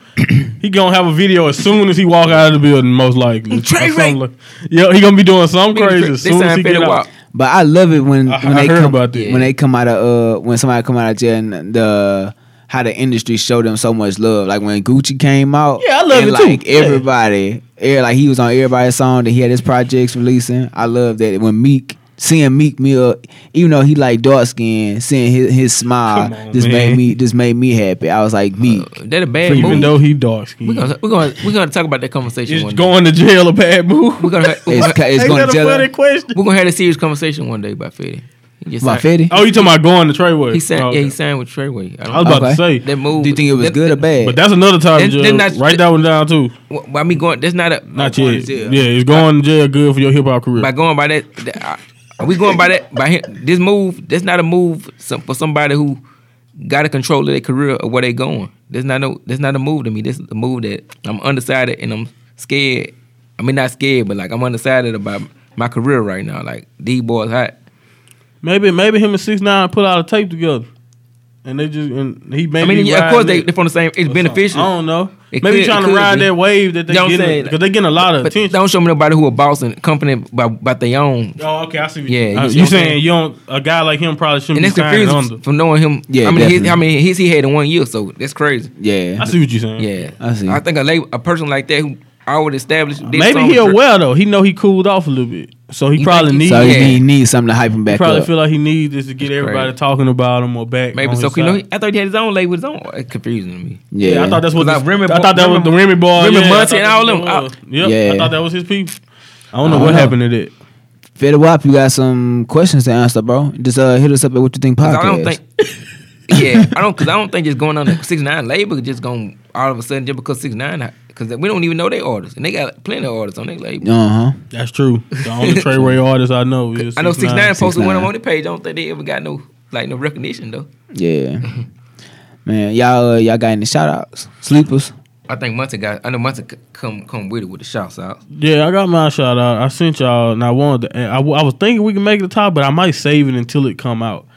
B: he gonna have a video as soon as he walk out of the building, most likely.
D: And Trey
B: Or something
D: Ray.
B: like- yeah, he gonna be doing something crazy as
D: They
B: soon as
D: signed
B: he get
D: Fetty
B: out.
D: Wap.
C: But I love it when
B: I-
C: when
B: I
C: they
B: heard
C: come
B: about that.
C: when they come out of uh when somebody come out of jail and the how the industry showed them so much love. Like when Gucci came out,
B: Yeah, I love
C: and
B: it too.
C: like
B: Yeah.
C: everybody, yeah, like he was on everybody's song that he had his projects releasing. I love that when Meek. Seeing Meek Mill, even though he like dark skin, seeing his, his smile
B: Come on,
C: just made
B: man. Uh,
C: me just made me happy. I was like Meek,
D: That a bad
B: Even
D: move.
B: though he dark
D: We're
B: skinned.
D: gonna we're gonna we're gonna talk about that conversation.
B: Is
D: one day.
B: going to jail a bad move?
D: We're gonna we're
C: it's,
D: gonna,
C: ca- it's
B: Ain't
C: going
B: that
C: to
B: a
C: jail
B: funny question?
D: we're gonna have a serious conversation one day about Fetty. He just
C: about
D: signed-
C: Fetty.
B: Oh, you talking about going to Treyway?
D: He signed.
B: Oh, okay.
D: Yeah, he signed with Treyway. I
B: I was
D: don't.
B: about
C: Okay.
B: to
D: that
B: say,
D: move.
C: Do you think it was
D: that-
C: good or
D: that-
C: bad?
B: but that's another time.
D: Then-
B: Judge.
D: then that's-
B: Write that one down too.
D: Wh- Why me going? That's not a
B: Not
D: going
B: yet.
D: to jail.
B: Yeah, it's going to jail good for your hip hop
C: Hmm.
B: career.
D: By going by that, that I- are we going by that? By him, this move, that's not a move some, for somebody who got to control of their career or where they going. That's not no. That's not a move to me. This is a move that I'm undecided and I'm scared. I mean, not scared, but like I'm undecided about my career right now. Like these boys hot.
B: Maybe, maybe him and Six Nine put out a tape together, and they just and he
D: I
B: maybe.
D: mean, yeah, of
B: ride
D: course they
B: that.
D: they from the same. It's
B: or
D: beneficial.
B: something. I don't know.
D: It
B: maybe
D: could-
B: trying
D: it
B: to
D: could
B: ride
D: be.
B: that wave that they
D: You know what I'm
B: getting
D: saying?
B: because they're getting a lot of
D: But
B: attention.
D: don't show me nobody who a boss and company by by their own.
B: Oh, okay, I see. What you-
D: Yeah,
B: uh,
D: you see
B: you
D: what I'm
B: saying
D: saying?
B: you don't a guy like him probably shouldn't
D: And
B: be
D: that's
B: signing
D: confusing
B: under.
D: from knowing him.
C: Yeah,
D: I mean, his,
C: definitely.
D: I mean, his he had in one year, so that's crazy.
C: yeah,
B: I see what you're saying.
D: Yeah,
C: I see.
D: Mm-hmm. I think a lab, a person like that who already established. did
B: Maybe
D: something
B: he
D: for-
B: aware though. He know he cooled off a little bit, so he
D: You
B: probably
D: think
B: needs.
D: he-
C: so
B: he
C: he
D: Yeah.
C: need, need something to hype him back
B: probably
C: up.
B: feel like he needs this to get everybody
D: crazy.
B: talking about him or back.
D: Maybe
B: on
D: so.
B: his
D: You know,
B: side.
D: he- I thought he had his own label, his own. It's confusing to me.
C: yeah,
B: yeah, I thought that's what.
D: Like
B: the,
D: Remy
B: I
D: Bo-
B: thought that was
D: Remy-
B: the Remy boy.
D: Remy
B: yeah, I
D: Muncie
B: thought
D: and
B: that's
D: all
B: what
D: them. Uh-huh.
B: it was. Yep,
C: Yeah.
B: I thought that was his people. I don't know
C: I
B: what
C: don't know.
B: happened to that.
C: Fed Wap, you got some questions to answer, bro. Just uh, hit us up at what you think podcast.
D: 'Cause I don't think. yeah, I don't because I don't think just going on the six nine label is just going all of a sudden just because six nine because we don't even know their artists and they got plenty of artists on their label.
C: Uh huh.
B: That's true. The only Trey Ray artist I know is
D: I know six nine posted one
C: 6ix9ine.
D: on their page. I don't think they ever got no like no recognition though.
C: Yeah. Man, y'all uh, y'all got any shout outs? Sleepers.
D: I think Muncie got. I know Muncie c- come come with it with the shouts out.
B: Yeah, I got my shout out. I sent y'all, and I wanted. To, and I, w- I was thinking we can make it the top, but I might save it until it come out.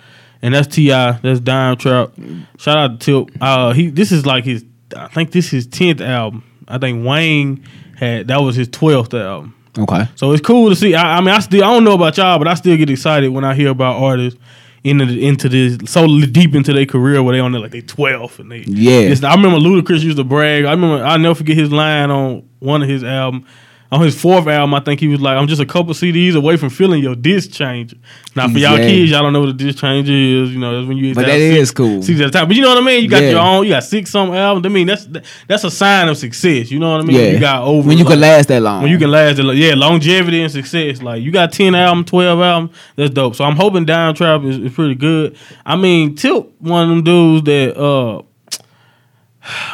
B: And that's Ti. That's Dime Trap. Shout out to Tip. Uh, he. This is like his. I think this is his tenth album. I think Wayne had that was his twelfth album.
C: Okay.
B: So it's cool to see. I, I mean, I still I don't know about y'all, but I still get excited when I hear about artists into the, into this so deep into their career where they on there like they twelve and they
C: Yeah.
B: It's- I remember Ludacris used to brag. I remember I never forget his line on one of his album. On his fourth album, I think he was like, "I'm just a couple CDs away from feeling your disc changer." Now, for y'all
C: Yeah.
B: kids, y'all don't know what a disc changer is. You know, that's when you hit
C: But
B: that
C: that
B: six-
C: is cool.
B: Six at a time. But you know what I mean. You got
C: Yeah.
B: your own. You got six some albums. I mean, that's that's a sign of success. You know what I mean.
C: yeah.
B: You got over
C: when you can
B: like-
C: last that long.
B: when you can last, the- yeah, longevity and success. Like you got ten album, twelve album, that's dope. So I'm hoping Down Trap is, is pretty good. I mean, Tilt one of them dudes that uh,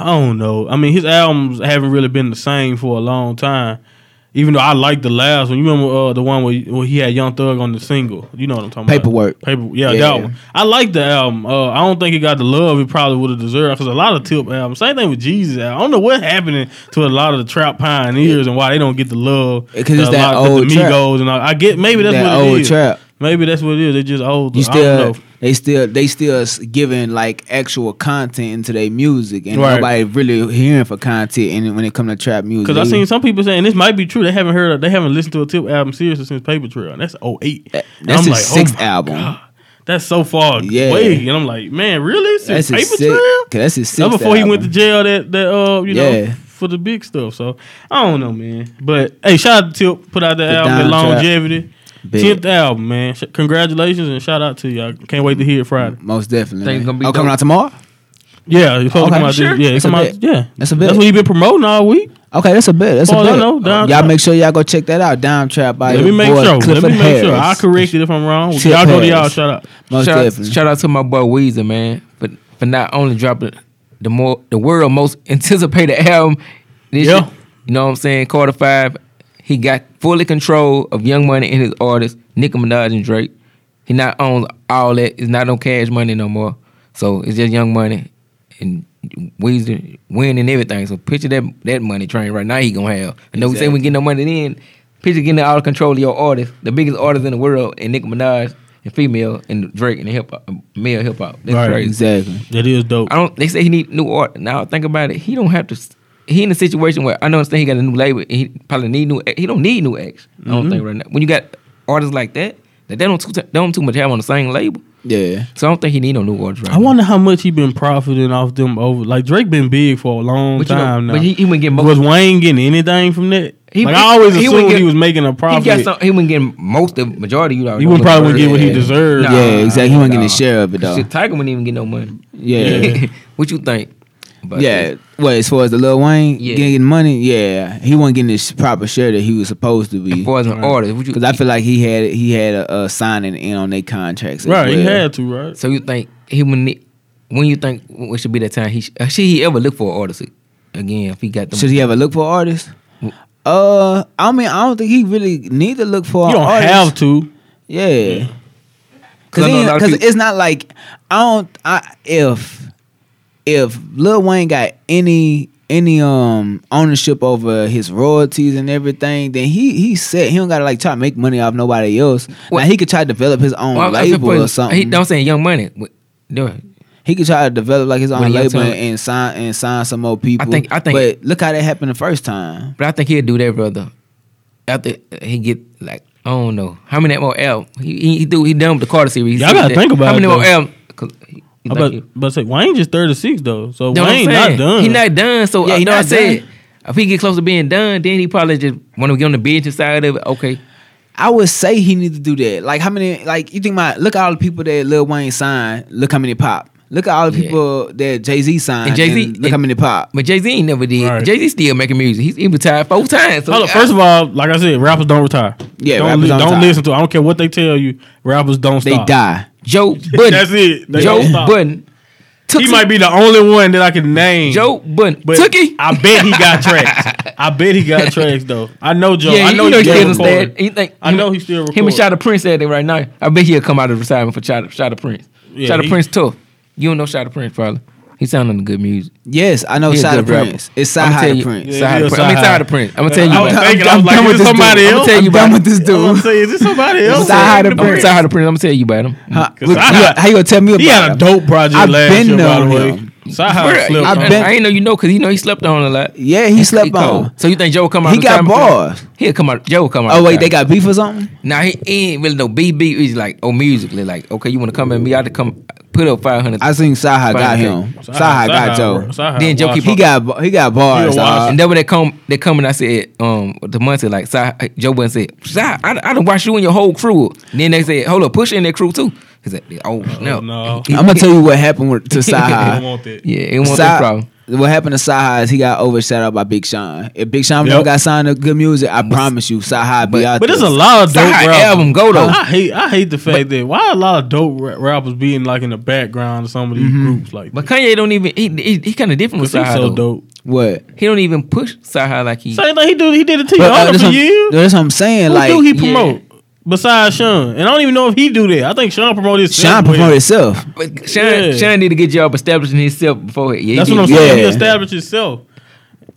B: I don't know. I mean, his albums haven't really been the same for a long time. Even though I like the last one, you remember uh, the one where, where he had Young Thug on the single. You know what I'm talking
C: Paperwork.
B: about? Paperwork. Yeah,
C: Yeah.
B: that one. I like the album. Uh, I don't think it got the love it probably would have deserved because a lot of Tip albums. Same thing with Jesus. Album. I don't know what's happening to a lot of the trap pioneers and why they don't get the love. uh,
C: Because it's
B: a
C: that
B: lot- that
C: old
B: the
C: trap.
B: Migos and all. I get maybe that's
C: That
B: what it
C: old
B: is.
C: trap.
B: Maybe that's what it is. They just old.
C: You
B: I don't
C: still,
B: know.
C: they still, they still s- giving like actual content into their music, and
B: Right.
C: nobody really hearing for content. And when it comes to trap music,
B: Because I
C: they-
B: seen some people saying this might be true. They haven't heard. Of, they haven't listened to a Tip album seriously since Paper Trail. And that's 08.
C: That-
B: And
C: that's
B: I'm
C: his
B: like, oh
C: sixth
B: my
C: album.
B: God, that's so far
C: Yeah.
B: away. And I'm like, man, really? Since
C: That's his
B: Paper Trail?
C: sixth. 'cause That's his sixth.
B: That before he went to
C: album.
B: jail that that uh you
C: Yeah.
B: know for the big stuff. So I don't know, man. But hey, shout out to Tip put out the album, the
C: Down Trap.
B: longevity.
C: Big.
B: Tenth album, man. Sh- Congratulations and shout out to you. I can't wait to hear it Friday.
C: Most definitely.
D: Think it's
C: man.
D: gonna be
C: oh, coming
D: dope.
C: out tomorrow.
B: Yeah, it's supposed to
C: Okay.
B: come out.
C: Sure.
B: This, yeah,
C: That's
B: it's
C: a
B: come out.
C: bit.
B: Yeah,
C: That's a bit.
B: That's what he been promoting all week.
C: Okay, that's a bit. That's
B: Oh,
C: a
B: no,
C: bit.
B: no, Dime
C: y'all
B: Trap.
C: make sure y'all go check that out. Dime Trap by
B: Let
C: your
B: me make
C: boy
B: sure. Let
C: Clifford
B: me make sure. I
C: Harris.
B: correct it if I'm wrong.
C: Cliff
B: y'all go to y'all.
C: Harris.
B: Shout out.
C: Most
D: shout, out,
C: definitely.
D: shout out to my boy Weezer, man, for for not only dropping the more the world most anticipated album this
B: Yeah.
D: year. You know what I'm saying? Quarter five. He got fully control of Young Money and his artists, Nicki Minaj and Drake. He not owns all that. It's not on Cash Money no more. So it's just Young Money and Weezer winning everything. So picture that that money train right now. He gonna have. I know we say we
C: Exactly.
D: get no money then. Picture getting out of control of your artist, the biggest artist in the world, and Nicki Minaj and female and Drake and the hip hop, male hip hop. That's
B: Right.
D: crazy.
C: Exactly.
B: That is dope.
D: I don't. They say he need new art. Now think about it. He don't have to. s- He in a situation where I don't understand he got a new label. And he probably need new. act- He don't need new acts. I don't
B: Mm-hmm.
D: think right now. When you got artists like that, that they don't too, they don't too much have on the same label.
C: Yeah.
D: So I don't think he need no new artists. Right
B: I
D: now.
B: wonder how much he been profiting off them over. Like Drake been big for a long
D: But you know-
B: time now.
D: but he- he wouldn't get mo-
B: was Wayne getting anything from that?
D: He-
B: like I always
D: he
B: assumed
D: wouldn't get-
B: he was making a
D: He
B: profit.
D: got some. He wasn't getting most of majority. You know,
B: He wouldn't probably wouldn't get what he
C: Yeah.
B: deserved.
D: Nah.
C: yeah, exactly. He wasn't getting a
D: nah.
C: share of it though.
D: Shit, Tiger wouldn't even get no money.
C: Yeah.
D: what you think? But
C: Yeah. Well, as far as the Lil Wayne
D: Yeah.
C: getting money, yeah, he wasn't getting his proper share that he was supposed to
D: As
C: be.
D: far as an artist, what you?
C: Because I feel like he had he had a, a signing in on their contracts. as
B: Right, he
C: well.
B: had to, right?
D: So you think he would need? When you think what should be that time? He sh- uh, should he ever look for an artist again? If he got them,
C: Should he ever look for artists?
D: Mm.
C: Uh, I mean, I don't think he really need to look for.
B: You
C: an
B: don't
C: artist.
B: have to.
C: Yeah.
D: Cause
C: Cause,
D: I know a
C: he-
D: lot of
C: 'cause
D: people-
C: it's not like I don't I if if Lil Wayne got any any um ownership over his royalties and everything, then he he set he don't gotta like try to make money off nobody else.
D: Well-
C: now he could try to develop his own
D: Well, I- I
C: label
D: suppose-
C: or something.
D: He, I'm saying Young Money. What- do it.
C: He could try to develop like his own
D: When he
C: label
D: tell-
C: and, and sign and sign some more people.
D: think- I think-
C: but look how that happened the first time.
D: But I think he'll do that, brother. After he get like I don't know how many more L he, he, he do he done with the Carter series. He
B: Y'all gotta
D: said that.
B: think about
D: how many
B: it,
D: more
B: though.
D: L. Cause he, he
B: I
D: like
B: but,
D: you.
B: but say Wayne just 36 though. So
D: Know what I'm
B: Wayne not
D: saying?
B: done.
D: He not done. So
C: Yeah,
D: I
C: he
D: know I
C: not
D: said
C: done.
D: if he get close to being done, then he probably just want to get on the business side of it. Okay,
C: I would say he needs to do that. Like how many? Like you think about? Look at all the people that Lil Wayne signed. Look how many pop. Look at all the
D: Yeah.
C: people that Jay Z signed.
D: And
C: And
D: Jay-Z-
C: Look how
D: and-
C: many pop.
D: but Jay Z ain't never did.
B: Right.
D: Jay Z still making music. He's he retired four times. So
B: Hold up, first of all, like I said, rappers don't retire.
C: Yeah,
B: don't,
C: rappers
B: li-
C: don't
B: don't
C: retire.
B: listen to. I don't care what they tell you. Rappers don't
C: They
B: stop.
C: die.
D: Joe Budden.
B: That's it. They
D: Joe
B: don't stop.
D: Budden. Took
B: He might be the only one that I can name.
D: Joe Budden.
B: But
D: Tookie.
B: I bet he got tracks. I bet he got tracks though. I know Joe.
D: yeah,
B: I know
D: you know
B: he
D: he still
B: still
D: understand.
B: recording.
D: He think
B: I know he still
D: Him
B: recording.
D: and Shada Prince at it right now. I bet he'll come out of retirement for Shada, Shada Prince.
B: Yeah,
D: Shada
B: he-
D: Prince tough. You don't know Shada Prince probably. He sounding good music.
C: Yes, I know.
D: He a
C: Side
D: good
C: of
D: rapper.
C: Oh, Prince. It's
D: I'ma
C: Side High
D: tell
C: to
D: you-
C: Prince.
B: Yeah,
D: Side
B: he a
D: Prince. I mean
B: side
D: Side
B: high.
D: of Prince. I'm gonna tell you.
B: I
D: about
B: was
D: it.
B: thinking, I
C: I'm
B: was like,
C: done
B: is this
C: with this
B: somebody
C: dude.
B: else?
C: I'm
D: you
C: done
D: about
C: with this
B: I'm
C: dude.
B: saying, is this somebody
D: I'm
B: else?
D: gonna tell
C: Side
D: you-
C: High to Prince.
D: Side High to Prince. I'm gonna tell you about him.
C: Huh,
B: Cause
C: what-
B: I-
C: how you gonna tell me about
B: He had a
C: him?
B: dope project
C: I've
B: last
C: been
B: year, by the
C: knowing
B: way.
C: him.
B: Sci High
D: Bruh,
B: slept
D: I,
B: on.
C: on.
D: bet- I ain't know you know because you know he slept on a lot.
C: Yeah, he slept
D: cold.
C: on.
D: So you think Joe come out?
C: He
D: on
C: got
D: time?
C: bars.
D: He'll come out. Joe will come out.
C: Oh
D: on
C: wait,
D: time.
C: they got beef or something?
D: Now he, he ain't really no BB. He's like, oh, musically, like, okay, you want to come at me? I had to come put up five hundred.
C: I think Saha got
D: Fine,
C: him.
B: Sci-Hi-
C: Saha
B: Sci-Hi,
C: got
B: bro.
C: Joe.
B: Sci-Hi
D: Then Joe
B: watch
D: keep-
B: him.
C: He got ba- he got bars.
B: Yeah,
C: dog.
B: watch
D: And then when they come, they come and I said, um, the man said like, "Si- Joe Budden said, "Si, I, I done watched you and your whole crew. And then they said, hold up, push in that crew too. He said, oh no,
B: no.
D: He-
C: I'm gonna tell you what happened with, to
B: I don't
C: Saha.
B: want that.
D: yeah, it wasn't
C: Sa-
D: that problem.
C: What happened to Saha is he got overshadowed by Big Sean. If Big Sean never
B: Yep.
C: got signed to good music, I promise you, Saha be out
B: But
C: there.
B: there's a lot of dope
D: Side
B: rappers.
D: album, go though.
B: I hate I hate the fact that why a lot of dope ra- rappers being like in the background of some of these groups like
D: But Kanye don't even he he, he kind of different with
B: because he's
D: Saha.
B: so
D: though.
B: dope.
C: what?
D: He don't even push Saha like he.
B: Same thing he do he did it to
C: But, uh,
B: Yonder
C: that's,
B: for
C: what,
B: years.
C: that's what I'm saying.
B: Who
C: like
B: do he
D: yeah.
B: promote besides Sean? And I don't even know if he do that. I think Sean promoted himself.
C: Sean
B: but-
C: promoted himself.
D: But Sean,
B: Yeah.
D: Sean need to get y'all establishing himself before. he- Yeah, he
B: That's
D: did.
B: what I'm saying. He
C: Yeah.
B: established himself.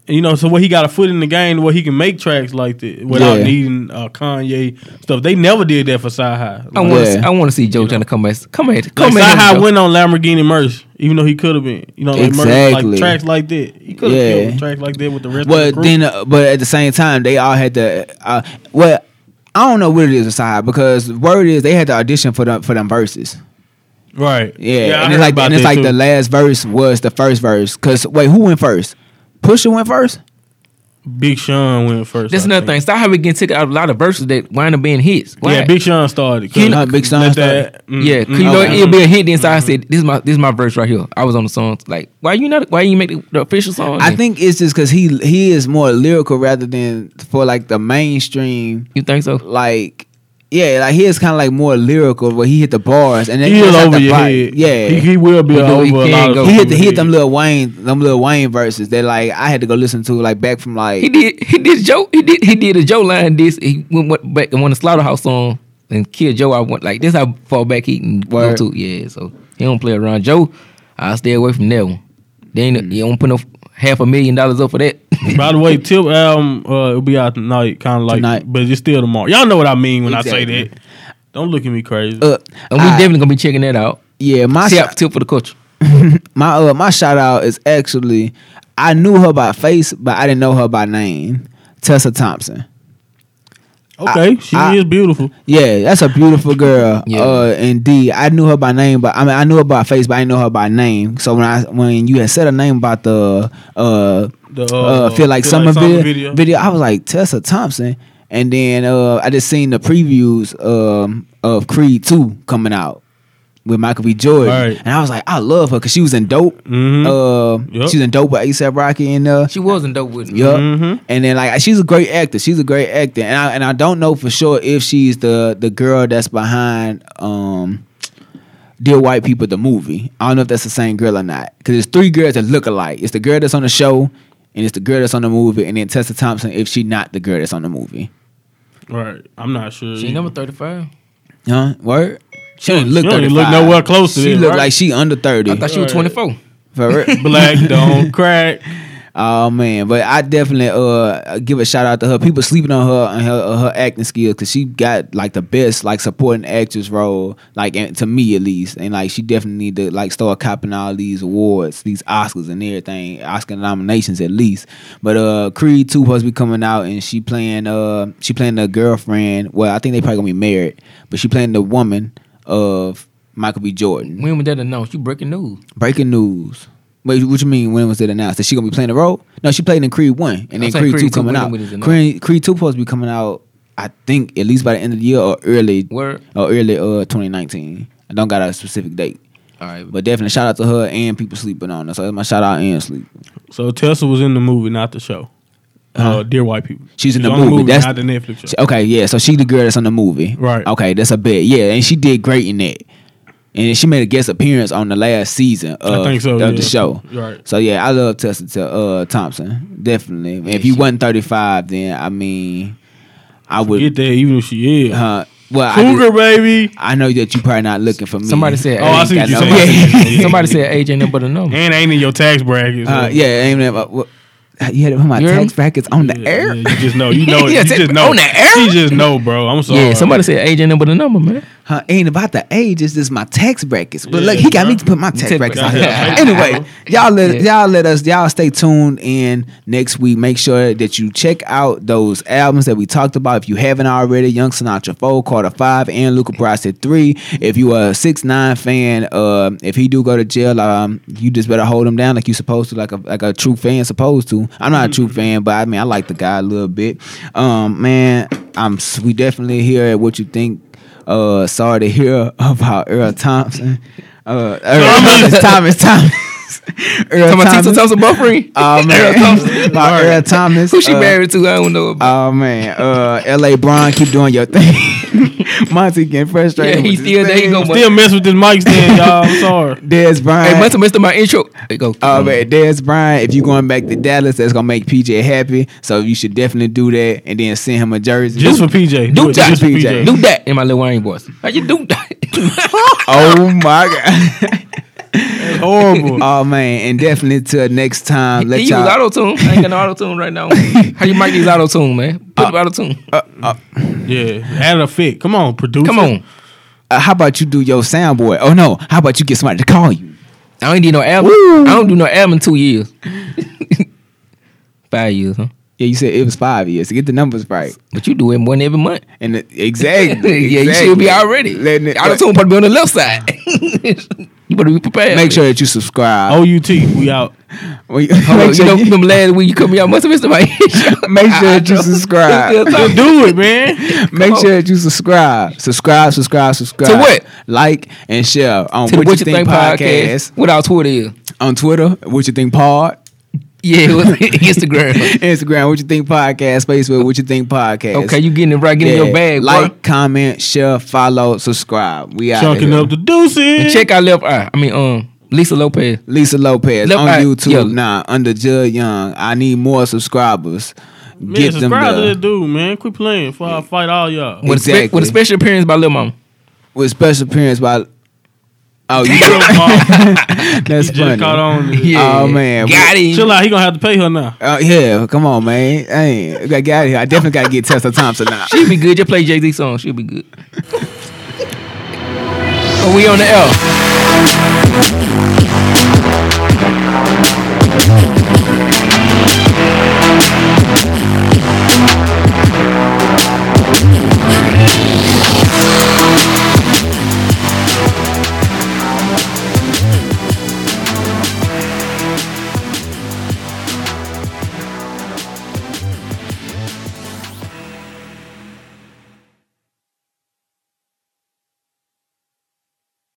B: You know, so what he got a foot in the game where he can make tracks like that without
C: Yeah.
B: needing uh, Kanye stuff. They never did that for Sci High.
D: I want to.
C: Yeah.
D: I want to see Joe trying to come at. Come at.
B: Like
D: Oh, Come at.
B: Sci
D: him,
B: High
D: Joe.
B: went on Lamborghini Merch, even though he could have been. You know, like, Merch,
C: Exactly.
B: like tracks like that. He could have
C: Yeah.
B: killed tracks like that with the rest of the
C: But
B: crew.
C: then, uh, but at the same time, they all had to. Uh, well, I don't know what it is aside because word is they had to audition for them for them verses.
B: right.
C: Yeah,
B: I
C: and
B: heard
C: it's like
B: about
C: and it's
B: that,
C: like
B: too.
C: the last verse was the first verse. Cause wait, who went first? Pusha went first.
B: Big Sean went first. I
D: That's another thing.
B: think.
D: Stop how we getting taken out of a lot of verses that wind up being hits. Why?
B: Yeah, Big Sean started. 'cause
D: You
C: know- Big Sean
B: let mm,
C: Mm,
D: Yeah, 'cause you know
B: okay.
D: it'll be a hit. Then so I said, "This is my this is my verse right here." I was on the song. Like, why you not? Why you make the, the official song?
C: I
D: then?
C: think it's just because he he is more lyrical rather than for like the mainstream.
D: you think so.
C: Like yeah, like he is kind of like more lyrical where he hit the bars and then
B: He is
C: it's not
B: over
C: the
B: your
C: vibe.
B: head.
C: Yeah,
B: he, he will be
D: But no,
B: over
D: he
B: a
D: can't
B: lot of
D: go.
C: He
B: people's
C: hit the, he hit
B: head.
C: them little Wayne them little Wayne verses that like I had to go listen to like back from like
D: He did. He did Joe. He did. He did a Joe line. This he went, went back and won the slaughterhouse song and killed Joe. I went like this. How far back he can go
C: Word.
D: to? Yeah. So he don't play around. Joe, I stay away from that one. Then you don't put no half a million dollars up for that.
B: By the way, Tip album uh, it'll be out tonight, kind of like,
C: Tonight.
B: but it's still tomorrow. Y'all know what I mean when I say
C: Exactly.
B: that. Don't look at me crazy.
C: uh,
D: and we
C: I-
D: definitely gonna be checking that out.
C: yeah my
D: Tip, tip for the culture.
C: my uh, my shout out is actually I knew her by face, but I didn't know her by name. Tessa Thompson.
B: okay,
C: I-
B: she
C: I-
B: is beautiful.
C: Yeah, that's a beautiful girl.
D: Yeah.
C: Uh, indeed, I knew her by name, but I mean I knew her by face, but I didn't know her by name. So when I when you had said her name about the uh,
B: The,
C: uh,
B: uh,
C: feel like summer, video,
B: video.
C: video I was like Tessa Thompson, and then uh, I just seen the previews um of Creed Two coming out. With Michael B. Jordan,
B: Right.
C: and I was like, I love her because she was in Dope.
B: Mhm.
C: Um,
B: Yep.
C: she's in Dope with ASAP Rocky and uh,
D: She wasn't dope with me.
C: Yup.
B: Mhm.
C: And then like she's a great actor. She's a great actor. And I and I don't know for sure if she's the the girl that's behind um Dear White People the movie. I don't know if that's the same girl or not. Cause it's three girls that look alike. It's the girl that's on the show, and it's the girl that's on the movie, and then Tessa Thompson if she not the girl that's on the movie.
B: Right, I'm not sure.
D: She
B: either.
D: number thirty five.
C: Huh? Word? She don't
B: She
C: look
B: don't
C: like
B: even look nowhere close to
C: She
B: that,
C: look
B: right?
C: like she under thirty.
D: I thought she was
B: Right.
D: twenty four.
C: For real.
B: Black don't crack.
C: Oh man, but I definitely uh give a shout out to her. People sleeping on her and her uh, her acting skills because she got like the best like supporting actress role, like and- to me at least, and like she definitely need to like start copping all these awards, these Oscars and everything, Oscar nominations at least. But uh Creed two supposed to be coming out and she playing uh she playing the girlfriend. Well, I think they probably gonna be married, but she playing the woman of Michael B. Jordan.
D: When was that announced? You breaking news.
C: Breaking news. Wait, what you mean? When was it announced that she gonna be playing the role? No, she played in Creed one, and
D: I'm
C: then
D: saying
C: Creed,
D: Creed
C: two
D: 2,
C: coming
D: when
C: out.
D: was it announced?
C: Creed, Creed two supposed to be coming out. I think at least by the end of the year or early
D: Word.
C: or early uh 2019. I don't got a specific date,
D: All right.
C: but definitely shout out to her and people sleeping on her. So that's my shout out and sleep.
B: So Tessa was in the movie, not the show. Uh,
C: Huh?
B: Dear White People.
C: She's in the
B: on
C: movie. That's-
B: not the Netflix show.
C: She- okay, yeah. So she the girl that's on the movie,
B: Right.
C: Okay, that's a bet. Yeah, and she did great in that. And she made a guest appearance on the last season of,
B: think so,
C: of
B: yeah.
C: the show.
B: Right.
C: So yeah, I love Tessa T- uh, Thompson definitely. if
D: Yeah,
C: you
D: she-
C: wasn't thirty five, then I mean, I
B: Get
C: would.
B: that, even if she is.
C: Uh, well, I,
B: Cougar,
C: just-
B: baby.
C: I know that you probably not looking for me.
D: Somebody said,
B: Oh, I
D: age.
B: see what
C: got
B: you
C: no-
B: saying.
D: Somebody said age ain't nothing but a number.
B: And ain't in your tax bracket. so-
C: uh, yeah, ain't that, uh, what- you had to put my
D: You heard
C: tax
D: me?
C: brackets on the
B: Yeah,
C: air.
B: yeah, you just know. You know.
D: Yeah,
B: you just
D: tax-
B: know.
D: on the air?
B: She just know, bro. I'm sorry.
D: Yeah, somebody said age ain't nothing but a number, man.
C: huh, ain't about the age. It's just my tax brackets. But look, he got me to put my tax
D: Tax
C: brackets on.
D: brackets.
C: anyway, y'all let
D: Yeah.
C: y'all let us y'all stay tuned in next week. Make sure that you check out those albums that we talked about. If you haven't already, Young Sinatra four, Carter five, and Luca Brasi at three. If you are a six nine fan, uh, if he do go to jail, um, you just better hold him down like you supposed to, like a like a true fan supposed to. I'm not a true fan, but I mean I like the guy a little bit. Um, man, I'm s- we definitely here at what you think. Uh, sorry to hear about Earl Thompson. Uh, Earl Thomas, Thomas, Thomas. Earl
D: Talking about Tito Thompson Buffering.
C: Oh man,
D: Earl Thompson.
C: About Earl Thomas.
D: Who she
C: Uh,
D: married to? I don't know. About.
C: Oh man, uh, L.A. Bron, keep doing your thing. Monty getting frustrated.
D: Yeah, he
C: with this
D: still there. He
C: thing.
D: gonna-
B: Still mess with this mic stand, y'all. I'm sorry.
C: Des Bryant.
D: hey, must have missed my intro. There you go.
C: Oh man, Des Bryant. If you going back to Dallas, that's gonna make PJ happy. So you should definitely do that, and then send him a jersey.
B: Just for PJ.
D: do
B: it
D: that,
B: just for
C: PJ.
D: do that Mm. in my little Wayne voice. How you do that?
C: oh my god.
B: It's horrible.
C: oh man, and definitely till next time. Let
D: he use
C: y'all.
D: auto tune. I ain't got no auto tune right now. How you mic these auto tune, man? Put
C: Ah.
D: auto tune.
C: Uh,
B: yeah. Add a fit. Come on, producer.
D: Come on.
C: uh, how about you do your soundboard? Oh no, how about you get somebody to call you?
D: I ain't did no album.
C: Woo.
D: I don't do no album in two years. Five years, huh?
C: Yeah, you said it was five years to get the numbers right.
D: But you do it one every month.
C: And it- exactly,
D: yeah, you
C: exactly.
D: should be already.
C: Letting it-
D: Auto tune better be on the left side. you better be prepared.
C: Make sure that you subscribe.
B: OUT, we out.
C: When you-
D: Oh,
C: make
D: you
C: sure,
D: know,
C: you-
D: them last week you come out must have missed my intro.
C: make sure
D: I- I
C: that you
D: know.
C: subscribe.
D: Still talking.
B: Do it, man.
C: Make
D: on.
C: sure that you subscribe. Subscribe, subscribe, subscribe.
D: To what?
C: Like and share on
D: to the
C: What,
D: What
C: You Think, podcast.
D: What our Twitter is.
C: on Twitter, What You Think Pod,
D: Yeah, it was Instagram.
C: Instagram, What You Think Podcast, Facebook, What You Think Podcast.
D: okay, you getting it right. Get in
C: Yeah.
D: your bag,
C: Like,
D: bro.
C: comment, share, follow, subscribe. We out.
B: Chunking up the
D: And
B: deuces.
D: check out left eye. I mean, um, Lisa Lopez.
C: Lisa Lopez
D: Look,
C: on
D: I-
C: YouTube
D: yeah.
C: now under Judd Young. I need more subscribers.
B: Man,
C: Get them
B: subscribe to
C: the,
B: this dude, man. Quit playing before I fight all y'all.
D: With, a spe-
C: Exactly.
D: with a special appearance by Lil Mama.
C: with special appearance by. Oh, you
B: Chill out.
C: that's
B: He
C: funny.
B: just caught on. to this.
C: Oh, man.
D: Got it.
B: Chill out. He gonna have to pay her now.
C: Uh, yeah, come on, man. Hey, I got out of here. I definitely got to get Tessa Thompson now.
D: She'll be good. Just play Jay Z song. She'll be good. Are we on the L?
E: Thank